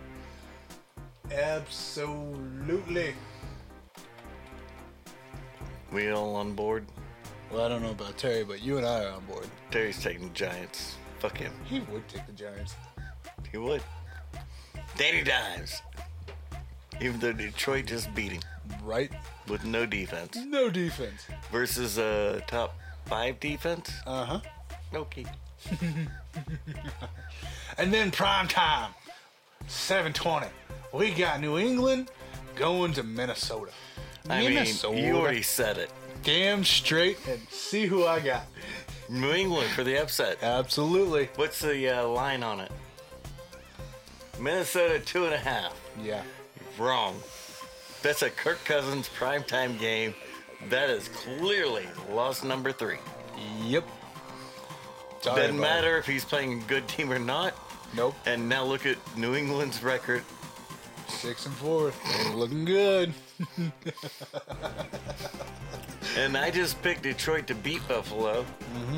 Speaker 2: Absolutely.
Speaker 3: We all on board.
Speaker 2: Well, I don't know about Terry, but you and I are on board.
Speaker 3: Terry's taking the Giants. Fuck him.
Speaker 2: He would take the Giants.
Speaker 3: He would. Danny Dimes. even though Detroit just beat him
Speaker 2: right?
Speaker 3: with no defense
Speaker 2: No defense.
Speaker 3: versus a top five defense.
Speaker 2: Uh huh.
Speaker 3: Okay.
Speaker 2: And then prime time, 720. We got New England going to Minnesota.
Speaker 3: I
Speaker 2: Minnesota.
Speaker 3: mean, you already said it.
Speaker 2: Damn straight and see who I got.
Speaker 3: New England for the upset.
Speaker 2: Absolutely.
Speaker 3: What's the uh, line on it? Minnesota two and a half.
Speaker 2: Yeah.
Speaker 3: Wrong. That's a Kirk Cousins primetime game. That is clearly loss number three.
Speaker 2: Yep. Sorry,
Speaker 3: Doesn't
Speaker 2: bud.
Speaker 3: matter if he's playing a good team or not.
Speaker 2: Nope.
Speaker 3: And now look at New England's record.
Speaker 2: Six and four. Ain't looking good.
Speaker 3: And I just picked Detroit to beat Buffalo.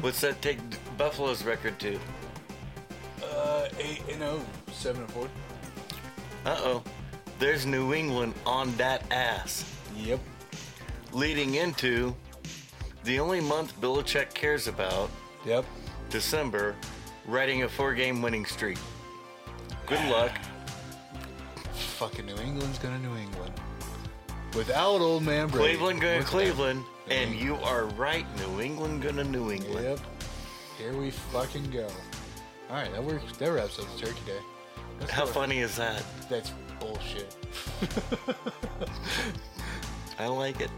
Speaker 3: What's that take Buffalo's record to?
Speaker 2: Uh, eight and oh. Seven and four.
Speaker 3: Uh oh. There's New England on that ass.
Speaker 2: Yep.
Speaker 3: Leading into the only month Belichick cares about,
Speaker 2: Yep.
Speaker 3: December, riding a four game winning streak. Good luck.
Speaker 2: Fucking New England's gonna New England. Without old man Brady.
Speaker 3: Cleveland going to
Speaker 2: Without-
Speaker 3: Cleveland. And you are right. New England going to New England.
Speaker 2: Yep. Here we fucking go. All right, that works. That wraps up Turkey Day. Let's
Speaker 3: How
Speaker 2: go-
Speaker 3: funny is that?
Speaker 2: That's bullshit.
Speaker 3: I like it.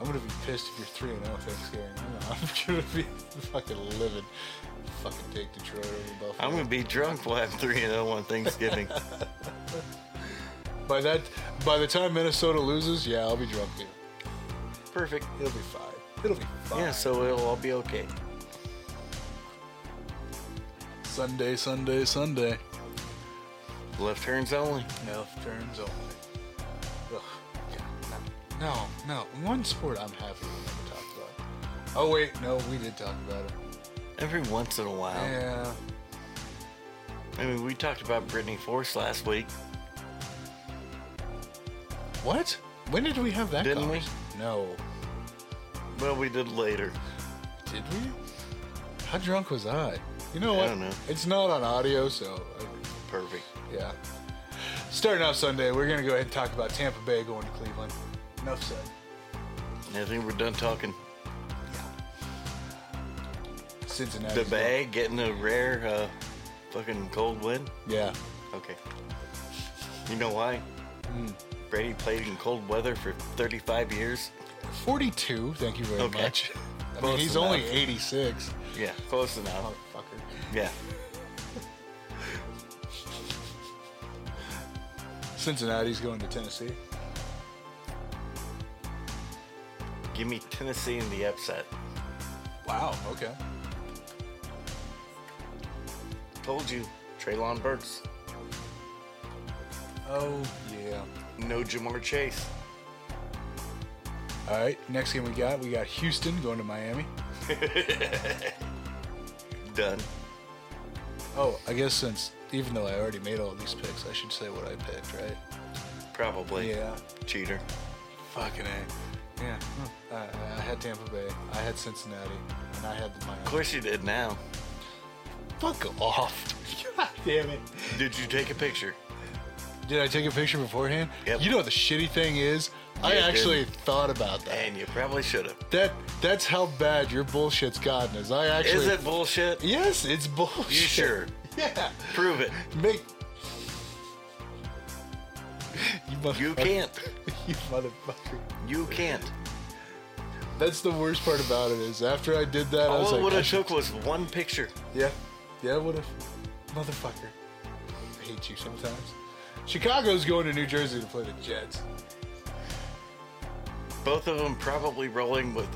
Speaker 2: I'm gonna be pissed if you're three and zero Thanksgiving. I'm, I'm gonna be fucking livid. Fucking take Detroit over Buffalo.
Speaker 3: I'm going to be drunk while I'm 3 0 on Thanksgiving.
Speaker 2: by that by the time Minnesota loses, yeah, I'll be drunk too.
Speaker 3: Perfect.
Speaker 2: It'll be fine. It'll be fine.
Speaker 3: Yeah, so it'll all be okay.
Speaker 2: Sunday, Sunday, Sunday.
Speaker 3: Left turns only.
Speaker 2: No turns only. Ugh, God, no, no, no. One sport I'm happy we never talked about. Oh wait, no, we did talk about it.
Speaker 3: Every once in a while.
Speaker 2: Yeah.
Speaker 3: I mean, we talked about Brittany Force last week.
Speaker 2: What? When did we have that?
Speaker 3: Didn't we?
Speaker 2: conversation? No.
Speaker 3: Well, we did later.
Speaker 2: Did we? How drunk was I? You know what?
Speaker 3: don't know.
Speaker 2: It's not on audio, so uh,
Speaker 3: Perfect.
Speaker 2: yeah. Starting off Sunday, we're gonna go ahead and talk about Tampa Bay going to Cleveland. Enough said.
Speaker 3: I think we're done talking.
Speaker 2: Cincinnati.
Speaker 3: The bag getting a rare uh, fucking cold win.
Speaker 2: Yeah.
Speaker 3: Okay. You know why?
Speaker 2: Hmm.
Speaker 3: Brady played in cold weather for 35 years.
Speaker 2: 42. Thank you very
Speaker 3: Okay.
Speaker 2: much. I mean,
Speaker 3: Close
Speaker 2: he's
Speaker 3: enough.
Speaker 2: only 86.
Speaker 3: Yeah, close enough.
Speaker 2: Motherfucker.
Speaker 3: Yeah.
Speaker 2: Cincinnati's going to Tennessee.
Speaker 3: Give me Tennessee in the upset.
Speaker 2: Wow. Okay.
Speaker 3: Told you, Traylon Burks.
Speaker 2: Oh yeah.
Speaker 3: No Jamar Chase.
Speaker 2: All right. Next game we got, we got Houston going to Miami.
Speaker 3: Done.
Speaker 2: Oh, I guess since even though I already made all these picks, I should say what I picked, right?
Speaker 3: Probably.
Speaker 2: Yeah.
Speaker 3: Cheater.
Speaker 2: Fucking A. Yeah. Uh, I had Tampa Bay. I had Cincinnati. And I had the Miami.
Speaker 3: Of course you did now.
Speaker 2: Fuck off. God damn it.
Speaker 3: Did you take a picture?
Speaker 2: Did I take a picture beforehand?
Speaker 3: Yep.
Speaker 2: You know what the shitty thing is? I
Speaker 3: Yeah, it
Speaker 2: actually thought about that.
Speaker 3: And you probably should have.
Speaker 2: That that's how bad your bullshit's gotten is I actually
Speaker 3: Is it bullshit?
Speaker 2: Yes, it's bullshit.
Speaker 3: You sure?
Speaker 2: Yeah.
Speaker 3: Prove it.
Speaker 2: Make You,
Speaker 3: You
Speaker 2: motherfucker.
Speaker 3: can't.
Speaker 2: you motherfucker.
Speaker 3: You can't.
Speaker 2: That's the worst part about it is after I did that, I was
Speaker 3: All it
Speaker 2: like,
Speaker 3: would
Speaker 2: I
Speaker 3: have
Speaker 2: should-
Speaker 3: took was one picture.
Speaker 2: yeah, yeah, would have, motherfucker. I hate you sometimes. Chicago's going to New Jersey to play the Jets.
Speaker 3: Both of them probably rolling with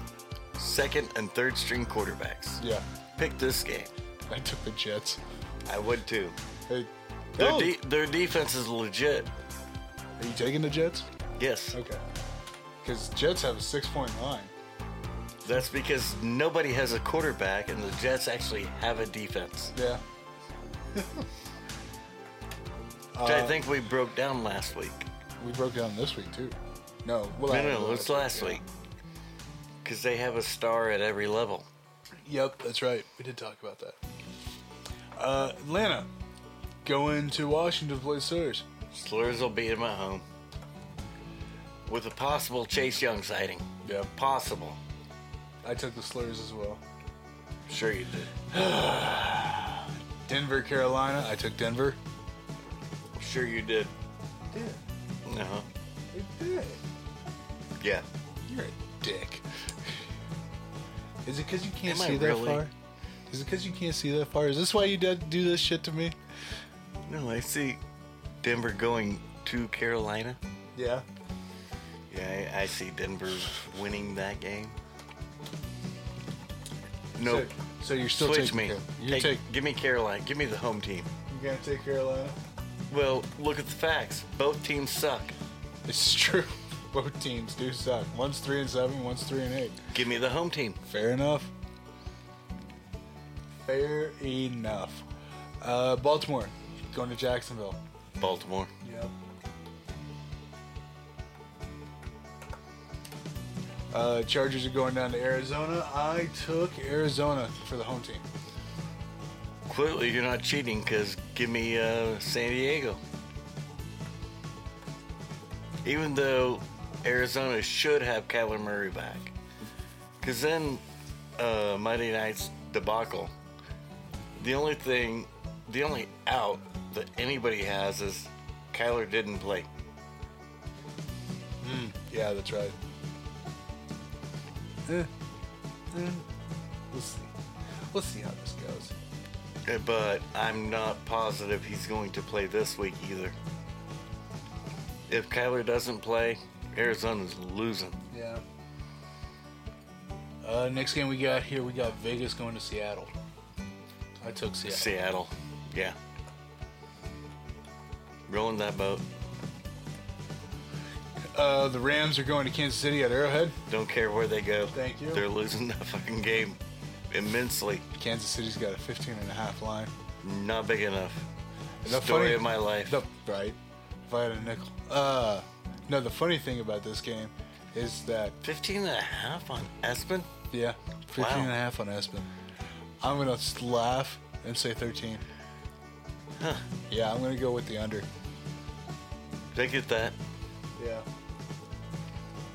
Speaker 3: second and third string quarterbacks.
Speaker 2: Yeah,
Speaker 3: Pick this game.
Speaker 2: I took the Jets.
Speaker 3: I would too.
Speaker 2: Hey,
Speaker 3: Their,
Speaker 2: oh,
Speaker 3: de- their defense is legit.
Speaker 2: are you taking the Jets?
Speaker 3: Yes.
Speaker 2: Okay, because Jets have a six-point line.
Speaker 3: That's because nobody has a quarterback and the Jets actually have a defense.
Speaker 2: Yeah,
Speaker 3: Which I think we broke down last week.
Speaker 2: we broke down this week too. No, well, I-
Speaker 3: No, no, no, it's last week. Because they have a star at every level.
Speaker 2: Yep, that's right. We did talk about that. Uh, Atlanta going to Washington to play the Sooners.
Speaker 3: Slurs will beat them at home. with a possible Chase Young sighting.
Speaker 2: Yep.
Speaker 3: Possible.
Speaker 2: I took the slurs as well.
Speaker 3: Sure you did.
Speaker 2: Denver, Carolina. I took Denver.
Speaker 3: Sure you did.
Speaker 2: Did.
Speaker 3: Uh huh.
Speaker 2: It did.
Speaker 3: Yeah.
Speaker 2: You're a dick. Is it because you can't
Speaker 3: Am I
Speaker 2: see that
Speaker 3: really?
Speaker 2: far? Is it because you can't see that far? Is this why you did do this shit to me?
Speaker 3: No, I see Denver going to Carolina.
Speaker 2: Yeah.
Speaker 3: Yeah, I, I see Denver winning that game. Nope.
Speaker 2: So, so you're still
Speaker 3: Switch
Speaker 2: taking
Speaker 3: me.
Speaker 2: Car- You're
Speaker 3: Take-
Speaker 2: take,
Speaker 3: give me Carolina. Give me the home team.
Speaker 2: You're gonna take Carolina.
Speaker 3: Well, look at the facts. Both teams suck.
Speaker 2: It's true. Both teams do suck. One's three and seven. One's three and eight.
Speaker 3: Give me the home team.
Speaker 2: Fair enough. Fair enough. Uh, Baltimore going to Jacksonville.
Speaker 3: Baltimore.
Speaker 2: Yep. Uh, Chargers are going down to Arizona. I took Arizona for the home team.
Speaker 3: Clearly, you're not cheating because give me uh, San Diego. Even though Arizona should have Kyler Murray back. Because then, uh, Monday night's debacle. The only thing, the only out that anybody has is Kyler didn't play.
Speaker 2: Yeah, that's right. Eh. Eh. We'll see. We'll see how this goes.
Speaker 3: Uh, But I'm not positive he's going to play this week either. If Kyler doesn't play, Arizona's losing.
Speaker 2: Yeah. Uh, next game we got here, we got Vegas going to Seattle. I took Seattle.
Speaker 3: Seattle. Yeah. Rolling that boat.
Speaker 2: Uh, the Rams are going to Kansas City at Arrowhead.
Speaker 3: Don't care where they go.
Speaker 2: Thank you.
Speaker 3: They're losing that fucking game immensely.
Speaker 2: Kansas City's got a 15 and a half line.
Speaker 3: Not big enough.
Speaker 2: The
Speaker 3: Story
Speaker 2: funny-
Speaker 3: of my life.
Speaker 2: No, right. If I had a nickel. Uh, no, the funny thing about this game is that,
Speaker 3: 15 and a half on Espen?
Speaker 2: yeah, 15
Speaker 3: Wow.
Speaker 2: and a half on Espen. I'm going to laugh and say 13. Yeah, I'm going to go with the under.
Speaker 3: They get that.
Speaker 2: Yeah.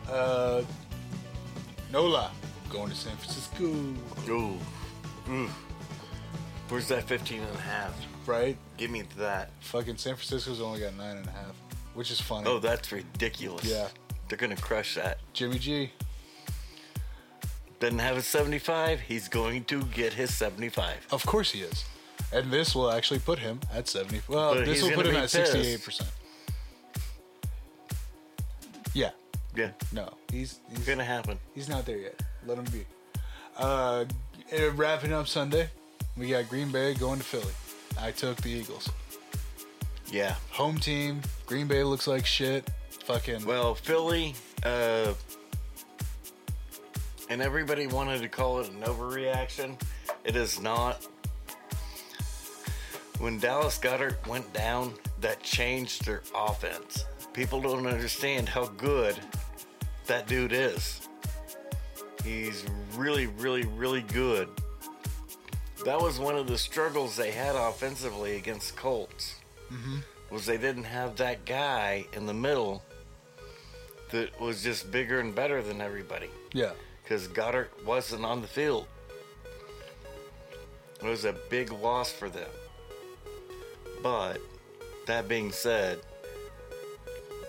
Speaker 2: Uh, Nola going to San Francisco,
Speaker 3: Ooh. Ooh. Where's that 15 and a half?
Speaker 2: right?
Speaker 3: Give me that.
Speaker 2: Fucking San Francisco's only got nine and a half, which is funny.
Speaker 3: Oh, that's ridiculous.
Speaker 2: Yeah.
Speaker 3: They're going to crush that.
Speaker 2: Jimmy G.
Speaker 3: Doesn't have a 75. He's going to get his 75.
Speaker 2: Of course he is. And this will actually put him at 70. Well,
Speaker 3: But
Speaker 2: this
Speaker 3: he's
Speaker 2: will
Speaker 3: gonna
Speaker 2: put him
Speaker 3: be
Speaker 2: at 68%. Yeah.
Speaker 3: Yeah.
Speaker 2: No. He's he's,
Speaker 3: Gonna happen.
Speaker 2: he's not there yet. Let him be. Uh, eh, wrapping up Sunday, we got Green Bay going to Philly. I took the Eagles.
Speaker 3: Yeah.
Speaker 2: Home team. Green Bay looks like shit. Fucking.
Speaker 3: Well, Philly, uh, and everybody wanted to call it an overreaction. It is not. When Dallas Goddard went down, that changed their offense. People don't understand how good that dude is. He's really, really, really good. That was one of the struggles they had offensively against Colts. Was they didn't have that guy in the middle that was just bigger and better than everybody
Speaker 2: yeah.
Speaker 3: because Goddard wasn't on the field. It was a big loss for them. But that being said,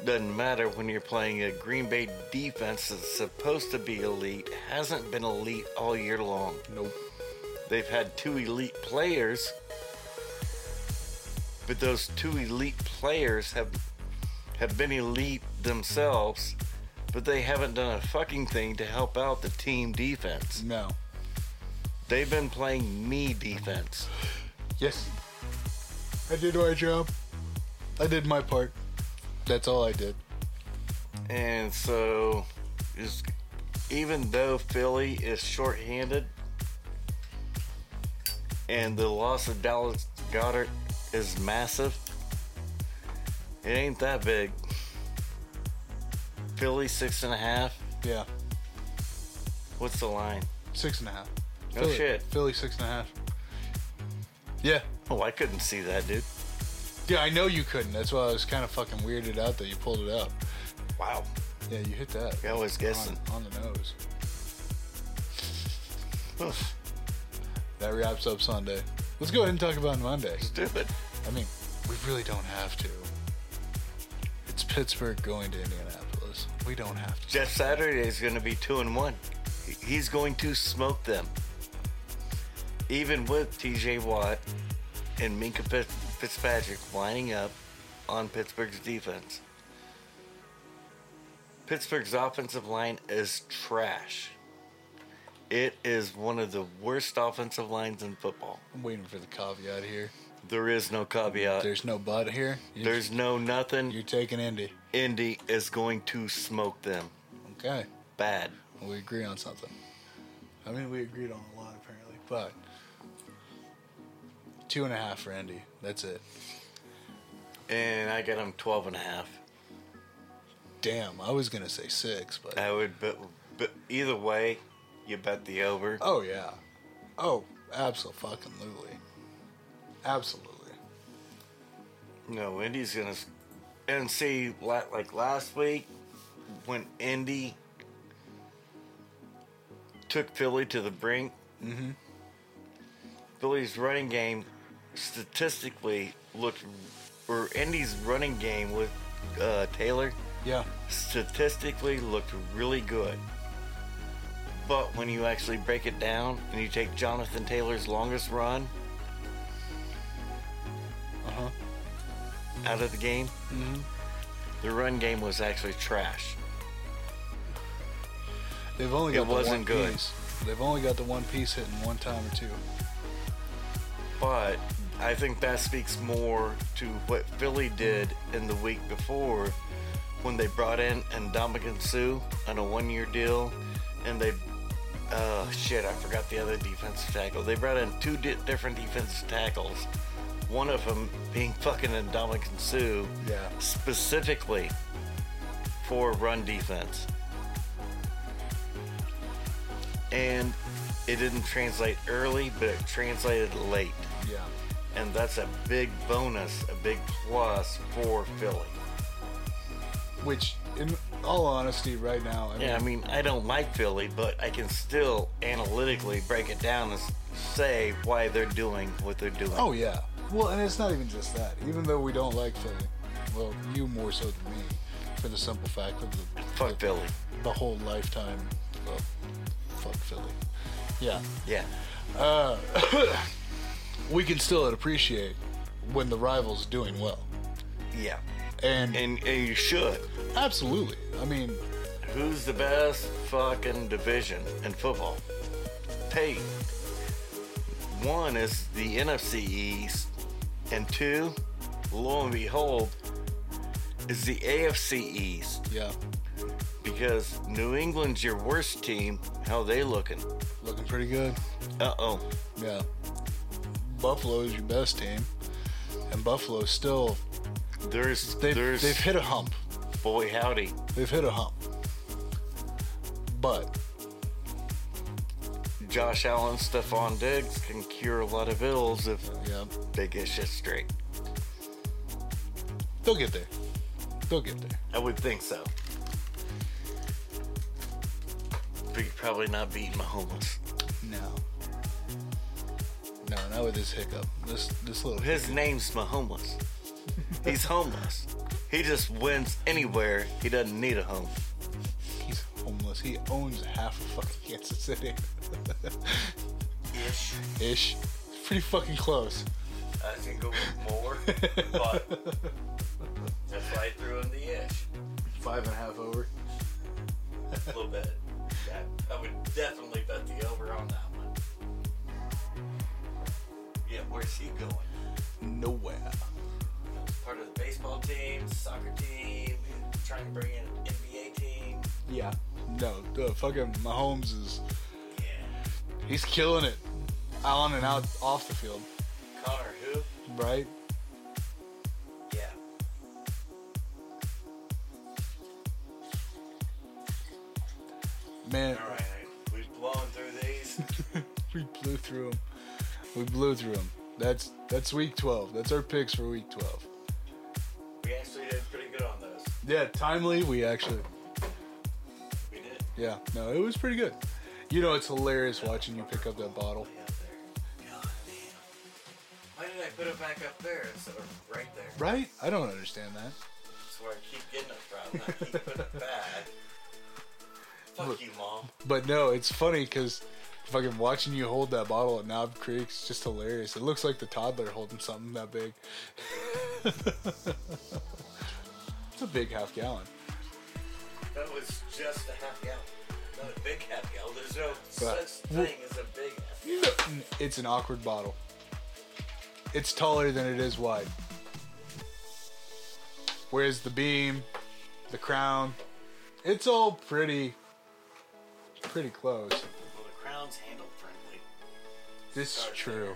Speaker 3: doesn't matter when you're playing a Green Bay defense that's supposed to be elite, hasn't been elite all year long.
Speaker 2: Nope.
Speaker 3: They've had two elite players, but those two elite players have have been elite themselves, but they haven't done a fucking thing to help out the team defense.
Speaker 2: No.
Speaker 3: They've been playing me defense.
Speaker 2: Yes. I did my job. I did my part. That's all I did.
Speaker 3: And so is even though Philly is shorthanded and the loss of Dallas Goddard is massive, it ain't that big. Philly six and a half.
Speaker 2: Yeah.
Speaker 3: What's the line?
Speaker 2: Six and a half.
Speaker 3: No
Speaker 2: Philly,
Speaker 3: shit.
Speaker 2: Philly six and a half. Yeah.
Speaker 3: Oh, I couldn't see that, dude.
Speaker 2: Yeah, I know you couldn't. That's why I was kind of fucking weirded out that you pulled it up.
Speaker 3: Wow.
Speaker 2: Yeah, you hit that.
Speaker 3: I was guessing.
Speaker 2: On, on the nose. that wraps up Sunday. Let's go ahead and talk about Monday.
Speaker 3: Let's do it.
Speaker 2: I mean, we really don't have to. It's Pittsburgh going to Indianapolis. We don't have to.
Speaker 3: Jeff Saturday is going to be two and one. He- He's going to smoke them, even with T.J. Watt and Minka Pit- Fitzpatrick lining up on Pittsburgh's defense. Pittsburgh's offensive line is trash. It is one of the worst offensive lines in football.
Speaker 2: I'm waiting for the caveat here.
Speaker 3: There is no caveat.
Speaker 2: There's no but here. You-
Speaker 3: There's no nothing.
Speaker 2: you're taking Indy.
Speaker 3: Indy is going to smoke them
Speaker 2: Okay.
Speaker 3: bad.
Speaker 2: We agree on something. I mean, we agreed on a lot apparently, but two and a half for Indy. That's it.
Speaker 3: And I got him 12 and a half.
Speaker 2: Damn, I was gonna say six, but
Speaker 3: I would, but, but either way, you bet the over.
Speaker 2: oh yeah, oh absolutely, absolutely.
Speaker 3: No, Indy's gonna, s- and see, la- like last week, when Indy took Philly to the brink, Philly's running game statistically looked, or Indy's running game with uh, Taylor
Speaker 2: Yeah,
Speaker 3: statistically looked really good. But when you actually break it down and you take Jonathan Taylor's longest run
Speaker 2: Uh-huh.
Speaker 3: out of the game, the run game was actually trash.
Speaker 2: they've only
Speaker 3: It
Speaker 2: got the one
Speaker 3: wasn't good.
Speaker 2: piece. They've only got the one piece hitting one time or two.
Speaker 3: But I think that speaks more to what Philly did in the week before when they brought in Indomitian Sue on a one year deal and they. Oh shit! I forgot the other defensive tackle. They brought in two di- different defensive tackles. One of them being fucking Indomitian Sue,
Speaker 2: Yeah.
Speaker 3: specifically for run defense, and it didn't translate early, but it translated late
Speaker 2: Yeah,
Speaker 3: and that's a big bonus, a big plus for Philly.
Speaker 2: which, in all honesty, right now, I mean,
Speaker 3: Yeah, I mean, I don't like Philly, but I can still analytically break it down and s- say why they're doing what they're doing.
Speaker 2: Oh yeah. Well, and it's not even just that. Even though we don't like Philly, well, you more so than me, for the simple fact of the
Speaker 3: fuck Philly.
Speaker 2: the whole lifetime of fuck Philly. Yeah,
Speaker 3: Yeah,
Speaker 2: we can still appreciate when the rival's doing well,
Speaker 3: yeah,
Speaker 2: and,
Speaker 3: and, and you should.
Speaker 2: absolutely. I mean,
Speaker 3: Who's the best fucking division in football? Hey, one is the NFC East, and two, lo and behold, is the AFC East.
Speaker 2: yeah,
Speaker 3: because New England's your worst team. How they looking?
Speaker 2: looking pretty good.
Speaker 3: Uh oh.
Speaker 2: Yeah, Buffalo is your best team, and Buffalo's still
Speaker 3: There's
Speaker 2: they've,
Speaker 3: there's
Speaker 2: they've hit a hump.
Speaker 3: boy howdy.
Speaker 2: They've hit a hump, but
Speaker 3: Josh Allen, Stephon Diggs can cure a lot of ills if
Speaker 2: yeah.
Speaker 3: they get shit straight.
Speaker 2: They'll get there. They'll get there.
Speaker 3: I would think so. But you probably not beating Mahomes.
Speaker 2: No. No, not with this hiccup. This this little
Speaker 3: His name's Mahomes. He's homeless. He just wins anywhere. He doesn't need a home.
Speaker 2: he's homeless. He owns half of fucking Kansas City.
Speaker 3: Ish.
Speaker 2: Ish. It's pretty fucking close.
Speaker 3: I can go more, but that's why I threw in the ish.
Speaker 2: Five and a half over.
Speaker 3: A little bit. I, I would definitely bet the over on that one. Yeah, where's he going?
Speaker 2: Nowhere.
Speaker 3: He's part of the baseball team, soccer team, and trying to bring in an NBA team.
Speaker 2: Yeah. No, the fucking Mahomes is
Speaker 3: Yeah.
Speaker 2: he's killing it. On and out off the field.
Speaker 3: Connor, who?
Speaker 2: Right?
Speaker 3: Yeah.
Speaker 2: Man,
Speaker 3: All right. We've blown through these.
Speaker 2: we blew through him. We blew through him. That's that's week twelve. That's our picks for week twelve.
Speaker 3: we actually did pretty good on those.
Speaker 2: Yeah, timely. We actually Yeah, no, it was pretty good. You know, it's hilarious watching you pick up that bottle.
Speaker 3: Way up there. God damn. Why did I put it back up there instead of right there?
Speaker 2: Right? I don't understand that.
Speaker 3: That's where I keep getting it from. I keep putting it back. Fuck you, mom.
Speaker 2: But no, it's funny because fucking watching you hold that bottle at Knob Creek is just hilarious. It looks like the toddler holding something that big. it's a big half gallon.
Speaker 3: That was just a half gallon. Not a big half gallon. There's no
Speaker 2: Right.
Speaker 3: such thing as a big half gallon.
Speaker 2: It's an awkward bottle. It's taller than it is wide. Whereas the beam, the crown, it's all pretty, pretty close.
Speaker 3: Well, the crown's handle friendly.
Speaker 2: This is true.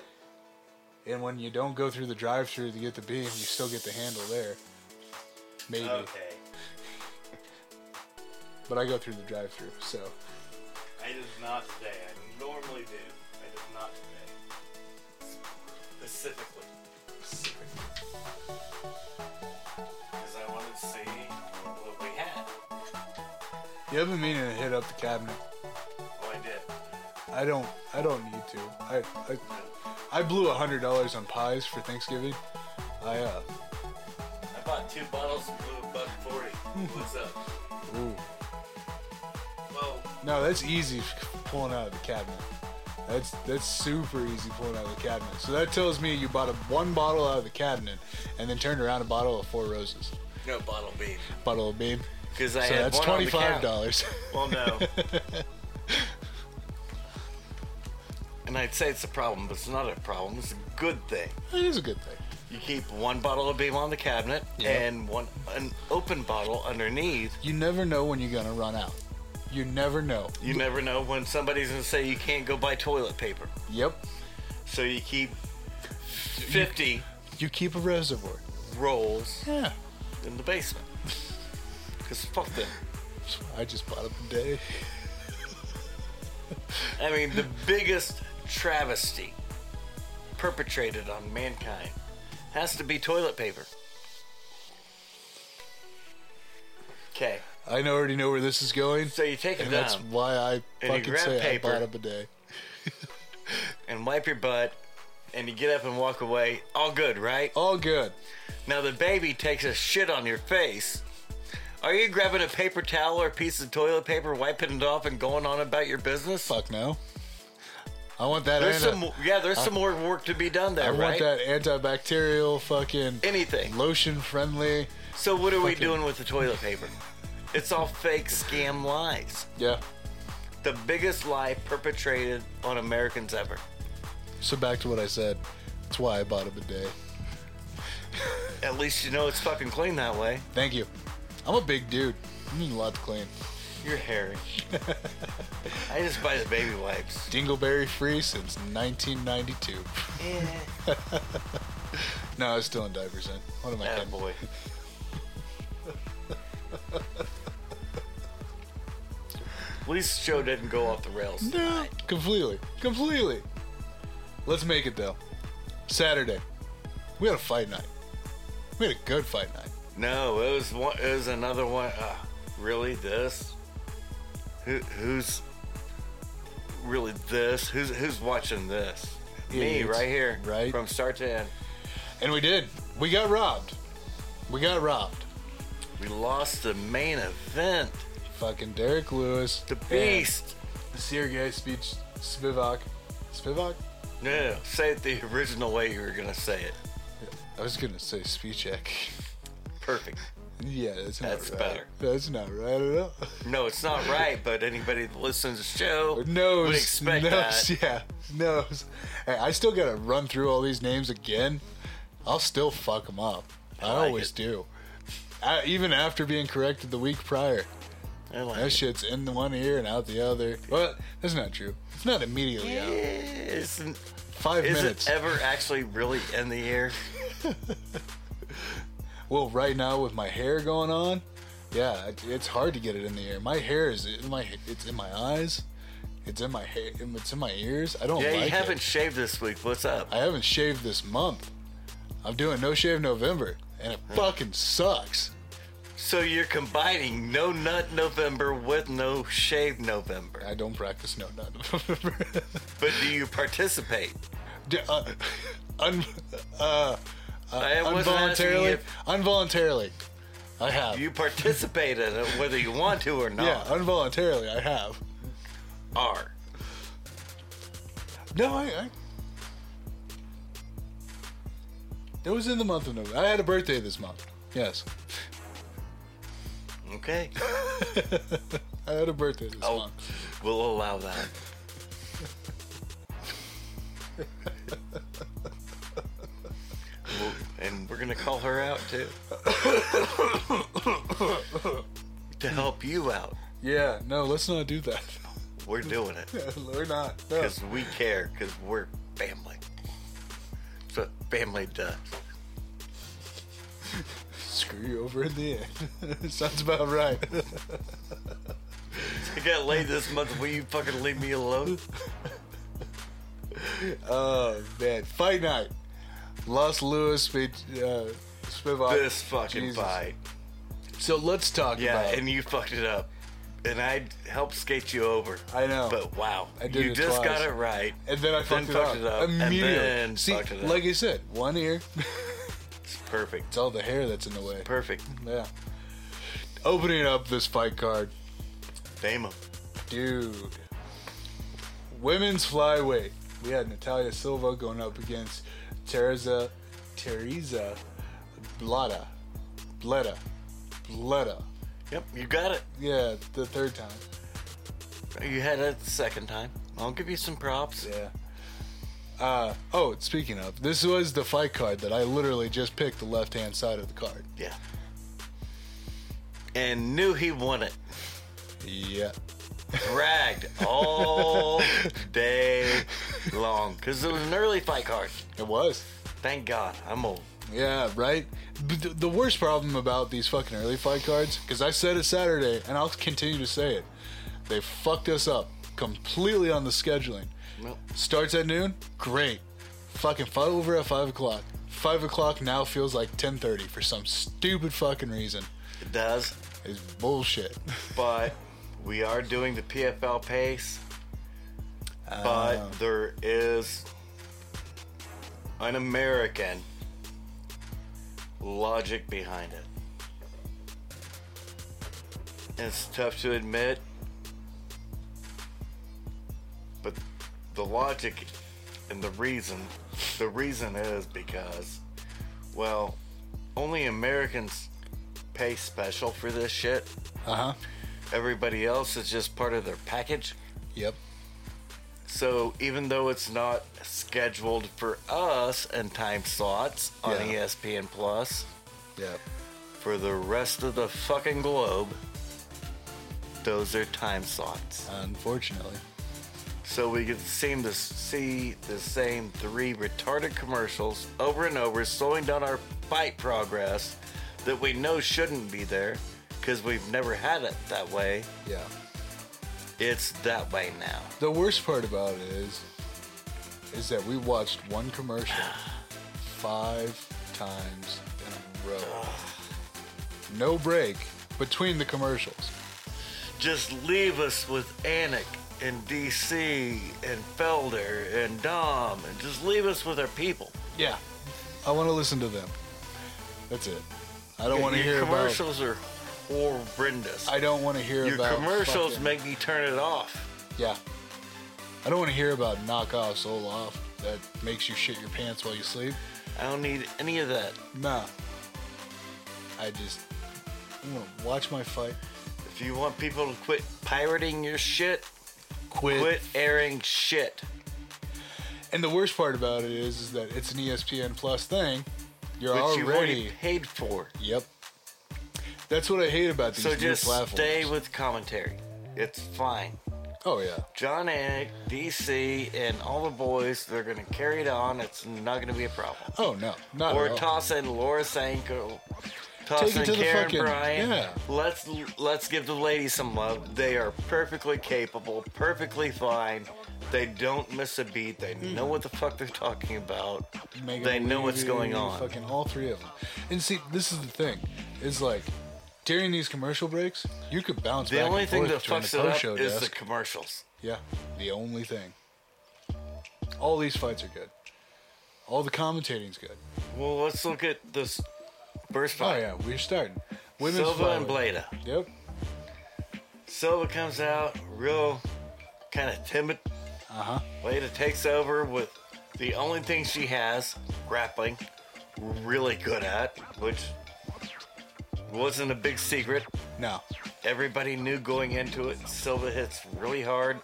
Speaker 2: and when you don't go through the drive-through to get the beam, you still get the handle there. Maybe,
Speaker 3: Okay.
Speaker 2: but I go through the drive-through, so
Speaker 3: I did not today. I normally do. I did not today. Specifically. Because I wanted to see what we had.
Speaker 2: you have been meaning to hit up the cabinet.
Speaker 3: Well, Oh, I did.
Speaker 2: I don't. I don't need to. I I, I blew hundred dollars on pies for Thanksgiving. I uh.
Speaker 3: I bought two bottles and blew a buck forty. What's up?
Speaker 2: Ooh.
Speaker 3: Well,
Speaker 2: No, that's easy pulling out of the cabinet. That's that's super easy pulling out of the cabinet. So that tells me you bought a, one bottle out of the cabinet, and then turned around a bottle of Four Roses.
Speaker 3: no bottle B.
Speaker 2: Bottle of beam.
Speaker 3: Because I
Speaker 2: So
Speaker 3: had
Speaker 2: that's
Speaker 3: one on the
Speaker 2: twenty-five
Speaker 3: couch.
Speaker 2: dollars.
Speaker 3: Well, no. and I'd say it's a problem, but it's not a problem. It's a good thing.
Speaker 2: it is a good thing.
Speaker 3: You keep one bottle of Beam on the cabinet
Speaker 2: Yeah.
Speaker 3: and one an open bottle underneath.
Speaker 2: You never know when you're gonna run out. You never know.
Speaker 3: You never know when somebody's gonna say you can't go buy toilet paper,
Speaker 2: Yep.
Speaker 3: so you keep fifty
Speaker 2: You keep a reservoir.
Speaker 3: rolls
Speaker 2: Yeah.
Speaker 3: in the basement. Cause fuck them.
Speaker 2: So I just bought it today.
Speaker 3: I mean, the biggest travesty perpetrated on mankind has to be toilet paper. Okay,
Speaker 2: I know- already know where this is going,
Speaker 3: so you take it
Speaker 2: and
Speaker 3: down
Speaker 2: that's why I
Speaker 3: And you
Speaker 2: fucking
Speaker 3: grab
Speaker 2: say
Speaker 3: paper.
Speaker 2: I bought a bidet.
Speaker 3: and wipe your butt, and you get up and walk away. All good, right?
Speaker 2: All good.
Speaker 3: Now the baby takes a shit on your face. Are you grabbing a paper towel or a piece of toilet paper, wiping it off, and going on about your business?
Speaker 2: Fuck no. I want that.
Speaker 3: There's
Speaker 2: anti-
Speaker 3: some, yeah, there's some more work to be done there,
Speaker 2: uh, I want
Speaker 3: right?
Speaker 2: that antibacterial fucking
Speaker 3: Anything.
Speaker 2: lotion friendly.
Speaker 3: So what are we
Speaker 2: Fucking-
Speaker 3: doing with the toilet paper? It's all fake scam lies.
Speaker 2: Yeah.
Speaker 3: The biggest lie perpetrated on Americans ever.
Speaker 2: So back to what I said. That's why I bought a bidet.
Speaker 3: At least you know it's fucking clean that way.
Speaker 2: Thank you. I'm a big dude. I need a lot to clean.
Speaker 3: You're hairy. I just buy the baby wipes.
Speaker 2: Dingleberry free since 1992. no, I was still in diapers then. What am I
Speaker 3: Yeah,
Speaker 2: kidding?
Speaker 3: boy. At least the show didn't go off the rails.
Speaker 2: No, completely, completely. Let's make it though. Saturday, we had a fight night. We had a good fight night.
Speaker 3: No, it was one. It was another one. Uh, really, this? Who, who's really this? Who's who's watching this? Me,
Speaker 2: Idiots,
Speaker 3: right here,
Speaker 2: right?
Speaker 3: from start to end.
Speaker 2: And we did. We got robbed. We got robbed.
Speaker 3: We lost the main event.
Speaker 2: Fucking Derek Lewis.
Speaker 3: The
Speaker 2: and
Speaker 3: beast.
Speaker 2: Sergey Speech Spivak. Spivak?
Speaker 3: No, no, no, say it the original way you were gonna say it.
Speaker 2: I was gonna say Spivak.
Speaker 3: Perfect.
Speaker 2: yeah, that's not
Speaker 3: That's
Speaker 2: right.
Speaker 3: better.
Speaker 2: That's not right at all.
Speaker 3: No, it's not right, but anybody that listens to the show
Speaker 2: Nose.
Speaker 3: would expect
Speaker 2: nose,
Speaker 3: that.
Speaker 2: yeah. Nose. Hey, I still gotta run through all these names again. I'll still fuck them up. I,
Speaker 3: I like
Speaker 2: always
Speaker 3: it.
Speaker 2: do. I, even after being corrected the week prior.
Speaker 3: I like
Speaker 2: That
Speaker 3: it.
Speaker 2: shit's in the one ear and out the other. Well, that's not true. It's not immediately out.
Speaker 3: Isn't,
Speaker 2: Five
Speaker 3: Eh. is
Speaker 2: minutes.
Speaker 3: it ever actually really in the air?
Speaker 2: well, right now with my hair going on, yeah, it- it's hard to get it in the ear. My hair is in my. It's in my eyes. It's in my hair. It's in my ears. I don't.
Speaker 3: Yeah,
Speaker 2: like
Speaker 3: you
Speaker 2: it.
Speaker 3: haven't shaved this week. What's up?
Speaker 2: I haven't shaved this month. I'm doing no shave November, and it fucking sucks.
Speaker 3: So you're combining no nut November with no shave November.
Speaker 2: I don't practice no nut.
Speaker 3: But do you participate?
Speaker 2: D- uh, un, uh, uh,
Speaker 3: I wasn't asking
Speaker 2: involuntarily,
Speaker 3: if-
Speaker 2: involuntarily, I have.
Speaker 3: Do you participate in it whether you want to or
Speaker 2: yeah,
Speaker 3: not?
Speaker 2: involuntarily, I have.
Speaker 3: Are.
Speaker 2: No, I, I. It was in the month of November. I had a birthday this month. Yes,
Speaker 3: Okay.
Speaker 2: I had a birthday this
Speaker 3: Oh,
Speaker 2: month.
Speaker 3: we'll allow that. We'll- and we're going to call her out too. to help you out.
Speaker 2: Yeah, no, let's not do that.
Speaker 3: We're doing it.
Speaker 2: We're not. No.
Speaker 3: because we care because we're family. That's what family does.
Speaker 2: Screw you over in the end. Sounds about right.
Speaker 3: I got laid this month. Will you fucking leave me alone?
Speaker 2: Oh man, fight night. Los Lewis Spit uh, Spivak.
Speaker 3: This fucking
Speaker 2: Jesus.
Speaker 3: fight.
Speaker 2: So let's talk
Speaker 3: Yeah,
Speaker 2: about.
Speaker 3: and you fucked it up. And I helped skate you over.
Speaker 2: I know.
Speaker 3: But wow.
Speaker 2: I did
Speaker 3: you
Speaker 2: it
Speaker 3: just
Speaker 2: twice.
Speaker 3: got it right.
Speaker 2: and then I fucked, it, up.
Speaker 3: fucked it up, and
Speaker 2: immediately.
Speaker 3: then
Speaker 2: See,
Speaker 3: fucked it up.
Speaker 2: like I said, one ear.
Speaker 3: It's perfect.
Speaker 2: it's all the hair that's in the way.
Speaker 3: Perfect.
Speaker 2: Yeah. Opening up this fight card,
Speaker 3: Name 'em.
Speaker 2: dude. Women's flyweight. We had Natalia Silva going up against Teresa Teresa Blada. Bleda. Bleda.
Speaker 3: Yep, you got it.
Speaker 2: Yeah, the third time.
Speaker 3: You had it the second time. I'll give you some props.
Speaker 2: Yeah. Uh, oh, speaking of, this was the fight card that I literally just picked the left hand side of the card.
Speaker 3: Yeah. And knew he won it.
Speaker 2: Yeah.
Speaker 3: bragged all day long because it was an early fight card.
Speaker 2: It was.
Speaker 3: Thank God, I'm old.
Speaker 2: Yeah, right? But th- the worst problem about these fucking early fight cards, because I said it Saturday and I'll continue to say it, they fucked us up completely on the scheduling.
Speaker 3: Well,
Speaker 2: Starts at noon? Great. Fucking fight over at 5 o'clock. 5 o'clock now feels like 10.30 for some stupid fucking reason.
Speaker 3: it does,
Speaker 2: It's bullshit.
Speaker 3: but we are doing the PFL pace. But there is an American logic behind it. It's tough to admit, but the logic and the reason, the reason is because, well, only Americans pay special for this shit.
Speaker 2: Uh huh.
Speaker 3: Everybody else is just part of their package.
Speaker 2: Yep.
Speaker 3: So even though it's not scheduled for us and time slots on E
Speaker 2: Yeah.
Speaker 3: ESPN Plus,
Speaker 2: Yep.
Speaker 3: for the rest of the fucking globe, those are time slots.
Speaker 2: Unfortunately.
Speaker 3: So we could seem to see the same three retarded commercials over and over, slowing down our fight progress that we know shouldn't be there because we've never had it that way.
Speaker 2: Yeah.
Speaker 3: It's that way now.
Speaker 2: The worst part about it is, is that we watched one commercial five times in a row. No break between the commercials.
Speaker 3: just leave us with Anik and DC and Felder and Dom and just leave us with our people.
Speaker 2: Yeah. I want to listen to them. That's it. I don't want to
Speaker 3: Your
Speaker 2: hear about.
Speaker 3: commercials are horrendous.
Speaker 2: I don't want to hear
Speaker 3: Your
Speaker 2: about.
Speaker 3: commercials
Speaker 2: fucking-
Speaker 3: make me turn it off.
Speaker 2: Yeah. I don't want to hear about knockoff soul off that makes you shit your pants while you sleep.
Speaker 3: I don't need any of that.
Speaker 2: Nah. I just I'm gonna watch my fight.
Speaker 3: If you want people to quit pirating your shit,
Speaker 2: Quit.
Speaker 3: quit airing shit.
Speaker 2: And the worst part about it is, is that it's an E ESPN Plus thing. You're
Speaker 3: Which
Speaker 2: already.
Speaker 3: you've already paid for.
Speaker 2: Yep. That's what I hate about these
Speaker 3: So
Speaker 2: new
Speaker 3: just
Speaker 2: platforms.
Speaker 3: stay with commentary. It's fine.
Speaker 2: oh yeah.
Speaker 3: John Anik, DC, and all the boys, they're going to carry it on. It's not going to be a problem.
Speaker 2: Oh no, not
Speaker 3: Or
Speaker 2: at all.
Speaker 3: toss in Laura Sanko. Toss
Speaker 2: Take it
Speaker 3: in
Speaker 2: to the
Speaker 3: Karen
Speaker 2: fucking-
Speaker 3: Bryan.
Speaker 2: yeah.
Speaker 3: Let's let's give the ladies some love. They are perfectly capable, perfectly fine. They don't miss a beat. They know what the fuck they're talking about.
Speaker 2: Hmm. Megan
Speaker 3: they know what's
Speaker 2: Levy,
Speaker 3: going on.
Speaker 2: Fucking all three of them. And see, this is the thing. It's like during these commercial breaks, you could bounce
Speaker 3: The
Speaker 2: back
Speaker 3: only
Speaker 2: and
Speaker 3: thing that
Speaker 2: forth during
Speaker 3: fucks
Speaker 2: the
Speaker 3: it
Speaker 2: pro
Speaker 3: up
Speaker 2: show
Speaker 3: is the
Speaker 2: desk.
Speaker 3: commercials.
Speaker 2: Yeah, the only thing. All these fights are good. All the commentating's good.
Speaker 3: Well, let's look at this first
Speaker 2: Oh
Speaker 3: fight.
Speaker 2: yeah, we're starting. Women's
Speaker 3: Silva and
Speaker 2: flyweight.
Speaker 3: Blada.
Speaker 2: Yep.
Speaker 3: Silva comes out real kind of timid.
Speaker 2: Uh huh.
Speaker 3: Blada takes over with the only thing she has, grappling, really good at, which wasn't a big secret.
Speaker 2: Now,
Speaker 3: Everybody knew going into it. Silva hits really hard.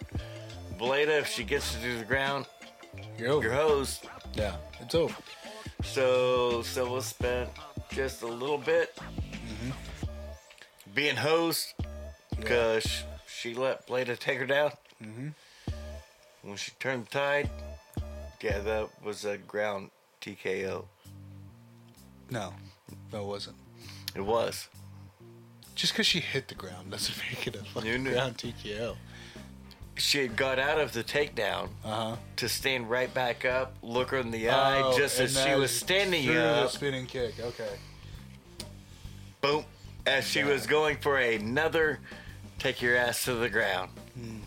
Speaker 3: Blada, if she gets it to the ground,
Speaker 2: you're over.
Speaker 3: your hose.
Speaker 2: yeah, it's over.
Speaker 3: So Silva spent just a little bit being hosed because she let Blada take her down. When she turned the tide, yeah, that was a ground TKO.
Speaker 2: No, no, it wasn't.
Speaker 3: It was.
Speaker 2: Just because she hit the ground doesn't make it a fucking
Speaker 3: You knew.
Speaker 2: ground TKO.
Speaker 3: She had got out of the takedown
Speaker 2: Uh huh.
Speaker 3: to stand right back up, look her in the eye,
Speaker 2: Oh,
Speaker 3: just as she was standing up.
Speaker 2: spinning kick. Okay.
Speaker 3: boom, as she was going for another take your ass to the ground.
Speaker 2: Hmm.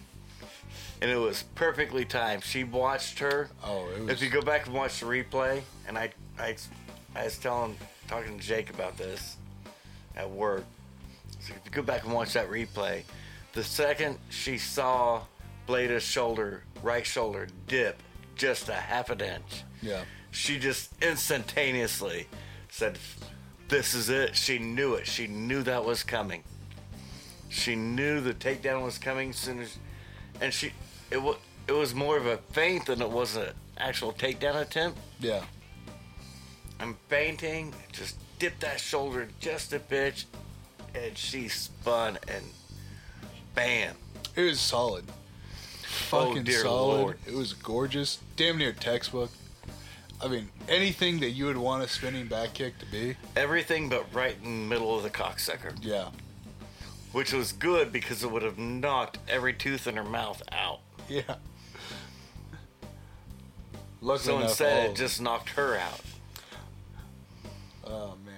Speaker 3: And it was perfectly timed. She watched her.
Speaker 2: Oh, it was.
Speaker 3: If you go back and watch the replay, and I, I, I was telling, talking to Jake about this at work. So if you go back and watch that replay, the second she saw Blada's shoulder, right shoulder dip just a half an inch,
Speaker 2: yeah.
Speaker 3: she just instantaneously said, This is it. She knew it. She knew that was coming. She knew the takedown was coming soon as. And she. It, wa it was more of a feint than it was an actual takedown attempt.
Speaker 2: Yeah.
Speaker 3: I'm fainting. Just dip that shoulder just a bit. And she spun and bam.
Speaker 2: It was solid. Fucking
Speaker 3: dear
Speaker 2: solid.
Speaker 3: Lord.
Speaker 2: It was gorgeous. Damn near textbook. I mean, anything that you would want a spinning back kick to be.
Speaker 3: Everything but right in the middle of the cocksucker.
Speaker 2: Yeah.
Speaker 3: Which was good because it would have knocked every tooth in her mouth out.
Speaker 2: Yeah. Luckily enough,
Speaker 3: So
Speaker 2: all
Speaker 3: instead,
Speaker 2: of-
Speaker 3: it just knocked her out.
Speaker 2: Oh man,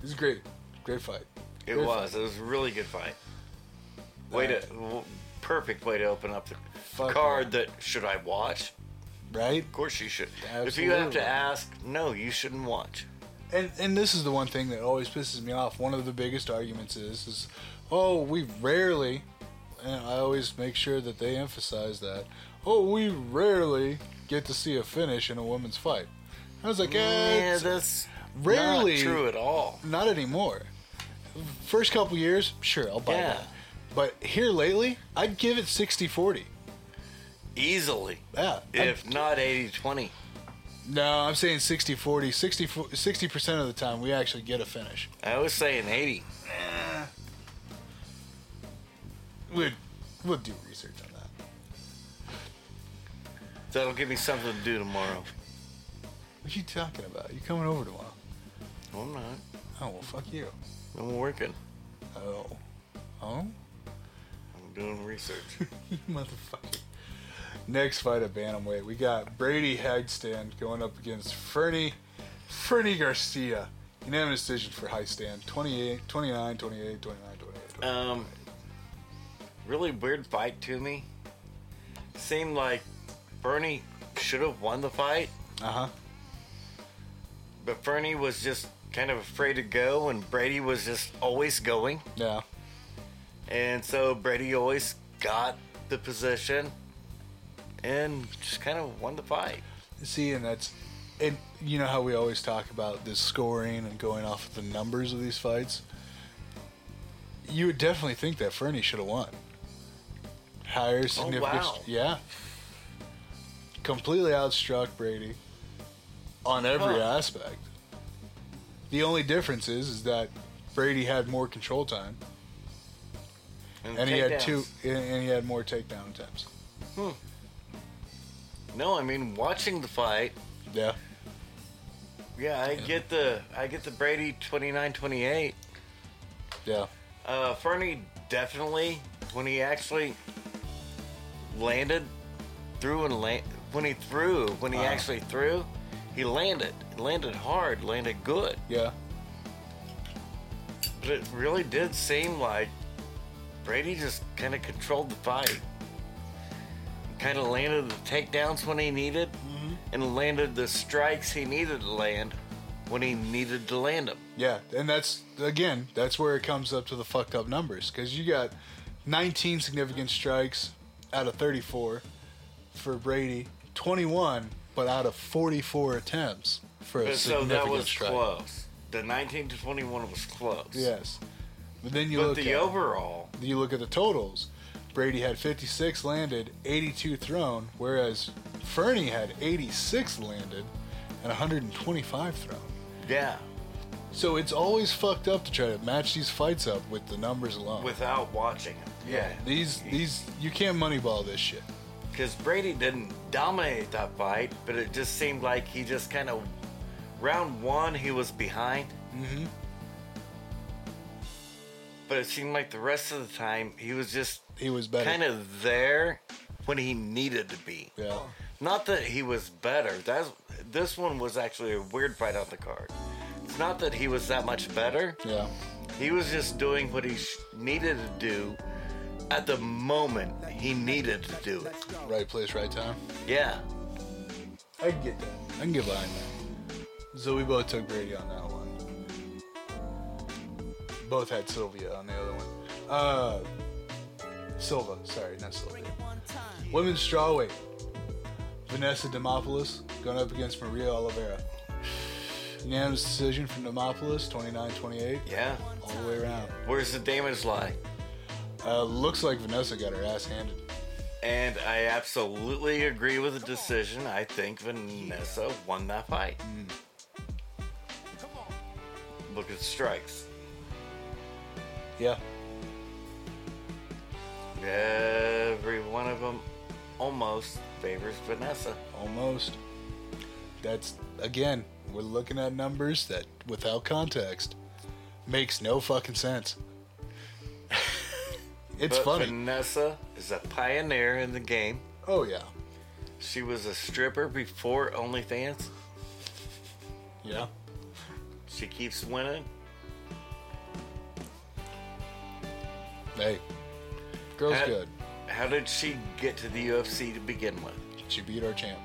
Speaker 2: this is great. Great fight.
Speaker 3: It
Speaker 2: Good
Speaker 3: was. It was a really good fight. Way to, w- perfect way to open up the
Speaker 2: Fuck
Speaker 3: card that should I watch?
Speaker 2: Right?
Speaker 3: Of course you should. If you have
Speaker 2: Absolutely.
Speaker 3: to ask, no, you shouldn't watch.
Speaker 2: And and this is the one thing that always pisses me off. One of the biggest arguments is is oh we rarely, and I always make sure that they emphasize that. Oh, we rarely get to see a finish in a women's fight. I was like, eh,
Speaker 3: Yeah,
Speaker 2: it's
Speaker 3: that's
Speaker 2: rarely-
Speaker 3: not true at all.
Speaker 2: not anymore. First couple years, sure, I'll buy
Speaker 3: Yeah.
Speaker 2: that. But here lately, I'd give it 60-40.
Speaker 3: Easily,
Speaker 2: Yeah. I'd
Speaker 3: if not 80-20.
Speaker 2: No, I'm saying 60 40. 60 percent of the time we actually get a finish.
Speaker 3: I was saying 80.
Speaker 2: We'd, we'll do research on that.
Speaker 3: That'll give me something to do tomorrow.
Speaker 2: What are you talking about? You coming over tomorrow?
Speaker 3: No, I'm not.
Speaker 2: Oh, well, fuck you.
Speaker 3: I'm working.
Speaker 2: Oh. Oh?
Speaker 3: I'm doing research.
Speaker 2: you motherfucker. Next fight at Bantamweight, we got Brady Hagstand going up against Fernie, Fernie Garcia. Unanimous decision for high stand 28, 29, 28, 29, 28.
Speaker 3: Um, really weird fight to me. Seemed like Bernie should have won the fight,
Speaker 2: Uh huh.
Speaker 3: but Bernie was just kind of afraid to go, and Brady was just always going.
Speaker 2: Yeah.
Speaker 3: And so Brady always got the position and just kind of won the fight.
Speaker 2: See, and that's, and you know how we always talk about this scoring and going off of the numbers of these fights. You would definitely think that Fernie should have won. Higher significance,
Speaker 3: Oh, wow.
Speaker 2: yeah. Completely outstruck Brady on every
Speaker 3: Huh.
Speaker 2: aspect. The only difference is, is that Brady had more control time, and he had
Speaker 3: takedowns.
Speaker 2: two, and and he had more takedown attempts.
Speaker 3: No, I mean watching the fight.
Speaker 2: Yeah,
Speaker 3: Yeah, I get the I get the Brady 29-28.
Speaker 2: yeah,
Speaker 3: Uh, Fernie definitely, when he actually landed, threw and land, when he threw, when he
Speaker 2: Uh-huh.
Speaker 3: actually threw, he landed, landed hard, landed good.
Speaker 2: yeah.
Speaker 3: But it really did seem like Brady just kind of controlled the fight. Kind of landed the takedowns when he needed,
Speaker 2: Mm-hmm.
Speaker 3: and landed the strikes he needed to land when he needed to land them.
Speaker 2: Yeah, and that's again, that's where it comes up to the fucked up numbers because you got 19 significant strikes out of 34 for Brady, 21 but out of 44 attempts for a
Speaker 3: But so
Speaker 2: significant
Speaker 3: that was
Speaker 2: strike.
Speaker 3: close. The 19 to 21 was close.
Speaker 2: Yes, but then you
Speaker 3: But
Speaker 2: look
Speaker 3: the
Speaker 2: at,
Speaker 3: overall,
Speaker 2: you look at the totals. Brady had 56 landed, 82 thrown, whereas Fernie had 86 landed and 125 thrown.
Speaker 3: yeah,
Speaker 2: So it's always fucked up to try to match these fights up with the numbers alone.
Speaker 3: without watching him. Yeah.
Speaker 2: These these you can't moneyball this shit.
Speaker 3: Because Brady didn't dominate that fight, but it just seemed like he just kind of. Round one, he was behind. Mm hmm.
Speaker 2: Mm-hmm.
Speaker 3: But it seemed like the rest of the time, he was just
Speaker 2: He was better.
Speaker 3: kind of there when he needed to be.
Speaker 2: Yeah.
Speaker 3: Not that he was better. That's this one was actually a weird fight on the card. It's not that he was that much better.
Speaker 2: Yeah.
Speaker 3: He was just doing what he sh- needed to do at the moment he needed to do it.
Speaker 2: Right place, right time.
Speaker 3: Yeah.
Speaker 2: I can get that. I can get behind that. So we both took Brady on that one. Both had Sylvia on the other one. Uh, Silva, sorry, not Sylvia. Women's strawweight. Vanessa Demopoulos going up against Maria Oliveira. Unanimous decision from Demopoulos, 29-28,
Speaker 3: Yeah.
Speaker 2: all the way around.
Speaker 3: Where's the damage lie?
Speaker 2: Uh, looks like Vanessa got her ass handed.
Speaker 3: And I absolutely agree with the decision. I think Vanessa won that fight. Look at strikes.
Speaker 2: Yeah.
Speaker 3: Every one of them almost favors Vanessa.
Speaker 2: Almost. That's again, we're looking at numbers that without context makes no fucking sense. it's
Speaker 3: but
Speaker 2: funny.
Speaker 3: Vanessa is a pioneer in the game.
Speaker 2: oh yeah.
Speaker 3: She was a stripper before OnlyFans.
Speaker 2: Yeah.
Speaker 3: She keeps winning.
Speaker 2: Hey. Girl's
Speaker 3: How-
Speaker 2: good.
Speaker 3: How did she get to the UFC to begin with?
Speaker 2: She beat our champ.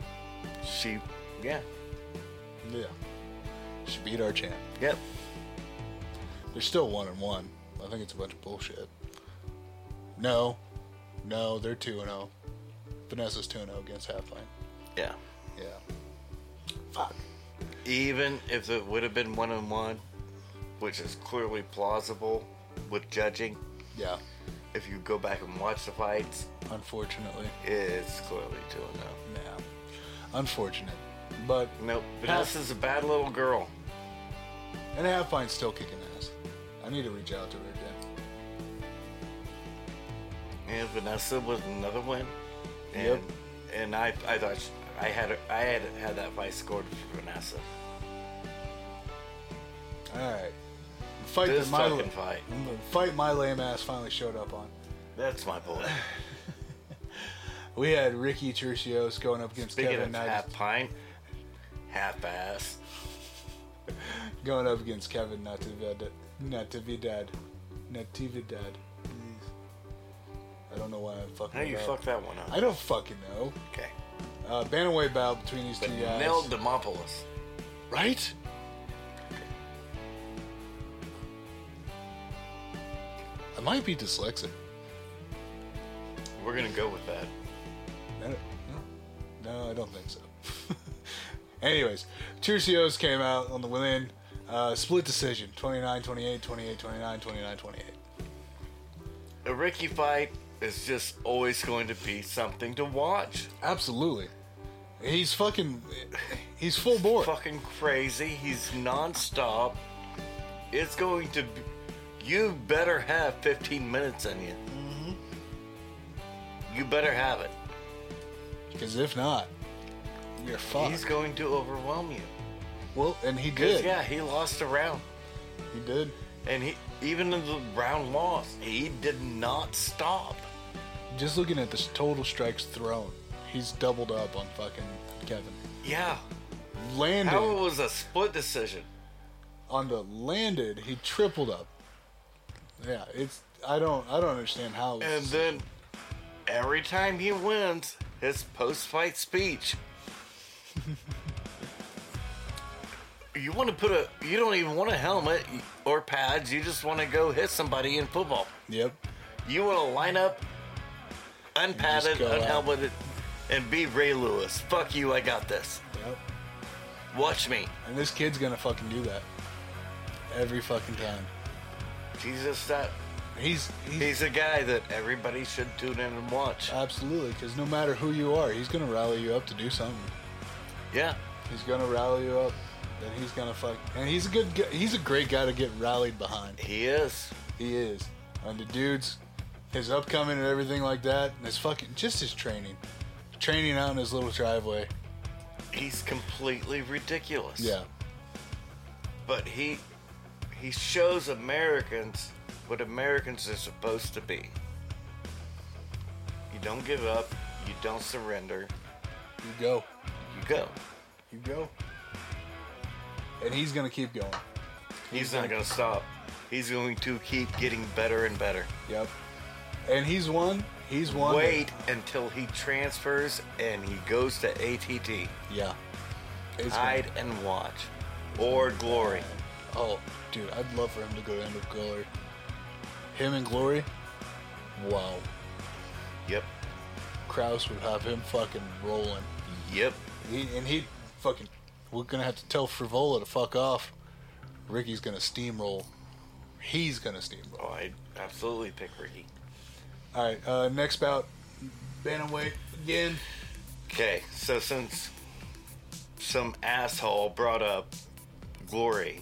Speaker 3: She, yeah,
Speaker 2: Yeah. She beat our champ.
Speaker 3: yep.
Speaker 2: They're still one and one. I think it's a bunch of bullshit. No. No, they're two and oh. Vanessa's two and oh against Halfline.
Speaker 3: Yeah.
Speaker 2: Yeah. Fuck.
Speaker 3: Even if it would have been one on one, which is clearly plausible with judging,
Speaker 2: Yeah.
Speaker 3: if you go back and watch the fights,
Speaker 2: Unfortunately.
Speaker 3: it's clearly 2 0.
Speaker 2: Yeah. Unfortunate. But
Speaker 3: Nope. Vanessa's a bad little girl.
Speaker 2: and Halfine's still kicking ass. I need to reach out to her again.
Speaker 3: And Vanessa was another win. And,
Speaker 2: Yep.
Speaker 3: And I, I thought she, I had I had had that fight scored for Vanessa.
Speaker 2: Alright. Fight
Speaker 3: This
Speaker 2: that my
Speaker 3: fucking fight.
Speaker 2: the fight my lame ass finally showed up on.
Speaker 3: That's my boy.
Speaker 2: We had Ricky Turcios going up against
Speaker 3: Speaking
Speaker 2: Kevin
Speaker 3: of
Speaker 2: Knight
Speaker 3: half pint, half ass.
Speaker 2: going up against Kevin Natividad Natividad. Natividad. I don't know why I'm fucking
Speaker 3: How
Speaker 2: it
Speaker 3: you
Speaker 2: up.
Speaker 3: fuck that one up?
Speaker 2: I don't fucking know.
Speaker 3: okay.
Speaker 2: Uh, Bantamweight bout between these
Speaker 3: But
Speaker 2: two guys.
Speaker 3: Nell Demopoulos.
Speaker 2: Right? I might be dyslexic.
Speaker 3: We're gonna go with that.
Speaker 2: I don't- No, no, I don't think so. Anyways, Turcios came out on the win. Uh, split decision 29 28, 28 29, 29 28.
Speaker 3: A Ricky fight is just always going to be something to watch.
Speaker 2: Absolutely. He's fucking. He's full bore.
Speaker 3: Fucking crazy. He's nonstop. It's going to. Be, you better have 15 minutes in you.
Speaker 2: Mm-hmm.
Speaker 3: You better have it.
Speaker 2: Because if not, you're fucked.
Speaker 3: He's going to overwhelm you.
Speaker 2: well, and he
Speaker 3: 'Cause,
Speaker 2: did.
Speaker 3: yeah, he lost a round,
Speaker 2: He did.
Speaker 3: and he even in the round loss, he did not stop.
Speaker 2: Just looking at this total strikes thrown, he's doubled up on fucking Kevin.
Speaker 3: Yeah.
Speaker 2: landed
Speaker 3: How it was a split decision.
Speaker 2: on the landed, he tripled up. Yeah, it's I don't I don't understand how.
Speaker 3: And then every time he wins, his post fight speech. you want to put a. You don't even want a helmet or pads. You just want to go hit somebody in football.
Speaker 2: yep,
Speaker 3: You want to line up unpadded,
Speaker 2: go out.
Speaker 3: unhelmeted, and be Ray Lewis. Fuck you, I got this.
Speaker 2: yep.
Speaker 3: Watch me.
Speaker 2: And this kid's gonna fucking do that every fucking time.
Speaker 3: Jesus, that.
Speaker 2: He's he's,
Speaker 3: He's a guy that everybody should tune in and watch.
Speaker 2: absolutely because no matter who you are, he's gonna rally you up to do something.
Speaker 3: Yeah.
Speaker 2: He's gonna rally you up, and he's gonna fuck. And he's a good. gu- He's a great guy to get rallied behind.
Speaker 3: He is.
Speaker 2: He is. And the dudes, his upcoming and everything like that, and his fucking just his training, training out in his little driveway.
Speaker 3: He's completely ridiculous.
Speaker 2: Yeah.
Speaker 3: But he he shows Americans what Americans are supposed to be. You don't give up, you don't surrender,
Speaker 2: You go.
Speaker 3: you go.
Speaker 2: You go. And he's gonna keep going.
Speaker 3: He's not going to stop. He's going to keep getting better and better.
Speaker 2: Yep. And he's one. He's one.
Speaker 3: Wait until he transfers and he goes to ATT.
Speaker 2: Yeah. It's gonna-
Speaker 3: Hide and watch. Or glory.
Speaker 2: Oh, dude, I'd love for him to go to End of Glory. Him and Glory. Wow.
Speaker 3: Yep.
Speaker 2: Kraus would have him fucking rolling.
Speaker 3: Yep.
Speaker 2: He, and he fucking. We're gonna have to tell Frivola to fuck off. Ricky's gonna steamroll. He's gonna steamroll.
Speaker 3: Oh, I absolutely pick Ricky.
Speaker 2: All right. Uh, next bout, bantamweight again.
Speaker 3: Okay, so since some asshole brought up Glory,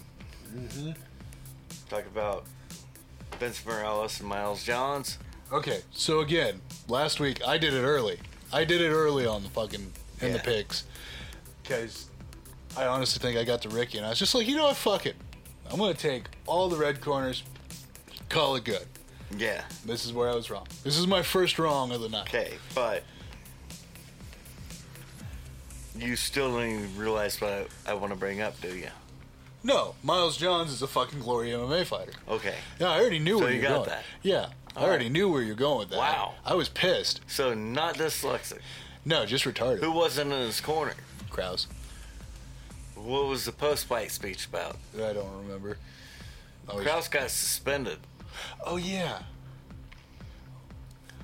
Speaker 3: talk about Vince Morales and Miles Johns.
Speaker 2: Okay. So again, last week I did it early. I did it early on the fucking in the
Speaker 3: Yeah.
Speaker 2: picks. Cause I honestly think I got to Ricky, and I was just like, you know what, fuck it. I'm gonna take all the red corners. Call it good.
Speaker 3: Yeah.
Speaker 2: This is where I was wrong. This is my first wrong of the night.
Speaker 3: Okay, but you still don't even realize what I, I want to bring up, do you?
Speaker 2: No, Miles Johns is a fucking glory MMA fighter.
Speaker 3: Okay.
Speaker 2: Yeah, I already knew
Speaker 3: So
Speaker 2: where
Speaker 3: you
Speaker 2: are
Speaker 3: got
Speaker 2: going.
Speaker 3: that.
Speaker 2: Yeah, I
Speaker 3: All
Speaker 2: already
Speaker 3: right.
Speaker 2: knew where you're going with that.
Speaker 3: Wow.
Speaker 2: I was pissed.
Speaker 3: So not dyslexic.
Speaker 2: No, just retarded.
Speaker 3: Who wasn't in his corner?
Speaker 2: Kraus.
Speaker 3: What was the post-fight speech about?
Speaker 2: I don't remember. Oh, he's-
Speaker 3: Kraus got suspended.
Speaker 2: oh yeah.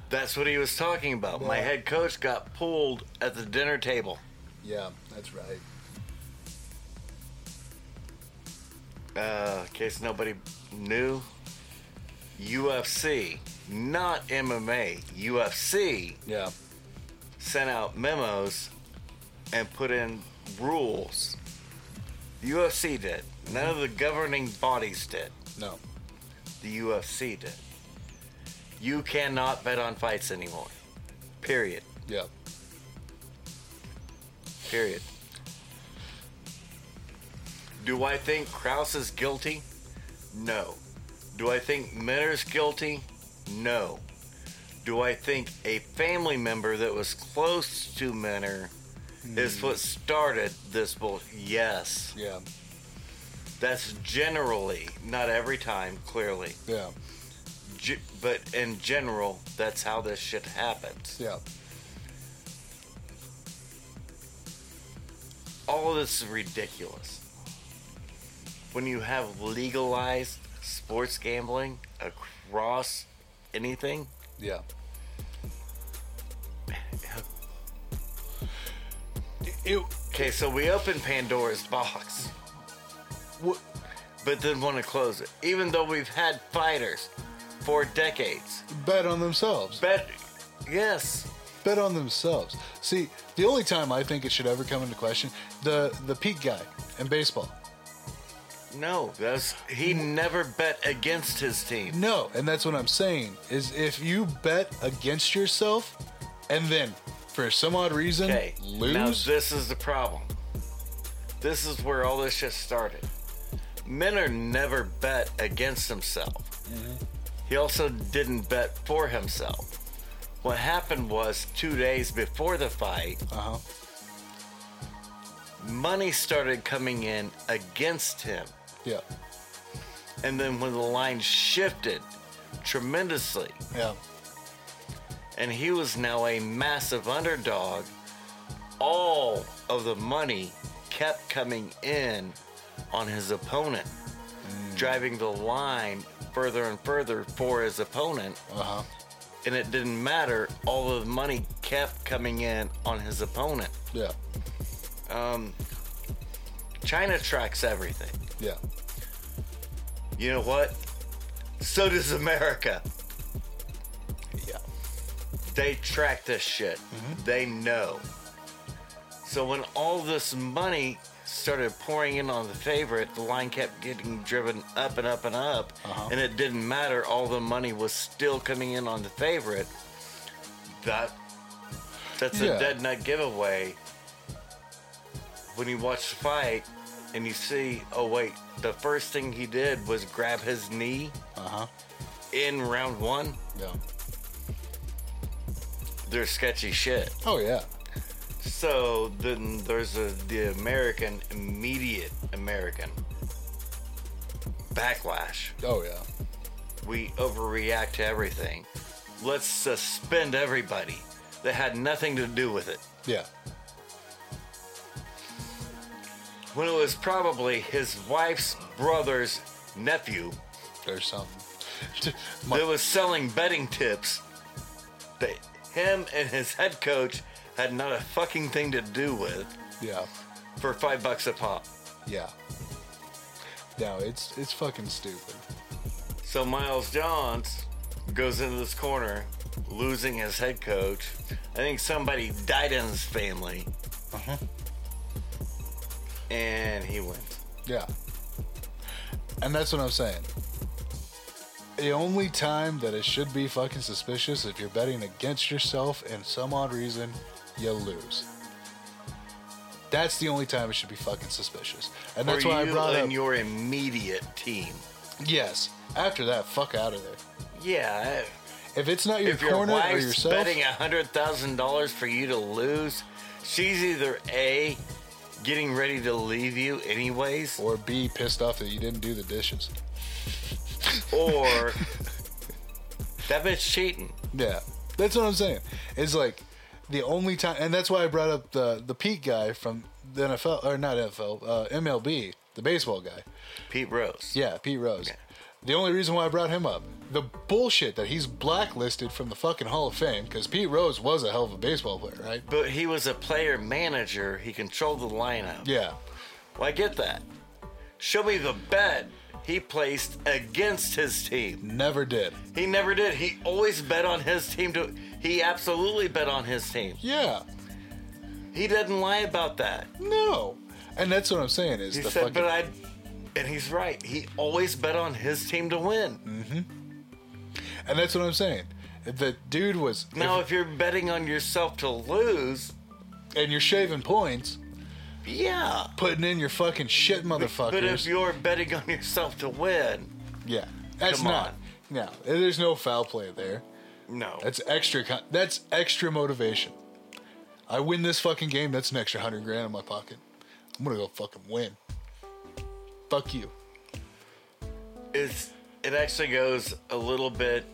Speaker 3: That's what he was talking about. My
Speaker 2: Yeah.
Speaker 3: head coach got pulled at the dinner table.
Speaker 2: Yeah, that's right.
Speaker 3: Uh, in case nobody knew, UFC, not MMA, UFC
Speaker 2: Yeah.
Speaker 3: sent out memos and put in rules. UFC did. None of the governing bodies did.
Speaker 2: No.
Speaker 3: The UFC did. You cannot bet on fights anymore. Period.
Speaker 2: Yeah.
Speaker 3: Period. Do I think Kraus is guilty? No. Do I think Minner's guilty? No. Do I think a family member that was close to Minner is what started this bull? Yes.
Speaker 2: Yeah.
Speaker 3: That's generally, not every time, clearly,
Speaker 2: Yeah.
Speaker 3: Ge- but in general, that's how this shit happens.
Speaker 2: Yeah.
Speaker 3: all of this is ridiculous. When you have legalized sports gambling across anything,
Speaker 2: Yeah. It,
Speaker 3: okay, so we open Pandora's box,
Speaker 2: what,
Speaker 3: but then want to close it, even though we've had fighters for decades.
Speaker 2: bet on themselves.
Speaker 3: Bet, yes,
Speaker 2: bet on themselves. See, the only time I think it should ever come into question, the the peak guy in baseball.
Speaker 3: no, that's he never bet against his team.
Speaker 2: No, and that's what I'm saying is if you bet against yourself, and then for some odd reason
Speaker 3: Okay, now
Speaker 2: lose.
Speaker 3: this is the problem. This is where all this shit started. Minner never bet against himself. He also didn't bet for himself. What happened was two days before the fight,
Speaker 2: uh huh.
Speaker 3: money started coming in against him.
Speaker 2: Yeah.
Speaker 3: And then when the line shifted, tremendously.
Speaker 2: Yeah.
Speaker 3: And he was now a massive underdog. All of the money kept coming in on his opponent, driving the line further and further for his opponent.
Speaker 2: Uh huh.
Speaker 3: And it didn't matter, all of the money kept coming in on his opponent.
Speaker 2: Yeah.
Speaker 3: Um, China tracks everything.
Speaker 2: Yeah.
Speaker 3: You know what? So does America.
Speaker 2: Yeah.
Speaker 3: They track this shit.
Speaker 2: Mm-hmm.
Speaker 3: They know. So when all this money started pouring in on the favorite, the line kept getting driven up and up and up,
Speaker 2: Uh-huh.
Speaker 3: and it didn't matter. All the money was still coming in on the favorite. That that's
Speaker 2: Yeah.
Speaker 3: a dead nut giveaway. When you watch the fight and you see, oh wait, the first thing he did was grab his knee
Speaker 2: Uh huh.
Speaker 3: in round one.
Speaker 2: Yeah.
Speaker 3: They're sketchy shit.
Speaker 2: Oh yeah.
Speaker 3: So then there's a, the American, immediate American backlash.
Speaker 2: Oh yeah.
Speaker 3: We overreact to everything. Let's suspend everybody that had nothing to do with it.
Speaker 2: Yeah.
Speaker 3: When it was probably his wife's brother's nephew
Speaker 2: There's something.
Speaker 3: that was selling betting tips that him and his head coach had not a fucking thing to do with
Speaker 2: yeah.
Speaker 3: for five bucks a pop.
Speaker 2: Yeah. No, it's it's fucking stupid.
Speaker 3: So Miles Johns goes into this corner, losing his head coach. I think somebody died in his family. Mm-hmm. And he wins.
Speaker 2: Yeah. And that's what I'm saying. The only time that it should be fucking suspicious if you're betting against yourself and some odd reason you lose. That's the only time it should be fucking suspicious. And that's
Speaker 3: For
Speaker 2: why
Speaker 3: you
Speaker 2: I brought
Speaker 3: and
Speaker 2: up
Speaker 3: your immediate team.
Speaker 2: Yes. After that, fuck out of there.
Speaker 3: Yeah. I-
Speaker 2: If it's not your
Speaker 3: If your
Speaker 2: corner or
Speaker 3: wife's
Speaker 2: yourself,
Speaker 3: betting hundred thousand dollars for you to lose, she's either a getting ready to leave you anyways,
Speaker 2: or B pissed off that you didn't do the dishes.
Speaker 3: or that bitch cheating.
Speaker 2: Yeah, that's what I'm saying. It's like the only time, and that's why I brought up the the Pete guy from the NFL or not NFL, uh, MLB, the baseball guy.
Speaker 3: Pete Rose.
Speaker 2: Yeah, Pete Rose. The only reason why I brought him up, the bullshit that he's blacklisted from the fucking Hall of Fame, because Pete Rose was a hell of a baseball player, right?
Speaker 3: But he was a player manager. He controlled the lineup.
Speaker 2: Yeah,
Speaker 3: Well, I get that. Show me the bet he placed against his team.
Speaker 2: never did.
Speaker 3: He never did. He always bet on his team. To he absolutely bet on his team.
Speaker 2: Yeah,
Speaker 3: He didn't lie about that.
Speaker 2: no, and that's what I'm saying is
Speaker 3: He
Speaker 2: the
Speaker 3: said,
Speaker 2: fucking
Speaker 3: "But I," and he's right. He always bet on his team to win.
Speaker 2: and that's what I'm saying. The dude was
Speaker 3: Now, if you're betting on yourself to lose,
Speaker 2: and you're shaving points,
Speaker 3: yeah.
Speaker 2: putting in your fucking shit, motherfuckers.
Speaker 3: But if you're betting on yourself to win,
Speaker 2: Yeah, that's
Speaker 3: Come
Speaker 2: not.
Speaker 3: on.
Speaker 2: No, there's no foul play there.
Speaker 3: no.
Speaker 2: That's extra. Con- that's extra motivation. I win this fucking game. That's an extra hundred grand in my pocket. I'm gonna go fucking win. Fuck you.
Speaker 3: it's it actually goes a little bit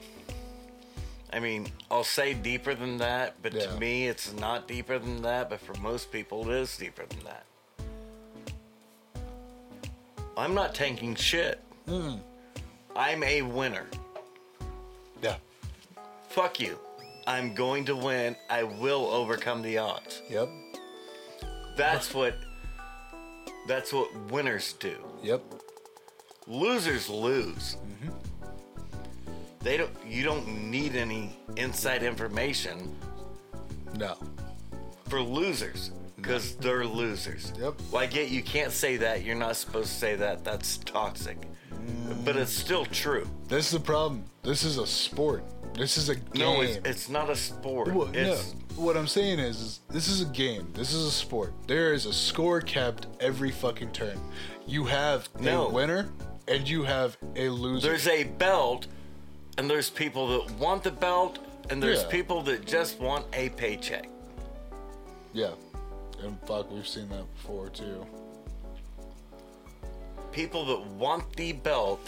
Speaker 3: I mean, I'll say deeper than that, but
Speaker 2: Yeah.
Speaker 3: to me it's not deeper than that, but for most people it is deeper than that. I'm not tanking shit.
Speaker 2: Mm.
Speaker 3: I'm a winner.
Speaker 2: Yeah.
Speaker 3: Fuck you. I'm going to win. I will overcome the odds.
Speaker 2: Yep.
Speaker 3: That's what that's what winners do.
Speaker 2: Yep.
Speaker 3: losers lose.
Speaker 2: Mm-hmm.
Speaker 3: They don't. You don't need any inside information
Speaker 2: No.
Speaker 3: for losers because they're losers.
Speaker 2: Yep.
Speaker 3: Well, I get you can't say that. You're not supposed to say that. That's toxic.
Speaker 2: Mm.
Speaker 3: But it's still true.
Speaker 2: This is the problem. This is a sport. This is a game.
Speaker 3: No, it's, it's not a sport.
Speaker 2: Well,
Speaker 3: it's
Speaker 2: no. What I'm saying is, is, this is a game. This is a sport. There is a score kept every fucking turn. You have
Speaker 3: No.
Speaker 2: a winner and you have a loser.
Speaker 3: there's a belt, and there's people that want the belt, and there's
Speaker 2: Yeah.
Speaker 3: people that just want a paycheck.
Speaker 2: Yeah. And fuck, we've seen that before too.
Speaker 3: People that want the belt,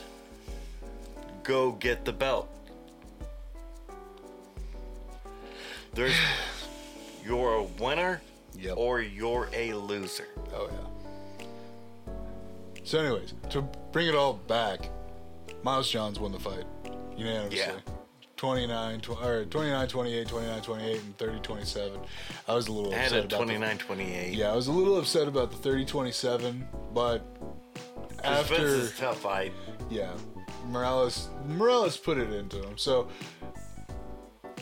Speaker 3: go get the belt. There's you're a winner
Speaker 2: Yep.
Speaker 3: or you're a loser.
Speaker 2: Oh yeah. So, anyways, to bring it all back, Miles Johns won the fight unanimously.
Speaker 3: Yeah.
Speaker 2: 29, tw- or 29, 28, 29, 28, and 30, 27. I was a little
Speaker 3: I
Speaker 2: upset
Speaker 3: had a
Speaker 2: about the-
Speaker 3: 29 28.
Speaker 2: yeah, I was a little upset about the 30, 27, but after
Speaker 3: Spence's tough fight.
Speaker 2: yeah, Morales Morales put it into him. So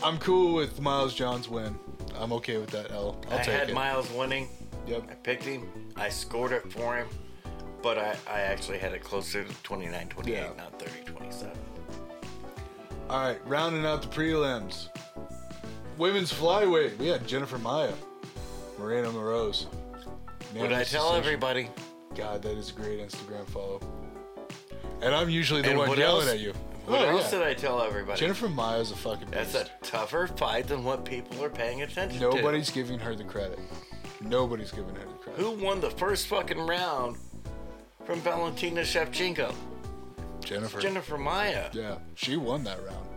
Speaker 2: I'm cool with Miles Johns win. I'm okay with that L. I'll
Speaker 3: I
Speaker 2: take
Speaker 3: had
Speaker 2: it.
Speaker 3: Miles winning. I
Speaker 2: yep.
Speaker 3: picked him. I scored it for him. But I, I actually had it closer to 29 28,
Speaker 2: Yeah.
Speaker 3: not 30 27.
Speaker 2: All right, rounding out the prelims. Women's flyweight. We had Jennifer Maya, Marina Moroz.
Speaker 3: Would I tell everybody?
Speaker 2: God, that is a great Instagram follow. And I'm usually the
Speaker 3: And
Speaker 2: one
Speaker 3: what
Speaker 2: yelling
Speaker 3: else-
Speaker 2: at you.
Speaker 3: What
Speaker 2: Oh,
Speaker 3: else
Speaker 2: yeah.
Speaker 3: did I tell everybody?
Speaker 2: Jennifer Maya's a fucking
Speaker 3: That's
Speaker 2: beast.
Speaker 3: a tougher fight than what people are paying attention to.
Speaker 2: Nobody's giving her the credit. Nobody's giving her the credit.
Speaker 3: Who won the first fucking round from Valentina Shevchenko?
Speaker 2: Jennifer.
Speaker 3: Jennifer Maya.
Speaker 2: Yeah, she won that round.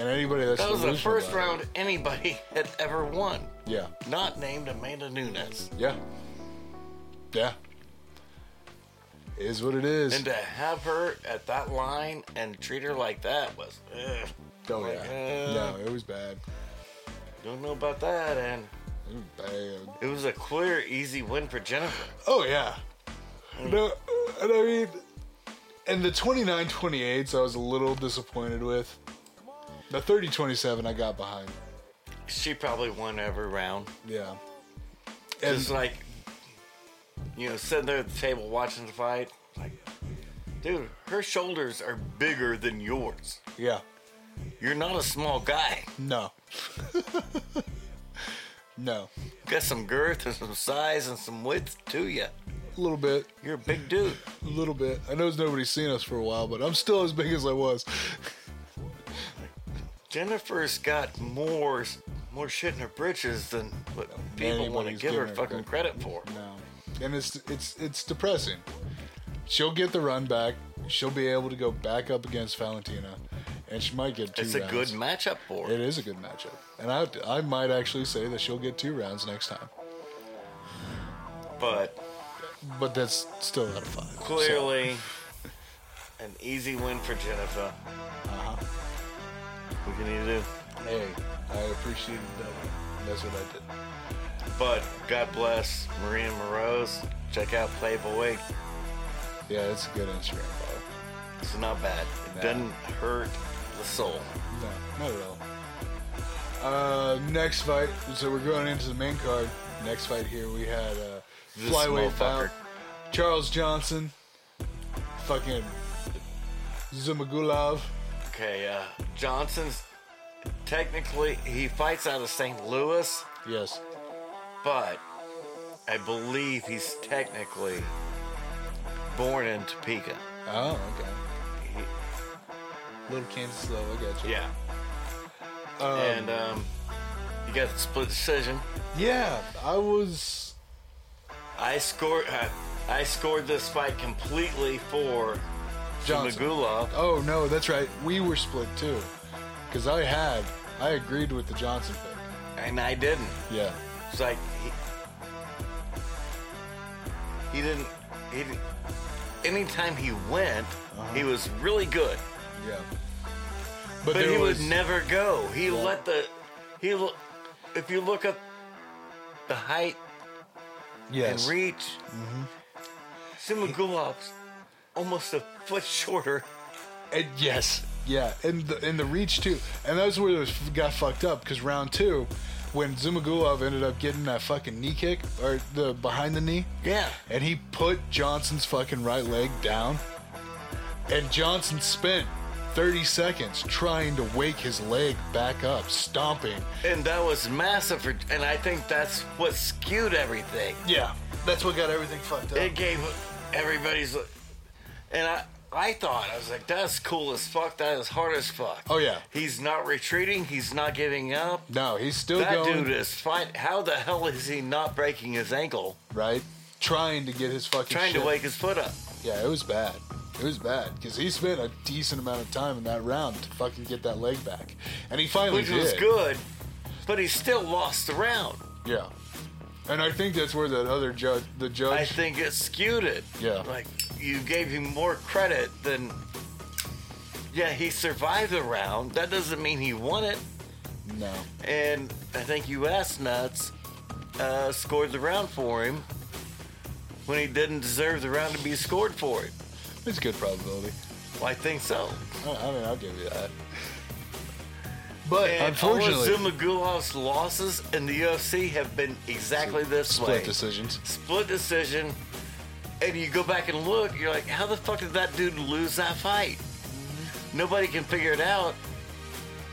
Speaker 2: And anybody that's
Speaker 3: That was the
Speaker 2: delusional
Speaker 3: first
Speaker 2: about
Speaker 3: round anybody had ever won.
Speaker 2: it- Yeah,
Speaker 3: Not named Amanda Nunes.
Speaker 2: yeah, yeah. Is what it is.
Speaker 3: And uh, to have her at that line and treat her like that was, ugh,
Speaker 2: oh
Speaker 3: like,
Speaker 2: yeah,
Speaker 3: uh,
Speaker 2: no, it was bad.
Speaker 3: don't know about that. And
Speaker 2: It was bad.
Speaker 3: it was a clear, easy win for Jennifer.
Speaker 2: Oh yeah.
Speaker 3: Mm.
Speaker 2: No, and I mean, and the 29-28s I was a little disappointed with. The 30-27 I got behind.
Speaker 3: She probably won every round.
Speaker 2: Yeah.
Speaker 3: Just like, you know, sitting there at the table watching the fight. Like, dude, her shoulders are bigger than yours.
Speaker 2: Yeah.
Speaker 3: You're not a small guy.
Speaker 2: No. no.
Speaker 3: Got some girth and some size and some width to you.
Speaker 2: A little bit.
Speaker 3: You're a big dude.
Speaker 2: A little bit. I know nobody's seen us for a while, but I'm still as big as I was.
Speaker 3: Jennifer's got more more shit in her britches than what people want to
Speaker 2: Anybody's
Speaker 3: give her
Speaker 2: giving her
Speaker 3: fucking credit for.
Speaker 2: No. And it's it's it's depressing. She'll get the run back. She'll be able to go back up against Valentina, and she might get two.
Speaker 3: It's a good
Speaker 2: rounds.
Speaker 3: matchup for
Speaker 2: It
Speaker 3: her.
Speaker 2: is a good matchup, and I I might actually say that she'll get two rounds next time.
Speaker 3: But
Speaker 2: But that's still out of five. so-
Speaker 3: clearly, an easy win for Jennifer.
Speaker 2: uh-huh.
Speaker 3: We can either do.
Speaker 2: Hey, I appreciated that. One. That's what I did.
Speaker 3: But God bless Maria Moroz. Check out Playboy.
Speaker 2: Yeah, it's a good Instagram follow.
Speaker 3: It's not bad. It
Speaker 2: Nah.
Speaker 3: doesn't hurt the soul.
Speaker 2: No, not at all. Uh, next fight. So we're going into the main card. Next fight here, we had uh,
Speaker 3: This
Speaker 2: flyweight bout.
Speaker 3: motherfucker.
Speaker 2: Charles Johnson, fucking Zumagulov.
Speaker 3: Okay, uh, Johnson's technically he fights out of St. Louis,
Speaker 2: Yes,
Speaker 3: but I believe he's technically born in Topeka.
Speaker 2: Oh, okay.
Speaker 3: He-
Speaker 2: Little Kansas love, I got you.
Speaker 3: yeah,
Speaker 2: Um,
Speaker 3: and um, you got the split decision.
Speaker 2: yeah, I was.
Speaker 3: I scored. Uh, I scored this fight completely for
Speaker 2: Johnson.
Speaker 3: Magula.
Speaker 2: Oh no, that's right. We were split too, because I had I agreed with the Johnson pick.
Speaker 3: and I didn't.
Speaker 2: Yeah.
Speaker 3: It's like he, he didn't. He didn't. Anytime he went,
Speaker 2: Uh-huh.
Speaker 3: he was really good,
Speaker 2: Yeah.
Speaker 3: but,
Speaker 2: there
Speaker 3: he
Speaker 2: was
Speaker 3: would never go. He let the he. lo- If you look up the height
Speaker 2: Yes. Mm-hmm.
Speaker 3: and reach, Simagulov's almost a foot shorter.
Speaker 2: And yes. Yeah, and the and the reach too, and that's where it was, got fucked up because round two, when Zumagulov ended up getting that fucking knee kick or the behind the knee,
Speaker 3: Yeah,
Speaker 2: and he put Johnson's fucking right leg down. And Johnson spent 30 seconds trying to wake his leg back up, stomping.
Speaker 3: and that was massive. For, and I think that's what skewed everything.
Speaker 2: Yeah, that's what got everything fucked up.
Speaker 3: it gave everybody's and i i thought i was like that's cool as fuck that is hard as fuck
Speaker 2: Oh, yeah.
Speaker 3: he's not retreating he's not giving up
Speaker 2: no, he's still
Speaker 3: that
Speaker 2: going
Speaker 3: dude is fight how the hell is he not breaking his ankle
Speaker 2: right, trying to get his fucking
Speaker 3: trying
Speaker 2: shit.
Speaker 3: to wake his foot up
Speaker 2: Yeah, it was bad. It was bad because he spent a decent amount of time in that round to fucking get that leg back, and he finally
Speaker 3: which
Speaker 2: did.
Speaker 3: was good but he still lost the round.
Speaker 2: Yeah. And I think that's where that other judge, the judge,
Speaker 3: I think it skewed it.
Speaker 2: Yeah.
Speaker 3: Like you gave him more credit than. Yeah, he survived the round. That doesn't mean he won it.
Speaker 2: no,
Speaker 3: And I think you ass nuts uh, scored the round for him when he didn't deserve the round to be scored for him.
Speaker 2: it's a good probability.
Speaker 3: Well, I think so.
Speaker 2: I, I mean, I'll give you that. But
Speaker 3: And
Speaker 2: unfortunately,
Speaker 3: Zuma Gulov's losses in the UFC have been exactly this way.
Speaker 2: split decisions.
Speaker 3: split decision, and you go back and look, you're like, how the fuck did that dude lose that fight? Nobody can figure it out,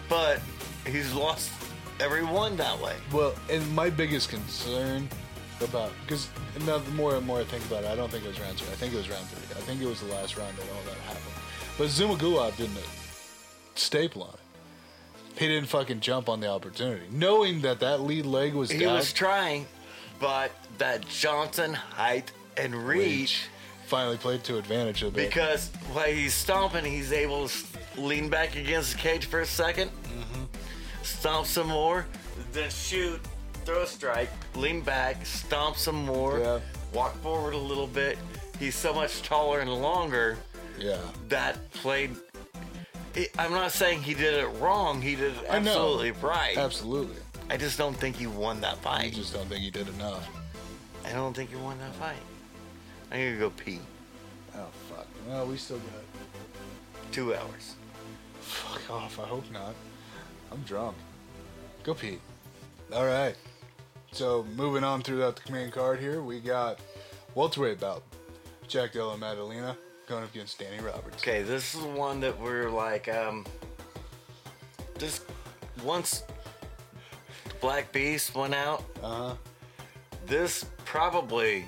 Speaker 3: but he's lost every one that way.
Speaker 2: Well, and my biggest concern about because now the more and more I think about it, I don't think it was round two. I think it was round three. I think it was the last round that all that happened. But Zumagulov didn't staple on it. He didn't fucking jump on the opportunity, knowing that that lead leg was
Speaker 3: He
Speaker 2: down.
Speaker 3: was trying, but that Johnson height and reach,
Speaker 2: reach finally played to advantage of it.
Speaker 3: because while he's stomping, he's able to s- lean back against the cage for a 2nd
Speaker 2: Mm-hmm.
Speaker 3: stomp some more, then shoot, throw a strike, lean back, stomp some more,
Speaker 2: Yeah.
Speaker 3: walk forward a little bit. He's so much taller and longer
Speaker 2: yeah.
Speaker 3: that played. I- I'm not saying he did it wrong. He did it
Speaker 2: I know.
Speaker 3: absolutely right.
Speaker 2: Absolutely.
Speaker 3: I just don't think he won that
Speaker 2: I
Speaker 3: fight.
Speaker 2: just don't think he did enough.
Speaker 3: I don't think he won that fight. I need to go pee.
Speaker 2: Oh fuck. Well, we still got
Speaker 3: Two hours.
Speaker 2: fuck off. I hope not. I'm drunk. Go pee. All right. So moving on throughout the command card here, we got welterweight bout. Jack Della Maddalena going up against Danny Roberts.
Speaker 3: Okay, this is one that we're like, um, just once Black Beast went out,
Speaker 2: Uh huh.
Speaker 3: this probably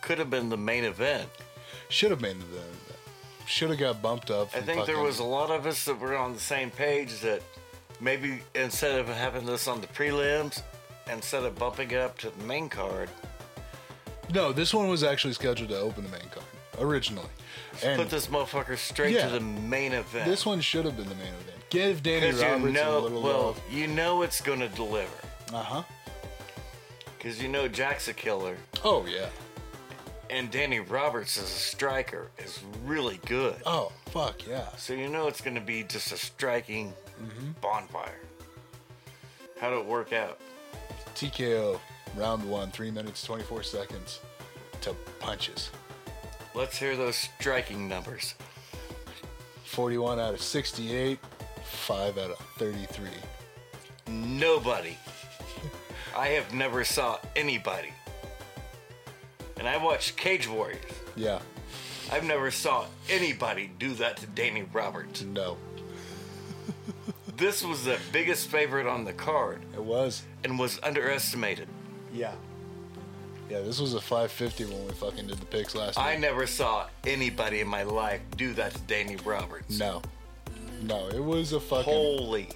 Speaker 3: could have been the main event.
Speaker 2: Should have made the. Should have got bumped up.
Speaker 3: I
Speaker 2: from
Speaker 3: think there
Speaker 2: fucking-
Speaker 3: was a lot of us that were on the same page that maybe instead of having this on the prelims, instead of bumping it up to the main card,
Speaker 2: No, this one was actually scheduled to open the main card originally. And
Speaker 3: put this motherfucker straight
Speaker 2: Yeah.
Speaker 3: to the main event.
Speaker 2: This one should have been the main event. Give Danny
Speaker 3: because you
Speaker 2: Roberts
Speaker 3: know,
Speaker 2: a little
Speaker 3: well,
Speaker 2: love.
Speaker 3: you know it's gonna deliver
Speaker 2: Uh huh.
Speaker 3: because you know Jack's a killer.
Speaker 2: Oh yeah.
Speaker 3: and Danny Roberts as a striker is really good.
Speaker 2: Oh fuck yeah.
Speaker 3: So you know it's going to be just a striking
Speaker 2: Mm-hmm.
Speaker 3: bonfire. How'd it work out?
Speaker 2: TKO round one, three minutes twenty four seconds to punches.
Speaker 3: Let's hear those striking numbers.
Speaker 2: Forty one out of sixty eight, five out of thirty three.
Speaker 3: Nobody. I have never saw anybody. And I watched Cage Warriors.
Speaker 2: Yeah.
Speaker 3: I've never saw anybody do that to Danny Roberts.
Speaker 2: No.
Speaker 3: This was the biggest favorite on the card
Speaker 2: It was.
Speaker 3: and was underestimated.
Speaker 2: Yeah. Yeah, this was a 550 when we fucking did the picks last
Speaker 3: I
Speaker 2: night.
Speaker 3: never saw anybody in my life do that to Danny Roberts.
Speaker 2: No. No, it was a fucking.
Speaker 3: Holy.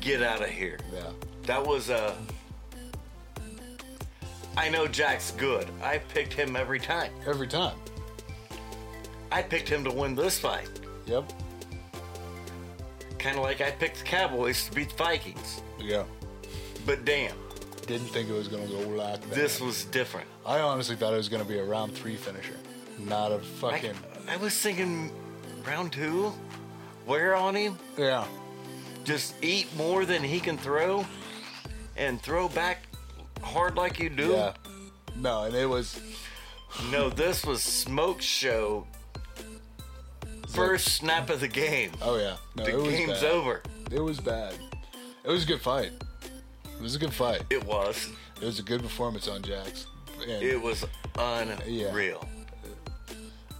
Speaker 3: Get out of here.
Speaker 2: Yeah.
Speaker 3: That was a. I know Jack's good. I picked him every time.
Speaker 2: Every time.
Speaker 3: I picked him to win this fight.
Speaker 2: Yep.
Speaker 3: Kind of like I picked the Cowboys to beat the Vikings.
Speaker 2: Yeah.
Speaker 3: But damn,
Speaker 2: Didn't think it was gonna go like that.
Speaker 3: this was different.
Speaker 2: I honestly thought it was going to be a round three finisher, not a
Speaker 3: I,
Speaker 2: fucking
Speaker 3: I was thinking round two, wear on him,
Speaker 2: yeah.
Speaker 3: just eat more than he can throw, and throw back hard like you do.
Speaker 2: Yeah, no, and it was
Speaker 3: No, this was smoke show. First snap of the game.
Speaker 2: oh yeah, no,
Speaker 3: the
Speaker 2: it was
Speaker 3: game's
Speaker 2: bad.
Speaker 3: over.
Speaker 2: It was bad. It was a good fight. It was a good fight.
Speaker 3: It was.
Speaker 2: It was a good performance on Jax, and,
Speaker 3: It was unreal.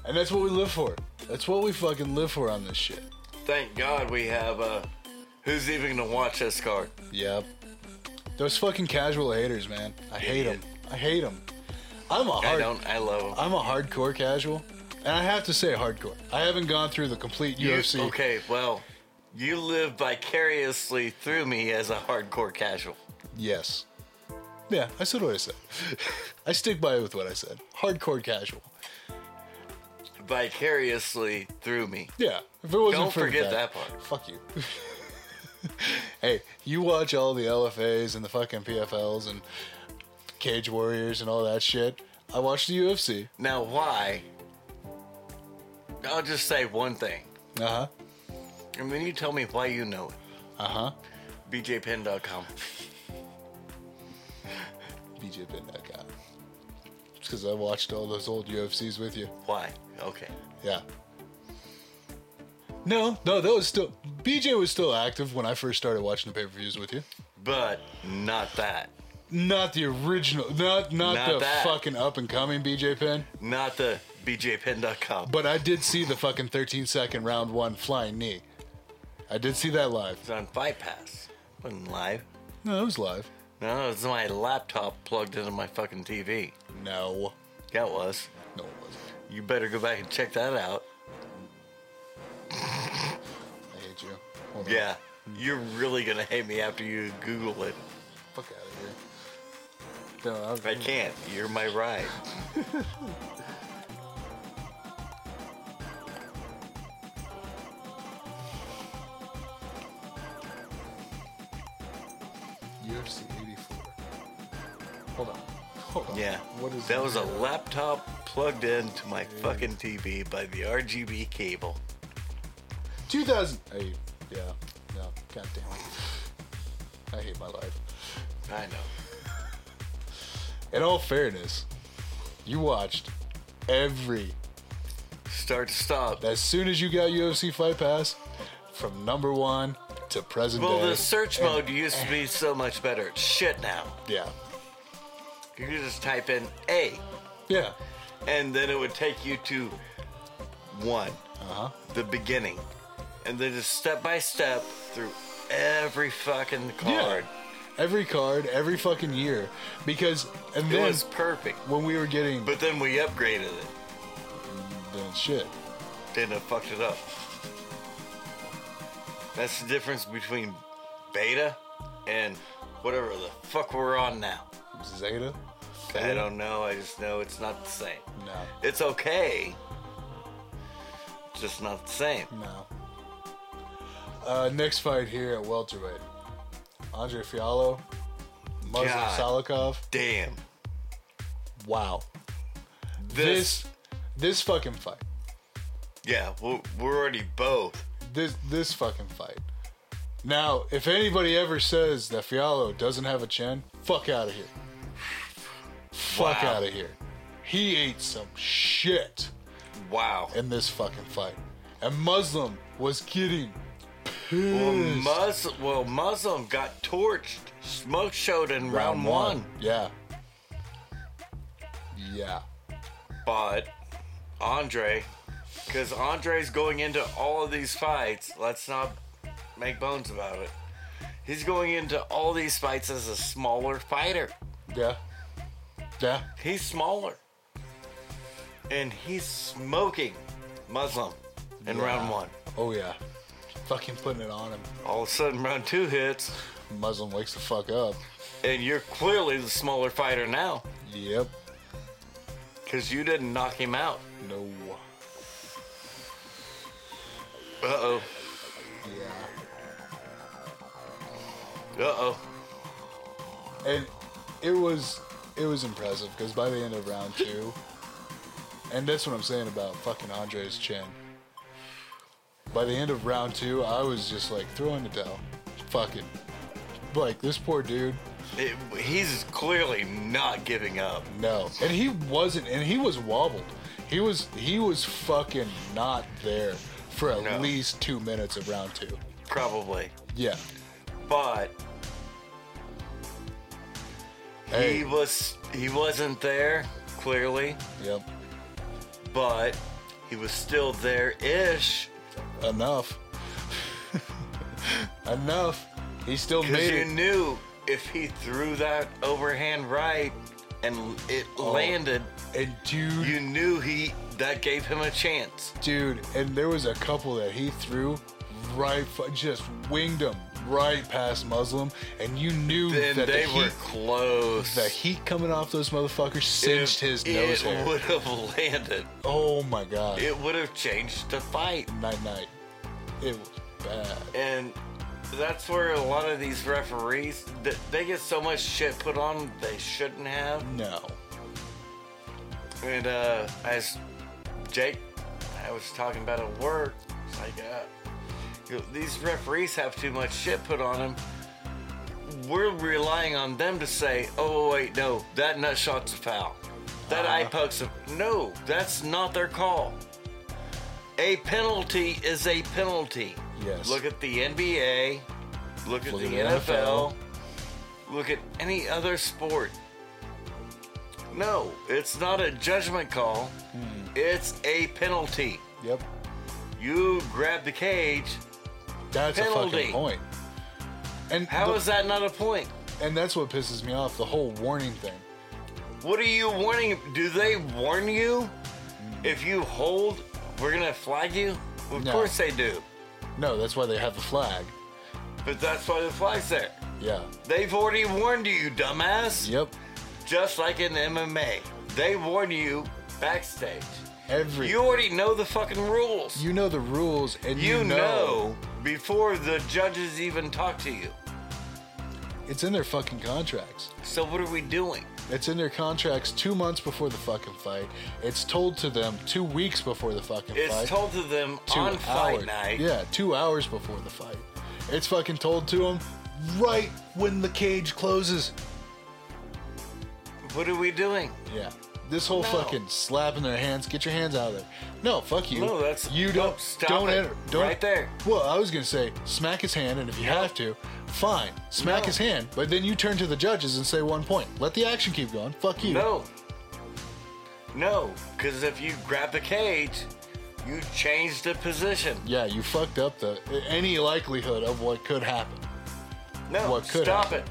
Speaker 2: and that's what we live for. That's what we fucking live for on this shit.
Speaker 3: Thank God we have uh who's even gonna watch this card?
Speaker 2: Yep. Those fucking casual haters, man. I hate them. I hate them. I'm a
Speaker 3: I
Speaker 2: hard.
Speaker 3: don't I love him.
Speaker 2: I'm a hardcore casual, and I have to say hardcore. I haven't gone through the complete UFC.
Speaker 3: Okay, well, you live vicariously through me as a hardcore casual.
Speaker 2: Yes. Yeah, I said what I said. I stick by with what I said. Hardcore casual.
Speaker 3: Vicariously through me.
Speaker 2: Yeah. If it wasn't
Speaker 3: Don't
Speaker 2: for
Speaker 3: forget
Speaker 2: that,
Speaker 3: that part.
Speaker 2: Fuck you. hey, you watch all the LFAs and the fucking PFLs and Cage Warriors and all that shit. I watch the UFC.
Speaker 3: Now, why? I'll just say one thing.
Speaker 2: Uh huh.
Speaker 3: And then you tell me why you know it.
Speaker 2: Uh huh.
Speaker 3: BJPen.com.
Speaker 2: BJ been that guy. It's because I watched all those old UFCs with you.
Speaker 3: Why? Okay.
Speaker 2: Yeah. No, no, that was still BJ was still active when I first started watching the pay per views with you.
Speaker 3: But not that.
Speaker 2: Not the original, not not,
Speaker 3: Not
Speaker 2: the
Speaker 3: that.
Speaker 2: fucking up and coming BJ Penn.
Speaker 3: Not the BJPen.com.
Speaker 2: But I did see the fucking 13 second round one flying knee. I did see that live.
Speaker 3: It's on bypass. Wasn't live.
Speaker 2: No, it was live.
Speaker 3: No, it's my laptop plugged into my fucking TV.
Speaker 2: No,
Speaker 3: Yeah, it was.
Speaker 2: no, it wasn't.
Speaker 3: You better go back and check that out.
Speaker 2: I hate you. Hold on.
Speaker 3: Yeah. You're really gonna hate me after you Google it.
Speaker 2: fuck out of here. No, I-
Speaker 3: I can't. You're my ride.
Speaker 2: UFC 84. Hold on. Hold on.
Speaker 3: Yeah.
Speaker 2: What is
Speaker 3: that was a laptop plugged into my fucking TV by the RGB cable.
Speaker 2: 2000. Hey, yeah. No. God damn it. I hate my life.
Speaker 3: I know.
Speaker 2: In all fairness, you watched every.
Speaker 3: Start to stop.
Speaker 2: As soon as you got UFC Fight Pass, from number one to present
Speaker 3: Well,
Speaker 2: day.
Speaker 3: the search mode used to be so much better. It's shit now.
Speaker 2: Yeah.
Speaker 3: You could just type in A,
Speaker 2: Yeah.
Speaker 3: and then it would take you to one,
Speaker 2: Uh huh.
Speaker 3: the beginning, and then just step by step through every fucking card.
Speaker 2: Every card, every fucking year. Because, and
Speaker 3: It
Speaker 2: then
Speaker 3: was perfect.
Speaker 2: when we were getting.
Speaker 3: But then we upgraded it,
Speaker 2: then shit.
Speaker 3: then it fucked it up. That's the difference between beta and whatever the fuck we're on now.
Speaker 2: Zeta?
Speaker 3: I don't know. I just know it's not the same.
Speaker 2: No.
Speaker 3: It's okay. Just not the same.
Speaker 2: No. Uh, next fight here at welterweight: Andre Fiallo, Muslim
Speaker 3: God.
Speaker 2: Salikov.
Speaker 3: Damn.
Speaker 2: Wow.
Speaker 3: This,
Speaker 2: This, this fucking fight.
Speaker 3: yeah, we're, we're already both.
Speaker 2: This this fucking fight. Now, if anybody ever says that Fiallo doesn't have a chin, fuck out of here. Fuck
Speaker 3: Wow.
Speaker 2: out of here. He ate some shit
Speaker 3: Wow.
Speaker 2: in this fucking fight, and Muslim was getting pissed.
Speaker 3: Well, Muslim, well, Muslim got torched, smoke showed in round, one.
Speaker 2: Yeah. Yeah.
Speaker 3: but Andre, because Andre's going into all of these fights. Let's not make bones about it. He's going into all these fights as a smaller fighter.
Speaker 2: Yeah. Yeah.
Speaker 3: He's smaller, and he's smoking Muslim in round one.
Speaker 2: Oh yeah. Fucking putting it on him.
Speaker 3: All of a sudden, round two hits,
Speaker 2: Muslim wakes the fuck up.
Speaker 3: and you're clearly the smaller fighter now
Speaker 2: Yep.
Speaker 3: because you didn't knock him out.
Speaker 2: No.
Speaker 3: Uh oh.
Speaker 2: Yeah.
Speaker 3: Uh oh.
Speaker 2: And it was it was impressive because by the end of round two, and that's what I'm saying about fucking Andre's chin. By the end of round two, I was just like throwing the towel. Fuck it. Like this poor dude.
Speaker 3: It- He's clearly not giving up.
Speaker 2: No, and he wasn't, and he was wobbled. He was he was fucking not there for at
Speaker 3: No.
Speaker 2: least two minutes of round two.
Speaker 3: Probably.
Speaker 2: Yeah,
Speaker 3: but
Speaker 2: Hey.
Speaker 3: he was he wasn't there clearly,
Speaker 2: yep,
Speaker 3: but he was still there ish
Speaker 2: enough, enough. He still
Speaker 3: because
Speaker 2: made
Speaker 3: you
Speaker 2: it.
Speaker 3: knew if he threw that overhand right and it
Speaker 2: Oh.
Speaker 3: landed,
Speaker 2: and dude,
Speaker 3: you knew he that gave him a chance.
Speaker 2: dude, and there was a couple that he threw right, fu- just winged him right past Muslim, and you knew
Speaker 3: Then
Speaker 2: that
Speaker 3: they
Speaker 2: the
Speaker 3: were
Speaker 2: heat,
Speaker 3: close.
Speaker 2: the heat coming off those motherfuckers singed
Speaker 3: If
Speaker 2: his nose
Speaker 3: It
Speaker 2: hair.
Speaker 3: would have landed.
Speaker 2: oh my god,
Speaker 3: It would have changed the fight.
Speaker 2: night night. It was bad.
Speaker 3: And that's where a lot of these referees th- they get so much shit put on them they shouldn't have.
Speaker 2: No.
Speaker 3: And uh, as Jake, I was talking about at work, it's like uh, you know, these referees have too much shit put on them. We're relying on them to say, "Oh wait, no, that nut shot's a foul. That eye poke's a no. That's not their call. A penalty is a penalty.
Speaker 2: Yes.
Speaker 3: Look at the NBA. Look at
Speaker 2: Look
Speaker 3: the
Speaker 2: at the
Speaker 3: NFL.
Speaker 2: NFL.
Speaker 3: Look at any other sport. No, it's not a judgment call.
Speaker 2: Hmm.
Speaker 3: It's a penalty.
Speaker 2: Yep.
Speaker 3: You grab the cage.
Speaker 2: That's a
Speaker 3: Penalty.
Speaker 2: fucking point. And
Speaker 3: How is
Speaker 2: the-
Speaker 3: that not a point?
Speaker 2: and that's what pisses me off the whole warning thing.
Speaker 3: What are you warning? Do they warn you? If you hold, we're going to flag you? Of
Speaker 2: Hmm. No.
Speaker 3: course they do.
Speaker 2: No, that's why they have the flag.
Speaker 3: But that's why the flag's there.
Speaker 2: Yeah.
Speaker 3: They've already warned you, dumbass.
Speaker 2: Yep.
Speaker 3: Just like in MMA, they warn you backstage.
Speaker 2: Every
Speaker 3: You already know the fucking rules.
Speaker 2: you know the rules and you,
Speaker 3: you know before the judges even talk to you.
Speaker 2: it's in their fucking contracts.
Speaker 3: So what are we doing?
Speaker 2: It's in their contracts two months before the fucking fight. It's told to them two weeks before the fucking
Speaker 3: It's
Speaker 2: fight.
Speaker 3: told to them
Speaker 2: two
Speaker 3: on
Speaker 2: hours.
Speaker 3: fight night.
Speaker 2: Yeah, two hours before the fight. It's fucking told to them right when the cage closes.
Speaker 3: What are we doing?
Speaker 2: Yeah. This whole
Speaker 3: No.
Speaker 2: fucking slapping their hands. Get your hands out of there. No, fuck you.
Speaker 3: No, that's-
Speaker 2: you
Speaker 3: no,
Speaker 2: don't
Speaker 3: stop
Speaker 2: don't
Speaker 3: it.
Speaker 2: enter. Don't
Speaker 3: Right there.
Speaker 2: Well, I was gonna say smack his hand, and if you have to, fine, smack
Speaker 3: No.
Speaker 2: his hand. But then you turn to the judges and say one point. Let the action keep going. Fuck you.
Speaker 3: No. No, because if you grab the cage, you change the position.
Speaker 2: Yeah, you fucked up the any likelihood of what could happen.
Speaker 3: No,
Speaker 2: What could
Speaker 3: stop
Speaker 2: happen?
Speaker 3: it.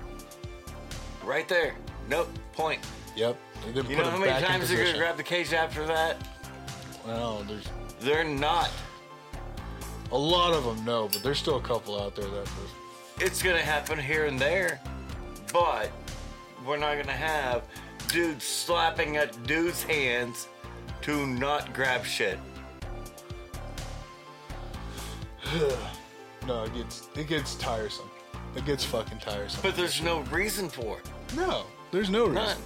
Speaker 3: Right there. Nope. Point.
Speaker 2: Yep. And then
Speaker 3: You
Speaker 2: put him
Speaker 3: know how many
Speaker 2: back in
Speaker 3: times they're gonna
Speaker 2: position.
Speaker 3: grab the cage after that?
Speaker 2: Well, there's
Speaker 3: They're not.
Speaker 2: a lot of them. No, but there's still a couple out there that. Just,
Speaker 3: It's gonna happen here and there, but we're not gonna have dudes slapping at dudes' hands to not grab shit.
Speaker 2: no, it gets it gets tiresome. It gets fucking tiresome.
Speaker 3: But there's no reason for it.
Speaker 2: no, there's no reason.
Speaker 3: None.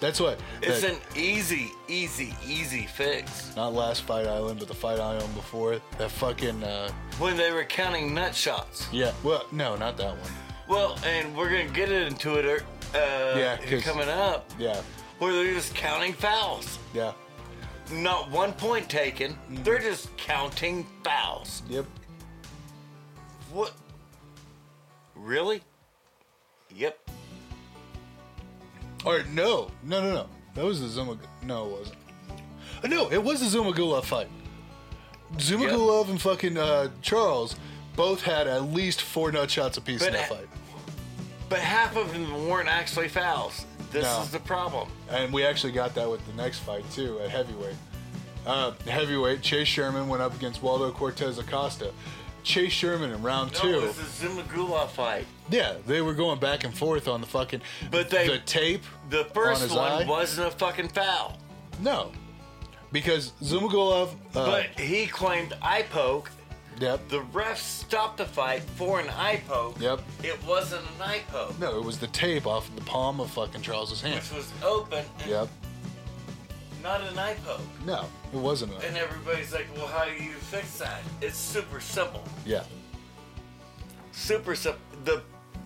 Speaker 2: That's what.
Speaker 3: It's
Speaker 2: that-
Speaker 3: an easy, easy, easy fix.
Speaker 2: not last fight island, but the fight island before it, that fucking uh,
Speaker 3: When they were counting nut shots.
Speaker 2: yeah. Well, no, not that one.
Speaker 3: Well, and we're gonna get into it. er- Uh,
Speaker 2: Yeah, 'cause-
Speaker 3: coming up,
Speaker 2: Yeah,
Speaker 3: where they're just counting fouls.
Speaker 2: yeah,
Speaker 3: Not one point taken.
Speaker 2: Mm-hmm.
Speaker 3: They're just counting fouls.
Speaker 2: yep.
Speaker 3: What? Really? Yep.
Speaker 2: Or no, no, no, no. That was the Zuma. No, it wasn't. Uh, No, it was the Zumagulov fight. Zumagulov and fucking uh, Charles both had at least four nut shots apiece in
Speaker 3: But
Speaker 2: that
Speaker 3: a-
Speaker 2: fight,
Speaker 3: But half of them weren't actually fouls. This
Speaker 2: No.
Speaker 3: is the problem.
Speaker 2: and we actually got that with the next fight too at heavyweight. Uh, heavyweight, Chase Sherman went up against Waldo Cortez Acosta. Chase Sherman in round two.
Speaker 3: No, it's a Zimagula fight.
Speaker 2: Yeah, they were going back and forth on the fucking.
Speaker 3: But they-
Speaker 2: the tape.
Speaker 3: The
Speaker 2: his
Speaker 3: first one
Speaker 2: eye?
Speaker 3: wasn't a fucking foul.
Speaker 2: No, because Zumagulov. Uh,
Speaker 3: but he claimed eye poke.
Speaker 2: yep,
Speaker 3: The ref stopped the fight for an eye poke.
Speaker 2: Yep.
Speaker 3: It wasn't an eye poke,
Speaker 2: no, it was the tape off the palm of fucking Charles's hand.
Speaker 3: which was open and
Speaker 2: Yep,
Speaker 3: not an eye poke.
Speaker 2: no, it wasn't. A,
Speaker 3: And everybody's like, well, how do you fix that? It's super simple.
Speaker 2: yeah,
Speaker 3: Super simple. The,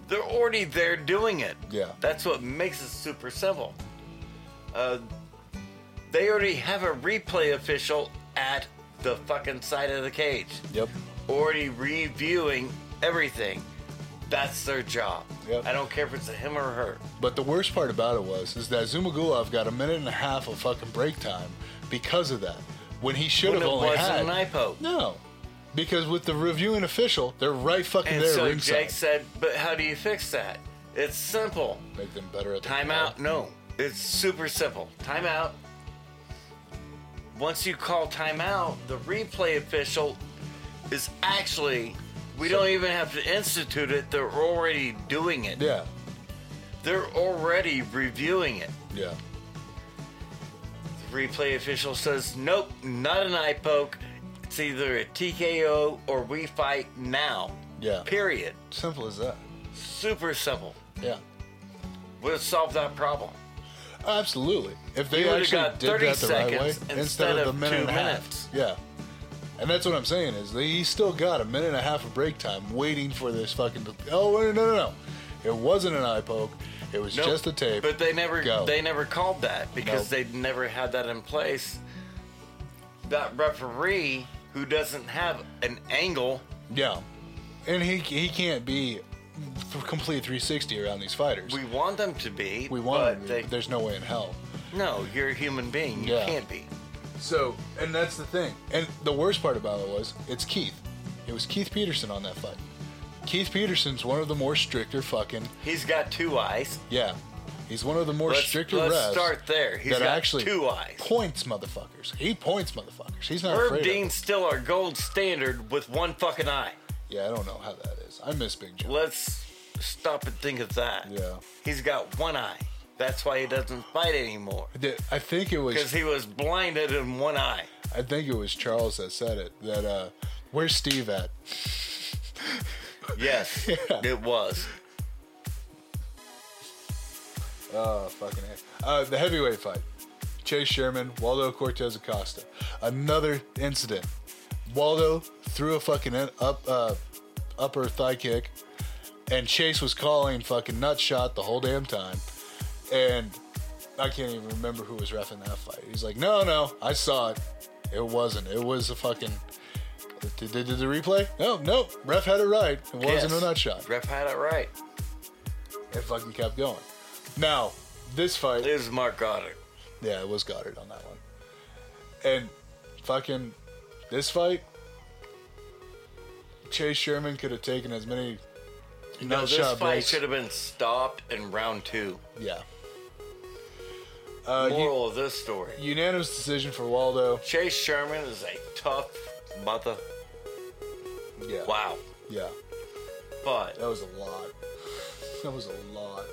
Speaker 3: they're already there doing it.
Speaker 2: Yeah.
Speaker 3: That's what makes it super simple. Uh, they already have a replay official at the fucking side of the cage.
Speaker 2: yep,
Speaker 3: already reviewing everything. That's their job.
Speaker 2: Yep.
Speaker 3: I don't care if it's him or her.
Speaker 2: But the worst part about it was is that Zumagulov got a minute and a half of fucking break time because of that. When he should
Speaker 3: When
Speaker 2: have
Speaker 3: it
Speaker 2: only
Speaker 3: wasn't
Speaker 2: had
Speaker 3: an eye poke.
Speaker 2: no, because with the reviewing official, they're right fucking
Speaker 3: And
Speaker 2: there
Speaker 3: so
Speaker 2: ringside.
Speaker 3: Jake said, "But how do you fix that? It's simple.
Speaker 2: Make them better at the
Speaker 3: Timeout. No, it's super simple. Timeout. Once you call timeout, the replay official is actually. We don't even have to institute it. They're already doing it.
Speaker 2: Yeah,
Speaker 3: They're already reviewing it.
Speaker 2: yeah,
Speaker 3: Replay official says, nope, not an eye poke. It's either a TKO or we fight now.
Speaker 2: Yeah.
Speaker 3: Period.
Speaker 2: Simple as that.
Speaker 3: Super simple.
Speaker 2: Yeah.
Speaker 3: We'll solve that problem.
Speaker 2: Absolutely. If they
Speaker 3: You would've
Speaker 2: actually
Speaker 3: got
Speaker 2: did
Speaker 3: 30
Speaker 2: that the right way
Speaker 3: seconds instead of two
Speaker 2: and a half.
Speaker 3: minutes.
Speaker 2: Yeah. And that's what I'm saying is that he's still got a minute and a half of break time waiting for this fucking. Oh wait, no no no, it wasn't an eye poke. It was
Speaker 3: Nope.
Speaker 2: just a tape.
Speaker 3: But they never
Speaker 2: Go.
Speaker 3: they never called that because
Speaker 2: Nope.
Speaker 3: they never had that in place. That referee who doesn't have an angle
Speaker 2: yeah, and he he can't be th- complete 360 around these fighters.
Speaker 3: we want them to be.
Speaker 2: we want him
Speaker 3: but
Speaker 2: to,
Speaker 3: they,
Speaker 2: but there's no way in hell.
Speaker 3: No, you're a human being. You
Speaker 2: Yeah.
Speaker 3: can't be.
Speaker 2: So, and that's the thing. And the worst part about it was, it's Keith. It was Keith Peterson on that fight. Keith Peterson's one of the more stricter fucking.
Speaker 3: He's got two eyes.
Speaker 2: Yeah, he's one of the more
Speaker 3: Let's,
Speaker 2: stricter
Speaker 3: let's
Speaker 2: refs
Speaker 3: start there. He's
Speaker 2: that
Speaker 3: got
Speaker 2: actually
Speaker 3: two eyes.
Speaker 2: points motherfuckers. He points motherfuckers. He's not
Speaker 3: Herb
Speaker 2: afraid. of
Speaker 3: Dean's still our gold standard with one fucking eye.
Speaker 2: it. Yeah, I don't know how that is. I miss Big John.
Speaker 3: Let's stop and think of that.
Speaker 2: Yeah.
Speaker 3: He's got one eye. That's why he doesn't fight anymore.
Speaker 2: Th- I think it
Speaker 3: Because
Speaker 2: was.
Speaker 3: he was blinded in one eye.
Speaker 2: I think it was Charles that said it. That uh, where's Steve at?
Speaker 3: Yes, it was.
Speaker 2: Oh, fucking A. Uh, the heavyweight fight. Chase Sherman, Waldo Cortez Acosta. Another incident. Waldo threw a fucking in- up uh, upper thigh kick, and Chase was calling fucking nut shot the whole damn time. And I can't even remember who was refing that fight. He's like, no, no, I saw it. It wasn't. It was a fucking. Did, did, did the replay? No, no. Ref had it right. It wasn't
Speaker 3: Yes.
Speaker 2: a nut shot.
Speaker 3: Ref had it right.
Speaker 2: It fucking kept going. Now, this fight.
Speaker 3: It was Mark Goddard.
Speaker 2: Yeah, it was Goddard on that one. And fucking this fight, Chase Sherman could have taken as many
Speaker 3: No,
Speaker 2: nut
Speaker 3: this
Speaker 2: shot
Speaker 3: fight
Speaker 2: breaks.
Speaker 3: should have been stopped in round two.
Speaker 2: Yeah. Uh, u-
Speaker 3: Moral of this story.
Speaker 2: unanimous decision for Waldo.
Speaker 3: Chase Sherman is a tough mother.
Speaker 2: Yeah.
Speaker 3: Wow.
Speaker 2: Yeah.
Speaker 3: But
Speaker 2: That was a lot. That was a lot.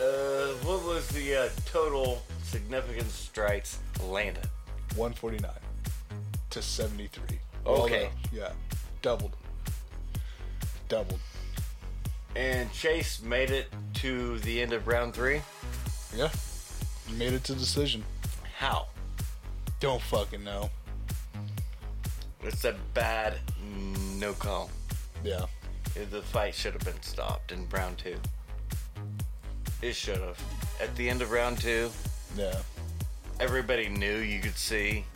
Speaker 3: uh, what was the uh, total significant strikes landed?
Speaker 2: 149 to 73.
Speaker 3: Okay.
Speaker 2: Yeah. Doubled. Doubled.
Speaker 3: And Chase made it to the end of round three.
Speaker 2: Yeah. Made it to decision.
Speaker 3: How?
Speaker 2: Don't fucking know.
Speaker 3: It's a bad no call.
Speaker 2: Yeah.
Speaker 3: The fight should have been stopped in round two. It should have. At the end of round two,
Speaker 2: Yeah.
Speaker 3: everybody knew you could see.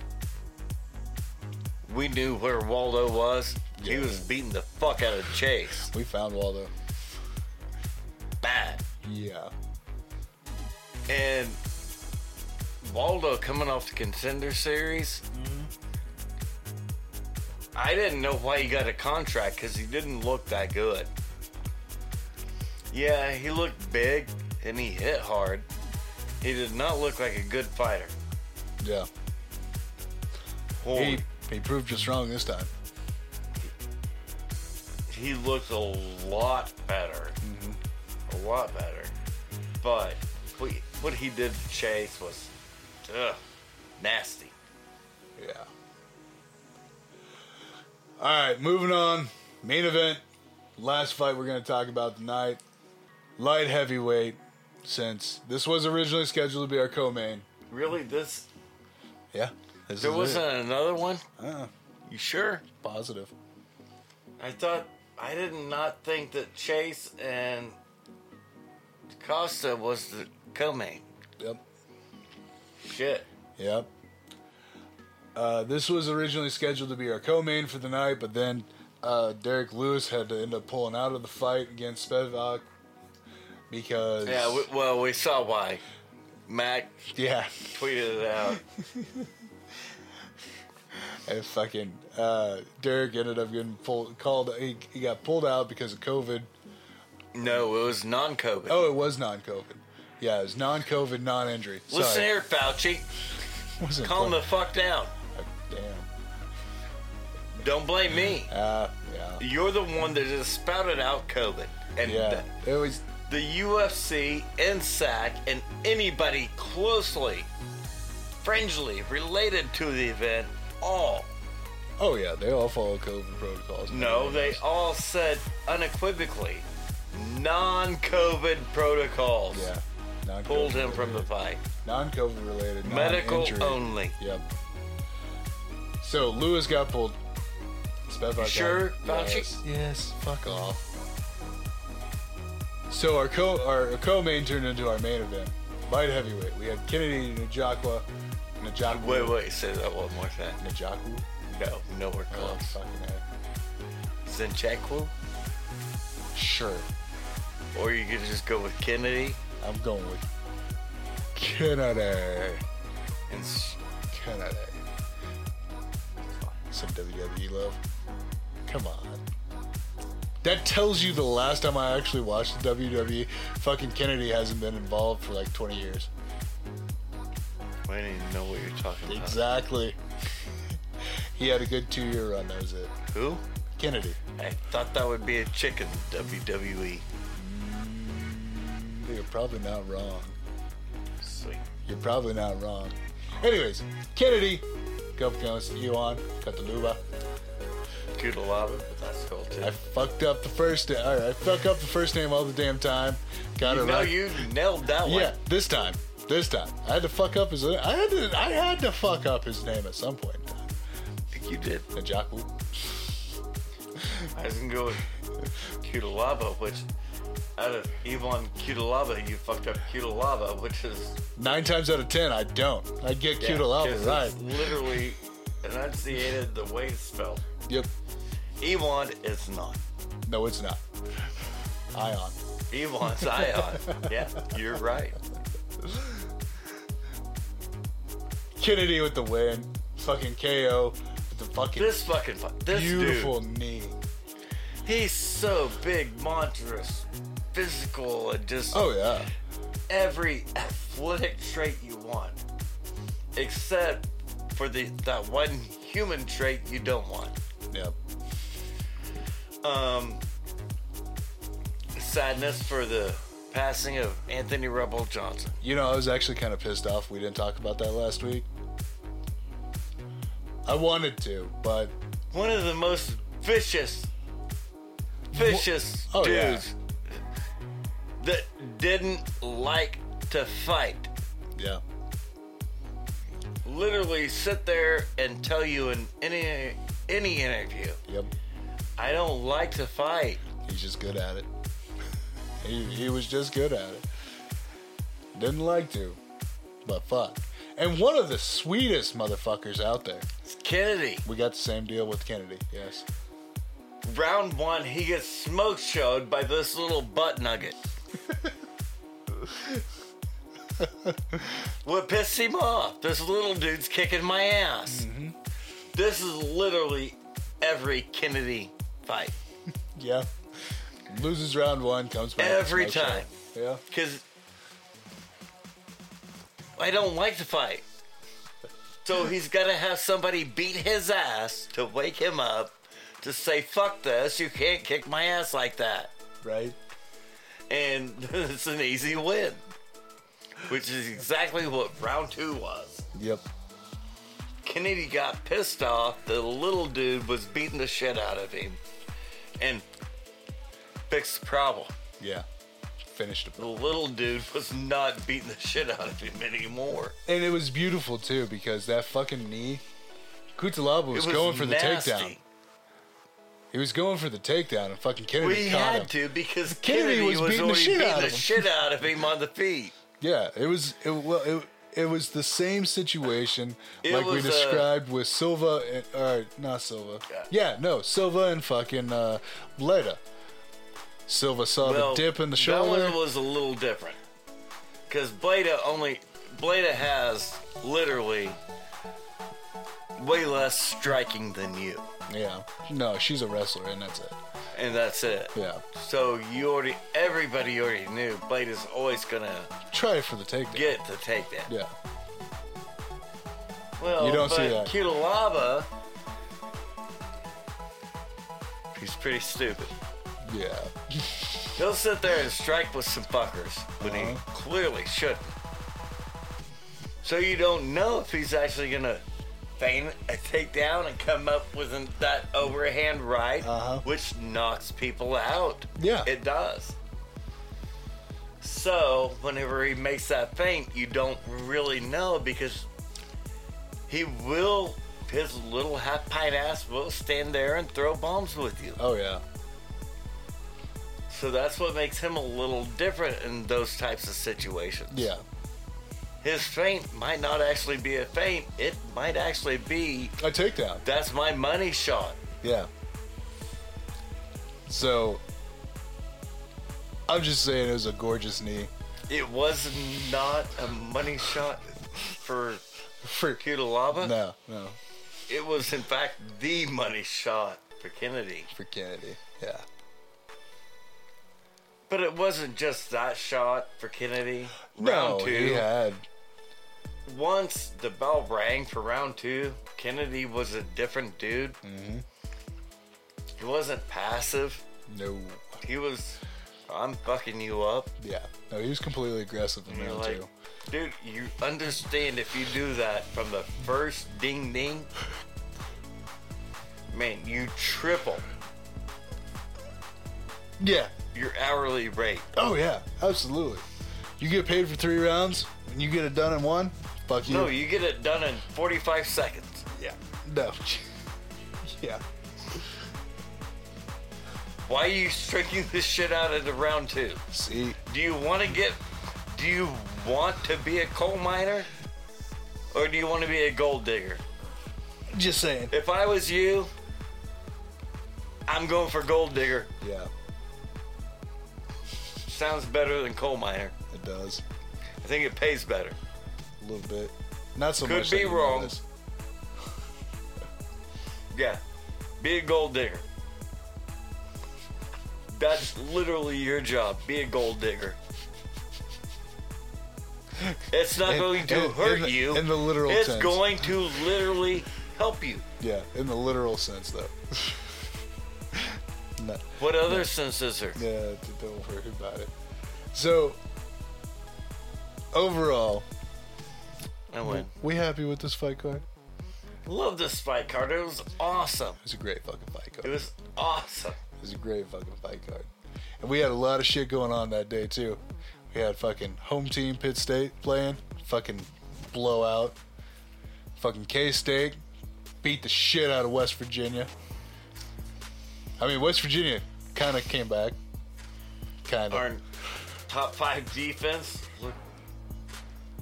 Speaker 3: We knew where Waldo was. He
Speaker 2: Yeah.
Speaker 3: was beating the fuck out of Chase.
Speaker 2: We found Waldo.
Speaker 3: Bad.
Speaker 2: Yeah.
Speaker 3: And Waldo coming off the contender series. I didn't know why he got a contract because he didn't look that good. Yeah, he looked big and he hit hard. He did not look like a good fighter.
Speaker 2: Yeah.
Speaker 3: Holy,
Speaker 2: He proved us wrong this time.
Speaker 3: he looked a lot better.
Speaker 2: Mm-hmm.
Speaker 3: A lot better. But what what he did to Chase was ugh, nasty.
Speaker 2: Yeah. All right, moving on. Main event. Last fight we're going to talk about tonight. Light heavyweight. Since this was originally scheduled to be our co-main.
Speaker 3: Really, this
Speaker 2: Yeah. This
Speaker 3: There
Speaker 2: is
Speaker 3: wasn't
Speaker 2: it.
Speaker 3: another one?
Speaker 2: Uh,
Speaker 3: You sure?
Speaker 2: positive.
Speaker 3: I thought I did not think that Chase and Costa was the co-main.
Speaker 2: Yep.
Speaker 3: Shit.
Speaker 2: Yep. Uh, this was originally scheduled to be our co-main for the night, but then uh, Derek Lewis had to end up pulling out of the fight against Spivak because
Speaker 3: Yeah, we, well, we saw why. Mac
Speaker 2: yeah,
Speaker 3: tweeted it out.
Speaker 2: And fucking uh, Derek ended up getting pulled, called. He, he got pulled out because of COVID.
Speaker 3: No, it was non-COVID.
Speaker 2: Oh, it was non-COVID. Yeah, it was non-COVID, non-injury. Sorry.
Speaker 3: Listen here, Fauci.
Speaker 2: Wasn't
Speaker 3: Calm the
Speaker 2: fucking-
Speaker 3: fuck down.
Speaker 2: Damn.
Speaker 3: Don't blame me.
Speaker 2: Uh, yeah.
Speaker 3: You're the one that just spouted out COVID. And
Speaker 2: Yeah. It was.
Speaker 3: the, the UFC, NSAC, and anybody closely, fringely related to the event all
Speaker 2: Oh yeah, they all follow COVID protocols.
Speaker 3: No, they all said unequivocally non-COVID protocols.
Speaker 2: Yeah. Non-COVID
Speaker 3: Pulled him from the
Speaker 2: related.
Speaker 3: fight.
Speaker 2: non-COVID related
Speaker 3: Medical
Speaker 2: non-injury.
Speaker 3: only.
Speaker 2: Yep. So Lewis got pulled. It's bad about
Speaker 3: Sure,
Speaker 2: God.
Speaker 3: Fauci?
Speaker 2: Yes. yes. Fuck off. So our co our co-main turned into our main event, light heavyweight. We had Kennedy Najakwa, Najakwa,
Speaker 3: Wait, wait, say that one more time.
Speaker 2: Najakwu.
Speaker 3: No, nowhere
Speaker 2: Oh,
Speaker 3: close.
Speaker 2: fucking A.
Speaker 3: Zinchakwu?
Speaker 2: Sure,
Speaker 3: Or you could just go with Kennedy
Speaker 2: I'm going with Kennedy.
Speaker 3: and s-
Speaker 2: Kennedy. Some WWE love. Come on. That tells you the last time I actually watched the WWE, fucking Kennedy hasn't been involved for like 20 years.
Speaker 3: I don't even know what you're talking about.
Speaker 2: Exactly. he had a good two year run, that was it.
Speaker 3: Who?
Speaker 2: Kennedy.
Speaker 3: I thought that would be a chicken E. WWE.
Speaker 2: You're probably not wrong.
Speaker 3: Sweet.
Speaker 2: You're probably not wrong. Anyways, Kennedy, go comes Yuan, cut the luba.
Speaker 3: Gouda lava, but that's cool too.
Speaker 2: I fucked up the first, or I fuck up the first name all the damn time. Got it
Speaker 3: no,
Speaker 2: right.
Speaker 3: you nailed that one.
Speaker 2: Yeah, this time. This time. I had to fuck up his I had to I had to fuck up his name at some point in time.
Speaker 3: You did.
Speaker 2: Najaku.
Speaker 3: I was gonna go with Cutalava, which out of Yvonne Cutalava, you fucked up Cutalava, which is
Speaker 2: Nine times out of ten I don't. I get cute a lot,
Speaker 3: 'cause
Speaker 2: right.
Speaker 3: it's Literally enunciated the way it's spelled.
Speaker 2: Yep.
Speaker 3: Yvonne is not.
Speaker 2: No it's not. Ion.
Speaker 3: Yvonne's Ion. yeah, you're right.
Speaker 2: Kennedy with the win. Fucking KO with the fucking
Speaker 3: This fucking fu- this
Speaker 2: beautiful knee.
Speaker 3: dude, he's so big, monstrous, physical, and just
Speaker 2: Oh yeah.
Speaker 3: every athletic trait you want, except for the that one human trait you don't want.
Speaker 2: Yep.
Speaker 3: Um, sadness for the passing of Anthony Rebel Johnson.
Speaker 2: You know, I was actually kind of pissed off we didn't talk about that last week. I wanted to, but
Speaker 3: One of the most vicious, vicious
Speaker 2: Oh, yeah.
Speaker 3: dudes that didn't like to fight.
Speaker 2: yeah.
Speaker 3: Literally sit there and tell you in any any interview,
Speaker 2: Yep.
Speaker 3: I don't like to fight.
Speaker 2: He's just good at it. He, he was just good at it. Didn't like to, but fuck. And one of the sweetest motherfuckers out there.
Speaker 3: It's Kennedy.
Speaker 2: We got the same deal with Kennedy. Yes.
Speaker 3: Round one, he gets smoke showed by this little butt nugget. what pissed him off? This little dude's kicking my ass. This is literally every Kennedy fight.
Speaker 2: Yeah. Loses round one, comes back.
Speaker 3: Every
Speaker 2: smoke
Speaker 3: time.
Speaker 2: show. Yeah.
Speaker 3: Because I don't like to fight. So he's got to have somebody beat his ass to wake him up to say, fuck this, you can't kick my ass like that.
Speaker 2: Right.
Speaker 3: and it's an easy win, which is exactly what round two was.
Speaker 2: Yep.
Speaker 3: Kennedy got pissed off. The little dude was beating the shit out of him and fixed the problem.
Speaker 2: Yeah. Finished it.
Speaker 3: The little dude was not beating the shit out of him anymore.
Speaker 2: And it was beautiful too because that fucking knee. Kutalaba was,
Speaker 3: it was
Speaker 2: going for
Speaker 3: nasty.
Speaker 2: the takedown. He was going for the takedown, and fucking Kennedy
Speaker 3: We
Speaker 2: caught him.
Speaker 3: had to because
Speaker 2: Kennedy
Speaker 3: Kennedy,
Speaker 2: was
Speaker 3: was,
Speaker 2: beating the
Speaker 3: already
Speaker 2: shit out
Speaker 3: beating the
Speaker 2: of him.
Speaker 3: shit out of him on the feet.
Speaker 2: Yeah, it was it, well it, it was the same situation
Speaker 3: It
Speaker 2: like we
Speaker 3: was, uh,
Speaker 2: described with Silva and or not Silva.
Speaker 3: Yeah.
Speaker 2: Yeah, no, Silva and fucking uh Leda. Silva saw
Speaker 3: Well,
Speaker 2: the dip in the shoulder.
Speaker 3: That one was a little different because Blada only Blada has literally way less striking than you,
Speaker 2: yeah. No, she's a wrestler and that's it.
Speaker 3: and that's it.
Speaker 2: Yeah.
Speaker 3: So you already everybody already knew Blada's always gonna
Speaker 2: Try it for the takedown.
Speaker 3: get the takedown.
Speaker 2: yeah.
Speaker 3: Well,
Speaker 2: You don't
Speaker 3: but
Speaker 2: see that.
Speaker 3: Kutalaba, he's pretty stupid.
Speaker 2: Yeah.
Speaker 3: He'll sit there and strike with some fuckers when he
Speaker 2: Uh-huh.
Speaker 3: clearly shouldn't. So you don't know if he's actually gonna feign a takedown and come up with an, that overhand right,
Speaker 2: Uh-huh.
Speaker 3: which knocks people out.
Speaker 2: Yeah.
Speaker 3: It does. So, whenever he makes that feint, you don't really know because he will, his little half pint ass will stand there and throw bombs with you.
Speaker 2: Oh yeah.
Speaker 3: So, that's what makes him a little different in those types of situations.
Speaker 2: Yeah.
Speaker 3: His feint might not actually be a feint, it might actually be
Speaker 2: A takedown.
Speaker 3: that's my money shot.
Speaker 2: Yeah. So I'm just saying it was a gorgeous knee.
Speaker 3: It was not a money shot for
Speaker 2: For
Speaker 3: Kutalaba.
Speaker 2: no, no,
Speaker 3: It was, in fact, the money shot for Kennedy.
Speaker 2: for Kennedy. Yeah.
Speaker 3: But it wasn't just that shot for Kennedy.
Speaker 2: no, he had
Speaker 3: Once the bell rang for round two, Kennedy was a different dude.
Speaker 2: Mm-hmm.
Speaker 3: He wasn't passive.
Speaker 2: no.
Speaker 3: He was, I'm fucking you up.
Speaker 2: Yeah. No, he was completely aggressive in
Speaker 3: And you're
Speaker 2: round
Speaker 3: like,
Speaker 2: two.
Speaker 3: dude, you understand if you do that from the first ding ding, man, you triple
Speaker 2: Yeah.
Speaker 3: your hourly rate.
Speaker 2: Oh yeah. Absolutely. You get paid for three rounds and you get it done in one. Fuck you.
Speaker 3: No, you get it done in 45 seconds.
Speaker 2: yeah. No. yeah.
Speaker 3: Why are you stringing this shit out into round two?
Speaker 2: See.
Speaker 3: Do you want to get, do you want to be a coal miner? Or do you want to be a gold digger?
Speaker 2: Just saying.
Speaker 3: If I was you, I'm going for gold digger.
Speaker 2: Yeah.
Speaker 3: Sounds better than coal miner.
Speaker 2: It does.
Speaker 3: I think it pays better.
Speaker 2: A little bit. Not so
Speaker 3: Could
Speaker 2: much.
Speaker 3: be
Speaker 2: that you
Speaker 3: wrong.
Speaker 2: notice.
Speaker 3: Yeah. Be a gold digger. That's literally your job. Be a gold digger. It's not
Speaker 2: In-
Speaker 3: going to
Speaker 2: in- in
Speaker 3: hurt
Speaker 2: the-
Speaker 3: you.
Speaker 2: in the literal
Speaker 3: It's
Speaker 2: sense.
Speaker 3: going to literally help you.
Speaker 2: Yeah, in the literal sense, though. no,
Speaker 3: What other sense is there?
Speaker 2: yeah, d- don't worry about it. So, overall,
Speaker 3: I went.
Speaker 2: we happy with this fight card?
Speaker 3: Love this fight card. It was awesome.
Speaker 2: It was a great fucking fight card.
Speaker 3: It was awesome.
Speaker 2: It was a great fucking fight card. And we had a lot of shit going on that day, too. We had fucking home team Pitt State playing, fucking blowout. Fucking K State beat the shit out of West Virginia. I mean, West Virginia kind of came back. Kind
Speaker 3: Our
Speaker 2: of.
Speaker 3: top five defense look,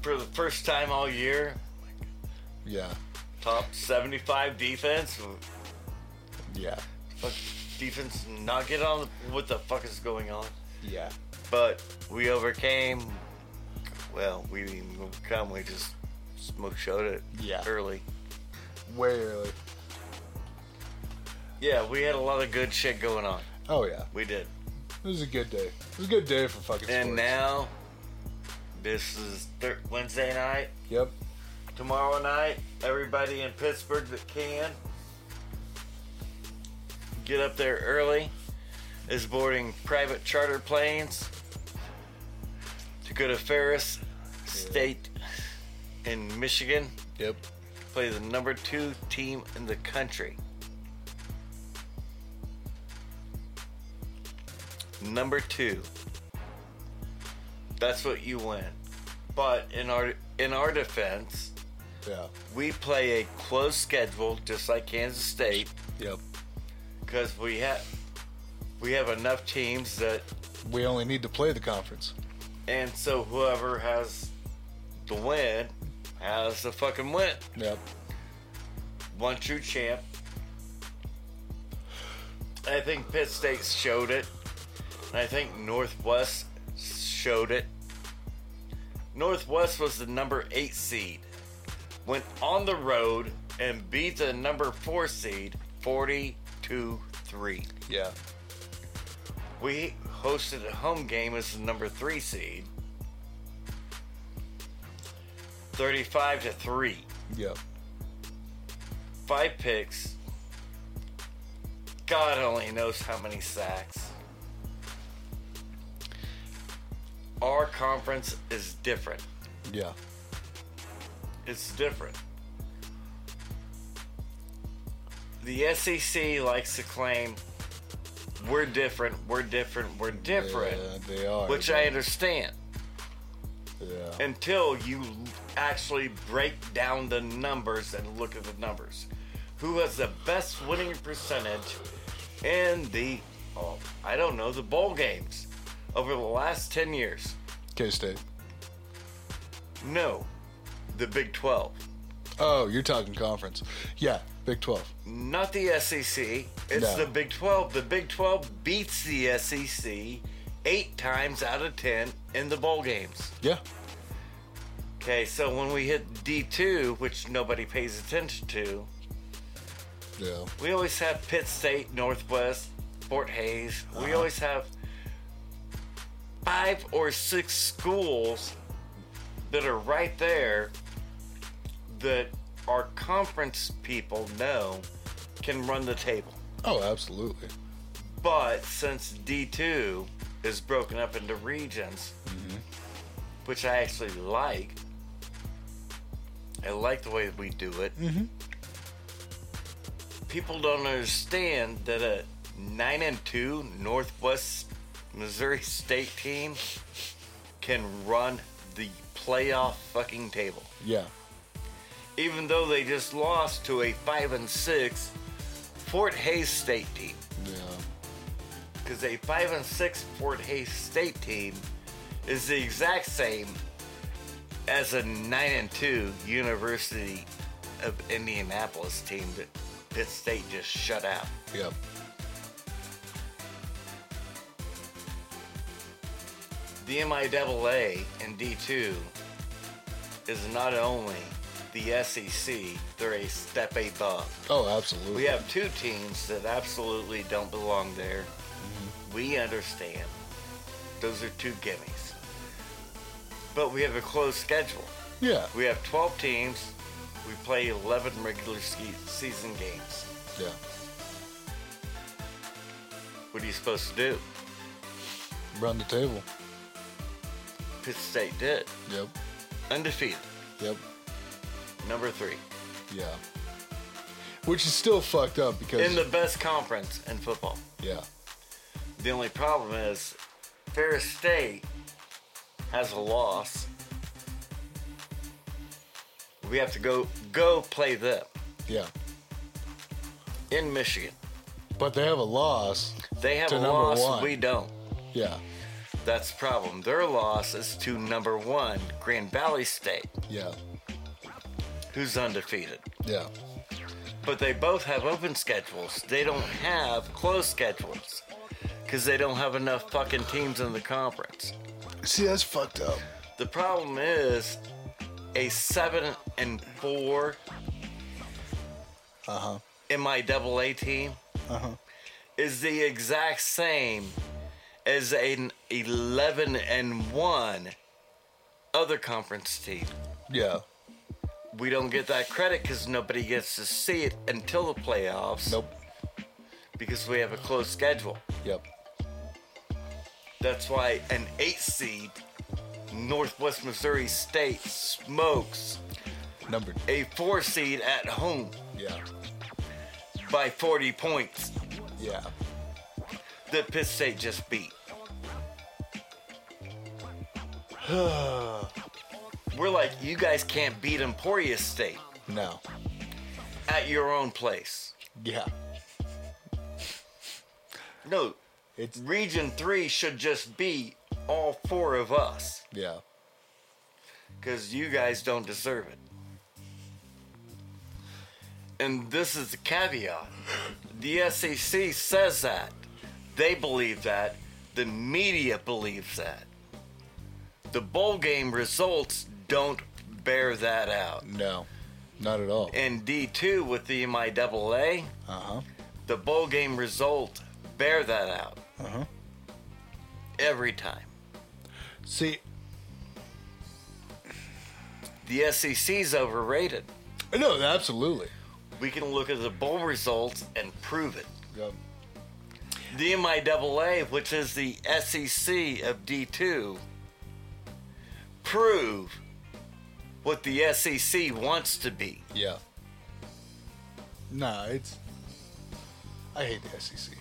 Speaker 3: for the first time all year.
Speaker 2: Yeah.
Speaker 3: Top 75 defense.
Speaker 2: Yeah.
Speaker 3: fuck defense not get on what the fuck is going on
Speaker 2: Yeah.
Speaker 3: but we overcame well we didn't even overcome we just smoke showed it
Speaker 2: Yeah.
Speaker 3: early
Speaker 2: Way early.
Speaker 3: yeah we had a lot of good shit going on
Speaker 2: Oh yeah.
Speaker 3: we did
Speaker 2: It was a good day. It was a good day for fucking
Speaker 3: and
Speaker 2: sports.
Speaker 3: now this is thir- wednesday night
Speaker 2: Yep.
Speaker 3: tomorrow night everybody in pittsburgh that can get up there early is boarding private charter planes to go to ferris state in michigan
Speaker 2: Yep.
Speaker 3: play the number two team in the country number two that's what you win but in our in our defense
Speaker 2: Yeah.
Speaker 3: we play a close schedule, just like Kansas State,
Speaker 2: Yep.
Speaker 3: because we have we have enough teams that,
Speaker 2: We only need to play the conference.
Speaker 3: and so whoever has the win has the fucking win.
Speaker 2: Yep.
Speaker 3: One true champ. I think Pitt State showed it. And I think Northwest showed it. Northwest was the number eight seed. Went on the road and beat the number four seed 42 3.
Speaker 2: Yeah.
Speaker 3: We hosted a home game as the number three seed 35 to 3.
Speaker 2: Yep.
Speaker 3: five picks. God only knows how many sacks. Our conference is different.
Speaker 2: Yeah.
Speaker 3: It's different. the SEC likes to claim we're different, we're different, we're different,
Speaker 2: Yeah, they are.
Speaker 3: which I understand
Speaker 2: yeah.
Speaker 3: until you actually break down the numbers and look at the numbers. Who has the best winning percentage in the, oh, I don't know, the bowl games over the last 10 years?
Speaker 2: K State.
Speaker 3: No, the Big 12.
Speaker 2: Oh, you're talking conference. Yeah, Big 12.
Speaker 3: Not the SEC. It's
Speaker 2: No.
Speaker 3: the Big 12. The Big 12 beats the SEC eight times out of 10 in the bowl games.
Speaker 2: Yeah.
Speaker 3: Okay, so when we hit D2, which nobody pays attention to,
Speaker 2: Yeah.
Speaker 3: we always have Pitt State, Northwest, Fort Hayes. We always have five or six schools that are right there that our conference people know can run the table.
Speaker 2: Oh, absolutely.
Speaker 3: But since D2 is broken up into regions, which I actually like, I like the way we do it. People don't understand that a 9 and 2 Northwest Missouri State team can run the playoff fucking table.
Speaker 2: Yeah.
Speaker 3: Even though they just lost to a 5 and 6 Fort Hays State team
Speaker 2: Yeah.
Speaker 3: because a five and six Fort Hays State team is the exact same as a nine and two University of Indianapolis team that Pitt State just shut out.
Speaker 2: Yep.
Speaker 3: The MIAA and D2 is not only the SEC, they're a step above.
Speaker 2: Oh, absolutely.
Speaker 3: We have two teams that absolutely don't belong there. We understand. Those are two gimmies. But we have a closed schedule.
Speaker 2: Yeah.
Speaker 3: We have 12 teams. We play 11 regular ski- season games.
Speaker 2: Yeah.
Speaker 3: What are you supposed to do?
Speaker 2: Run the table.
Speaker 3: Pitt State did.
Speaker 2: Yep.
Speaker 3: Undefeated.
Speaker 2: Yep.
Speaker 3: Number three.
Speaker 2: Yeah. Which is still fucked up because.
Speaker 3: In the best conference in football.
Speaker 2: yeah.
Speaker 3: The only problem is Ferris State has a loss. We have to go go play them
Speaker 2: Yeah.
Speaker 3: in Michigan.
Speaker 2: But they have a loss.
Speaker 3: They have
Speaker 2: To
Speaker 3: a
Speaker 2: number
Speaker 3: loss,
Speaker 2: one.
Speaker 3: we don't.
Speaker 2: Yeah.
Speaker 3: That's the problem. Their loss is to number one, Grand Valley State,
Speaker 2: Yeah.
Speaker 3: who's undefeated.
Speaker 2: Yeah.
Speaker 3: But they both have open schedules. They don't have closed schedules because they don't have enough fucking teams in the conference.
Speaker 2: See, that's fucked up.
Speaker 3: The problem is a seven and four
Speaker 2: Uh huh.
Speaker 3: MIAA team is the exact same as an eleven and one other conference team.
Speaker 2: Yeah.
Speaker 3: We don't get that credit because nobody gets to see it until the playoffs.
Speaker 2: Nope.
Speaker 3: Because we have a closed schedule.
Speaker 2: Yep.
Speaker 3: That's why an eight seed Northwest Missouri State smokes
Speaker 2: Number.
Speaker 3: a four seed at home
Speaker 2: Yeah.
Speaker 3: by 40 points
Speaker 2: Yeah.
Speaker 3: that Pitt State just beat. We're like, you guys can't beat Emporia State
Speaker 2: No.
Speaker 3: at your own place.
Speaker 2: Yeah.
Speaker 3: No,
Speaker 2: It's.
Speaker 3: Region 3 should just be all four of us
Speaker 2: Yeah.
Speaker 3: because you guys don't deserve it. And this is the caveat the SEC says that, they believe that, the media believes that. The bowl game results don't bear that out.
Speaker 2: No. Not at all.
Speaker 3: In D2 with the MIAA,
Speaker 2: Uh huh.
Speaker 3: the bowl game result bear that out
Speaker 2: Uh huh.
Speaker 3: every time.
Speaker 2: See,
Speaker 3: The SEC's overrated.
Speaker 2: no, absolutely.
Speaker 3: We can look at the bowl results and prove it.
Speaker 2: Yep.
Speaker 3: The MIAA, which is the SEC of D2, prove E what the SEC wants to be.
Speaker 2: Yeah. Nah, it's I hate the SEC.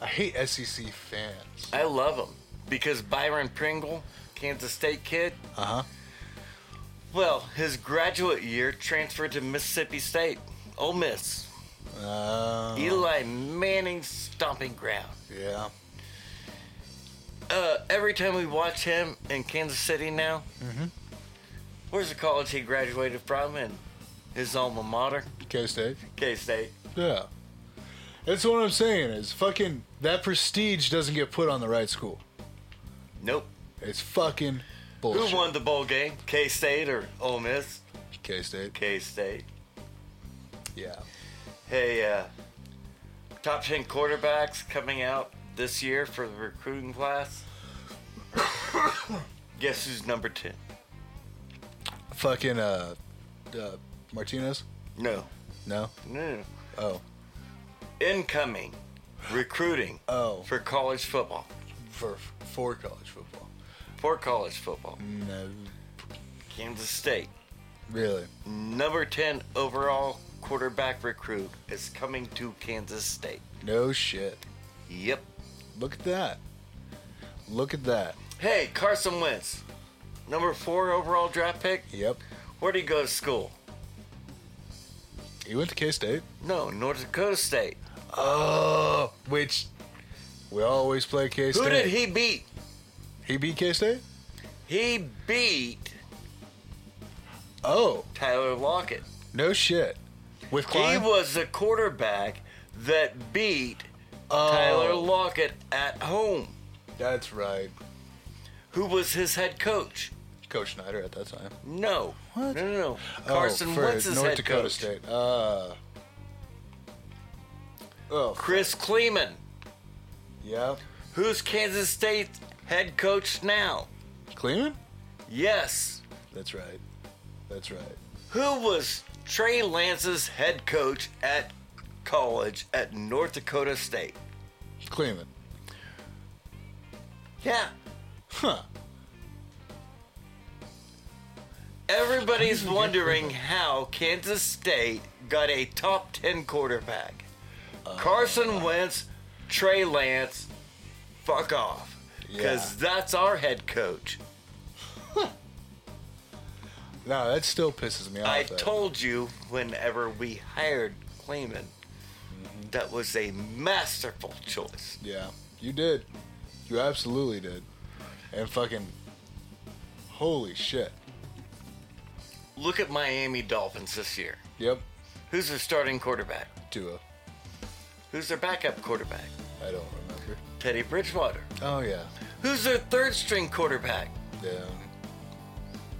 Speaker 2: I hate SEC fans.
Speaker 3: I love them because Byron Pringle, Kansas State kid,
Speaker 2: Uh huh.
Speaker 3: well, his graduate year transferred to Mississippi State, Ole Miss,
Speaker 2: Uh,
Speaker 3: Eli Manning's stomping ground.
Speaker 2: yeah.
Speaker 3: Uh, every time we watch him in Kansas City now, where's the college he graduated from and his alma mater,
Speaker 2: K State.
Speaker 3: K State?
Speaker 2: Yeah. That's what I'm saying is fucking that prestige doesn't get put on the right school.
Speaker 3: Nope.
Speaker 2: It's fucking bullshit.
Speaker 3: Who won the bowl game? K State or Ole Miss?
Speaker 2: K State.
Speaker 3: K State.
Speaker 2: Yeah.
Speaker 3: Hey, uh, top 10 quarterbacks coming out this year for the recruiting class. Guess who's number 10?
Speaker 2: Fucking uh, uh Martinez?
Speaker 3: No.
Speaker 2: No.
Speaker 3: No. no.
Speaker 2: Oh.
Speaker 3: Incoming recruiting
Speaker 2: Oh.
Speaker 3: for college football.
Speaker 2: For for college football.
Speaker 3: For college football.
Speaker 2: No.
Speaker 3: Kansas State.
Speaker 2: Really.
Speaker 3: Number 10 overall quarterback recruit is coming to Kansas State.
Speaker 2: No shit.
Speaker 3: Yep.
Speaker 2: Look at that. Look at that.
Speaker 3: Hey, Carson Wentz. Number 4 overall draft pick.
Speaker 2: Yep.
Speaker 3: Where'd he go to school?
Speaker 2: He went to K State.
Speaker 3: No, North Dakota State.
Speaker 2: Oh, which we always play K State.
Speaker 3: Who did he beat?
Speaker 2: He beat K State.
Speaker 3: He beat
Speaker 2: Oh,
Speaker 3: Tyler Lockett.
Speaker 2: no shit. With Klein.
Speaker 3: He was the quarterback that beat
Speaker 2: Oh,
Speaker 3: Tyler Lockett at home.
Speaker 2: That's right.
Speaker 3: Who was his head coach?
Speaker 2: Coach Snyder at that time.
Speaker 3: No.
Speaker 2: What?
Speaker 3: No, no, no.
Speaker 2: Oh,
Speaker 3: Carson
Speaker 2: for
Speaker 3: Wentz's
Speaker 2: North
Speaker 3: head
Speaker 2: Dakota
Speaker 3: coach.
Speaker 2: State. Uh, oh,
Speaker 3: Chris Kleeman.
Speaker 2: yeah.
Speaker 3: Who's Kansas State head coach now?
Speaker 2: Cleveland?
Speaker 3: Yes.
Speaker 2: That's right. That's right.
Speaker 3: Who was Trey Lance's head coach at college at North Dakota State?
Speaker 2: Cleveland.
Speaker 3: Yeah.
Speaker 2: Huh.
Speaker 3: Everybody's wondering how Kansas State got a top 10 quarterback. Carson Wentz, Trey Lance, fuck off. Because that's our head coach.
Speaker 2: No, that still pisses me off.
Speaker 3: I
Speaker 2: that-
Speaker 3: told you whenever we hired Clayman, that was a masterful choice.
Speaker 2: Yeah, you did. You absolutely did. And fucking, holy shit.
Speaker 3: Look at Miami Dolphins this year.
Speaker 2: Yep.
Speaker 3: Who's their starting quarterback?
Speaker 2: Tua.
Speaker 3: Who's their backup quarterback?
Speaker 2: I don't remember.
Speaker 3: Teddy Bridgewater.
Speaker 2: Oh yeah.
Speaker 3: Who's their third string quarterback?
Speaker 2: Yeah.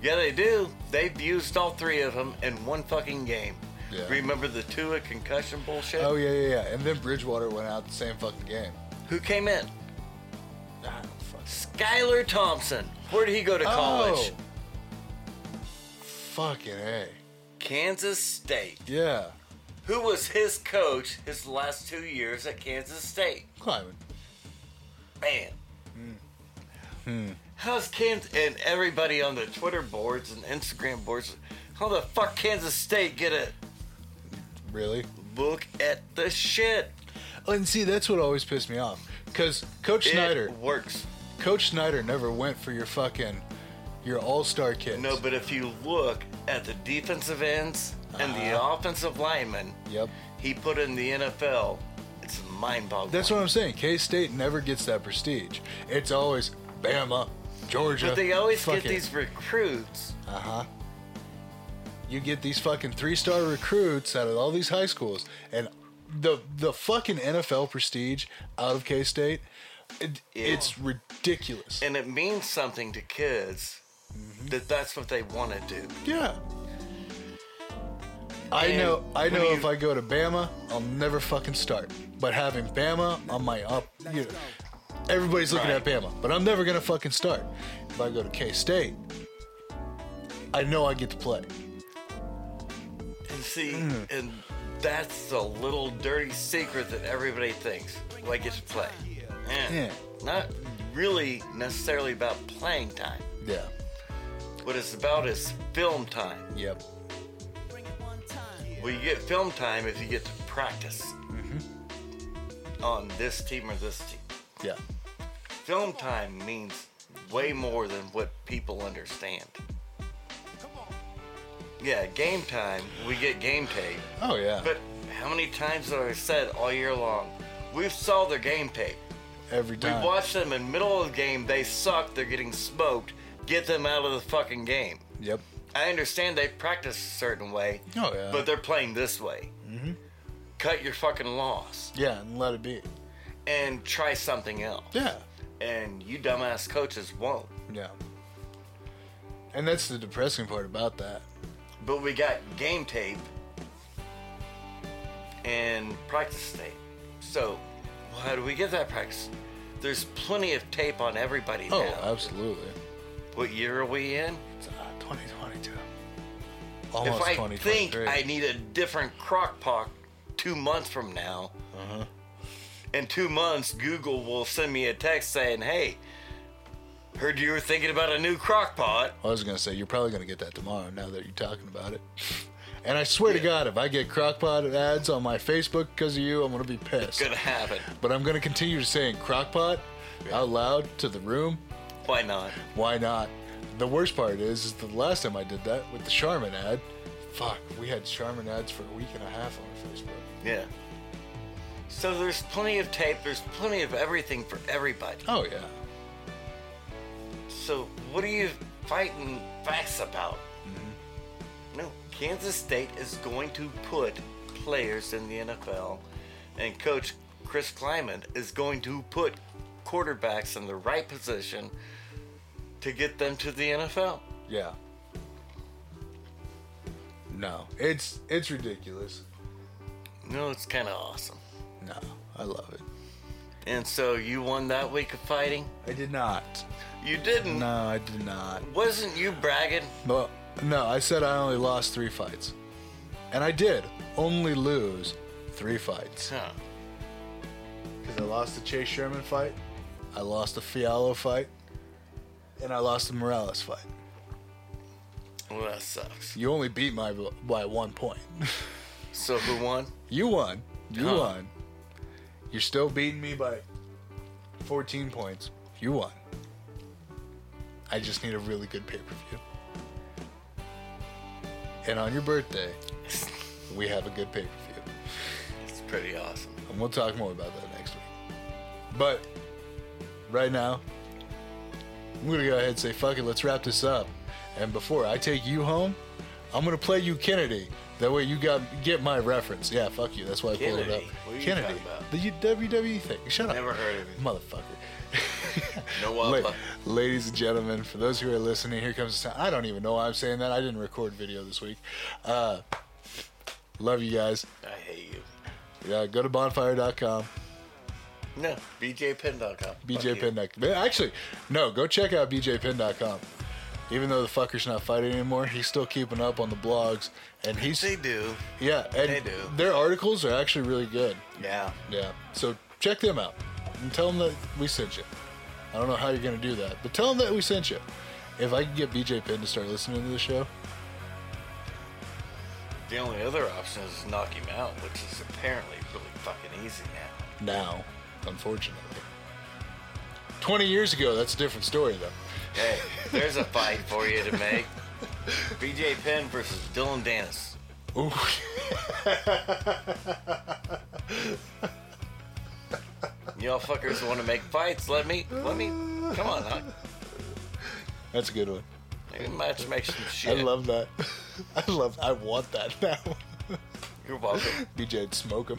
Speaker 3: Yeah, they do. They've used all three of them in one fucking game.
Speaker 2: Yeah.
Speaker 3: Remember the Tua concussion bullshit?
Speaker 2: Oh yeah, yeah, yeah. And then Bridgewater went out the same fucking game.
Speaker 3: Who came in?
Speaker 2: Ah, fuck.
Speaker 3: Skylar Thompson. Where did he go to college?
Speaker 2: Oh. Fucking a.
Speaker 3: Kansas State.
Speaker 2: Yeah.
Speaker 3: Who was his coach his last two years at Kansas State?
Speaker 2: Climbing.
Speaker 3: Man.
Speaker 2: Hmm.
Speaker 3: How's Kansas and everybody on the Twitter boards and Instagram boards? How the fuck Kansas State get a
Speaker 2: Really?
Speaker 3: look at the shit?
Speaker 2: Oh, and see, that's what always pissed me off. Cause Coach Snyder,
Speaker 3: It works.
Speaker 2: Coach Snyder never went for your fucking, your all-star kids.
Speaker 3: No, but if you look at the defensive ends and the
Speaker 2: Uh-huh.
Speaker 3: offensive linemen
Speaker 2: Yep.
Speaker 3: he put in the NFL, it's mind-boggling.
Speaker 2: That's what I'm saying. K State never gets that prestige. It's always Bama, Georgia.
Speaker 3: But they always
Speaker 2: fuck
Speaker 3: get
Speaker 2: it.
Speaker 3: these recruits.
Speaker 2: Uh huh. You get these fucking three star recruits out of all these high schools, and the the fucking NFL prestige out of K State, it,
Speaker 3: Yeah.
Speaker 2: it's ridiculous.
Speaker 3: and it means something to kids
Speaker 2: Mm-hmm.
Speaker 3: that that's what they want to do.
Speaker 2: yeah. I
Speaker 3: And
Speaker 2: know. I
Speaker 3: when
Speaker 2: know.
Speaker 3: you-
Speaker 2: If I go to Bama, I'll never fucking start. But having Bama on my up, you know, everybody's looking
Speaker 3: Right.
Speaker 2: at Bama, but I'm never gonna fucking start. If I go to K State, I know I get to play.
Speaker 3: And see,
Speaker 2: Mm.
Speaker 3: and that's the little dirty secret that everybody thinks. Well, I get to play. Eh,
Speaker 2: Yeah.
Speaker 3: Not really necessarily about playing time.
Speaker 2: Yeah.
Speaker 3: What it's about is film time.
Speaker 2: Yep.
Speaker 3: Well, you get film time if you get to practice. on this team or this team.
Speaker 2: Yeah.
Speaker 3: Film time means way more than what people understand. Yeah, game time, we get game tape.
Speaker 2: Oh yeah.
Speaker 3: But how many times have I said all year long, we saw their game tape.
Speaker 2: Every
Speaker 3: We
Speaker 2: time.
Speaker 3: watched them in middle of the game, they suck, they're getting smoked, get them out of the fucking game.
Speaker 2: Yep.
Speaker 3: I understand they practice a certain way,
Speaker 2: Oh yeah.
Speaker 3: but they're playing this way.
Speaker 2: Mm-hmm.
Speaker 3: Cut your fucking loss
Speaker 2: yeah, and let it be.
Speaker 3: and try something else.
Speaker 2: Yeah.
Speaker 3: And you dumbass coaches won't.
Speaker 2: Yeah. And that's the depressing part about that.
Speaker 3: But we got game tape and practice tape. So, well, how do we get that practice? There's plenty of tape on everybody
Speaker 2: Oh,
Speaker 3: now.
Speaker 2: absolutely.
Speaker 3: What year are we in?
Speaker 2: It's, uh, 2022. Almost
Speaker 3: if I
Speaker 2: 2023.
Speaker 3: think I need a different crock pot two months from now, in two months, Google will send me a text saying, hey, heard you were thinking about a new crock pot.
Speaker 2: I was gonna say you're probably gonna get that tomorrow. Now that you're talking about it, and I swear to God, if I get crockpot ads on my Facebook because of you, I'm gonna be pissed.
Speaker 3: Gonna happen.
Speaker 2: But I'm gonna continue saying crockpot out loud to the room.
Speaker 3: Why not?
Speaker 2: Why not? The worst part is, is the last time I did that with the Charmin ad. Fuck, we had Charmin ads for a week and a half on our Facebook.
Speaker 3: Yeah. So there's plenty of tape, there's plenty of everything for everybody.
Speaker 2: Oh yeah,
Speaker 3: So what are you fighting facts about? No, Kansas State is going to put players in the NFL, and Coach Chris Kleiman is going to put quarterbacks in the right position to get them to the NFL.
Speaker 2: yeah. No, it's it's ridiculous.
Speaker 3: No, it's kind of awesome.
Speaker 2: No, I love it.
Speaker 3: And so you won that week of fighting?
Speaker 2: I did not.
Speaker 3: You didn't.
Speaker 2: No, I did not.
Speaker 3: Wasn't you bragging?
Speaker 2: Well, no, I said I only lost three fights. And I did only lose three fights.
Speaker 3: Huh.
Speaker 2: Because I lost the Chase Sherman fight, I lost the Fiallo fight, and I lost the Morales fight.
Speaker 3: Well, that sucks.
Speaker 2: You only beat my by one point.
Speaker 3: So who won?
Speaker 2: you won. You
Speaker 3: Huh.
Speaker 2: won. You're still beating me by 14 points. You won. I just need a really good pay per view. And on your birthday,
Speaker 3: It's
Speaker 2: we have a good pay per view.
Speaker 3: pretty awesome.
Speaker 2: And we'll talk more about that next week. But right now, I'm going to go ahead and say, fuck it, let's wrap this up. And before I take you home, I'm going to play you Kennedy. That way you got get my reference. Yeah, fuck you. That's why I pulled it
Speaker 3: Kennedy?
Speaker 2: up.
Speaker 3: What are you
Speaker 2: Kennedy.
Speaker 3: talking about?
Speaker 2: The WWE thing. Shut up.
Speaker 3: Never heard of it.
Speaker 2: Motherfucker.
Speaker 3: No uh,
Speaker 2: La-
Speaker 3: Wapa.
Speaker 2: ladies and gentlemen, for those who are listening, here comes the sound. I don't even know why I'm saying that. I didn't record video this week. Uh, love you guys.
Speaker 3: I hate you.
Speaker 2: Yeah, go to bonfire.com.
Speaker 3: No, bjpin.com.
Speaker 2: BJPen.com. Actually, no, go check out BJPen.com. Even though the fucker's not fighting anymore, he's still keeping up on the blogs. And he's,
Speaker 3: They do.
Speaker 2: yeah, and
Speaker 3: they do.
Speaker 2: their articles are actually really good.
Speaker 3: Yeah.
Speaker 2: Yeah. So check them out and tell them that we sent you. I don't know how you're going to do that, but tell them that we sent you. If I can get BJ Penn to start listening to the show,
Speaker 3: The only other option is knock him out, which is apparently really fucking easy now.
Speaker 2: now, unfortunately. 20 years ago, that's a different story, though.
Speaker 3: Hey, there's a fight for you to make. BJ Penn versus Dylan Dennis.
Speaker 2: Ooh.
Speaker 3: Y'all fuckers want to make fights? Let me. Let me. Come on, huh?
Speaker 2: That's a good one.
Speaker 3: Maybe match make some
Speaker 2: I
Speaker 3: shit.
Speaker 2: love that. I love. I want that now.
Speaker 3: You're welcome,
Speaker 2: BJ'd smoke him.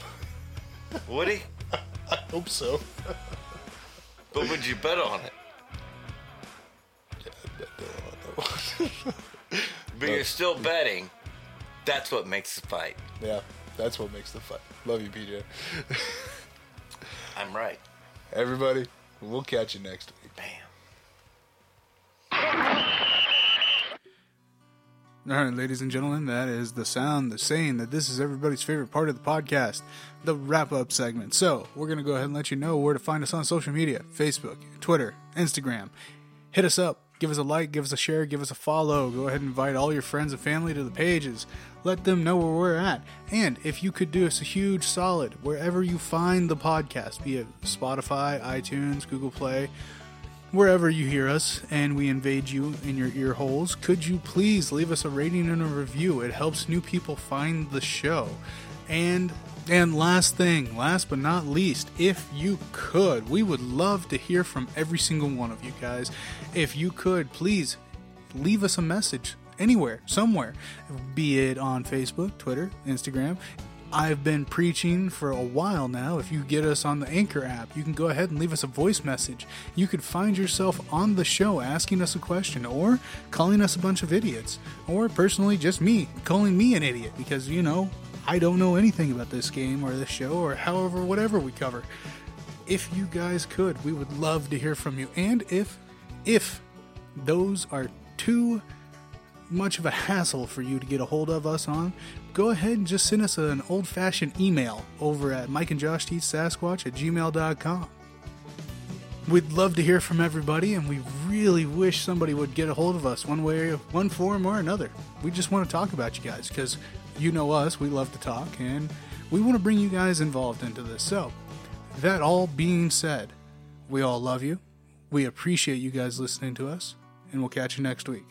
Speaker 3: Woody.
Speaker 2: I hope so.
Speaker 3: But would you bet on it? But you're still betting. That's what makes the fight.
Speaker 2: yeah, that's what makes the fun. Love you, BJ.
Speaker 3: I'm right.
Speaker 2: Everybody, we'll catch you next week.
Speaker 3: Bam.
Speaker 4: All right, ladies and gentlemen, that is the sound, the saying that this is everybody's favorite part of the podcast, the wrap up segment. So, we're going to go ahead and let you know where to find us on social media Facebook, Twitter, Instagram. Hit us up, Give us a like, give us a share, give us a follow. Go ahead and invite all your friends and family to the pages. Let them know where we're at. And if you could do us a huge solid, wherever you find the podcast, be it Spotify, iTunes, Google Play, wherever you hear us and we invade you in your ear holes, could you please leave us a rating and a review? It helps new people find the show. And and last thing, last but not least, if you could, we would love to hear from every single one of you guys. If you could, please leave us a message anywhere, somewhere, be it on Facebook, Twitter, Instagram. I've been preaching for a while now. If you get us on the Anchor app, you can go ahead and leave us a voice message. You could find yourself on the show asking us a question or calling us a bunch of idiots, or personally, just me calling me an idiot because, you know, I don't know anything about this game or this show or however, whatever we cover if you guys could we would love to hear from you and if if those are too much of a hassle for you to get a hold of us on go ahead and just send us an old-fashioned email over at mike and josh teach sasquatch at gmail.com we'd love to hear from everybody and we really wish somebody would get a hold of us one way one form or another we just want to talk about you guys because you know us we love to talk and we want to bring you guys involved into this so that all being said, we all love you. We appreciate you guys listening to us, and we'll catch you next week.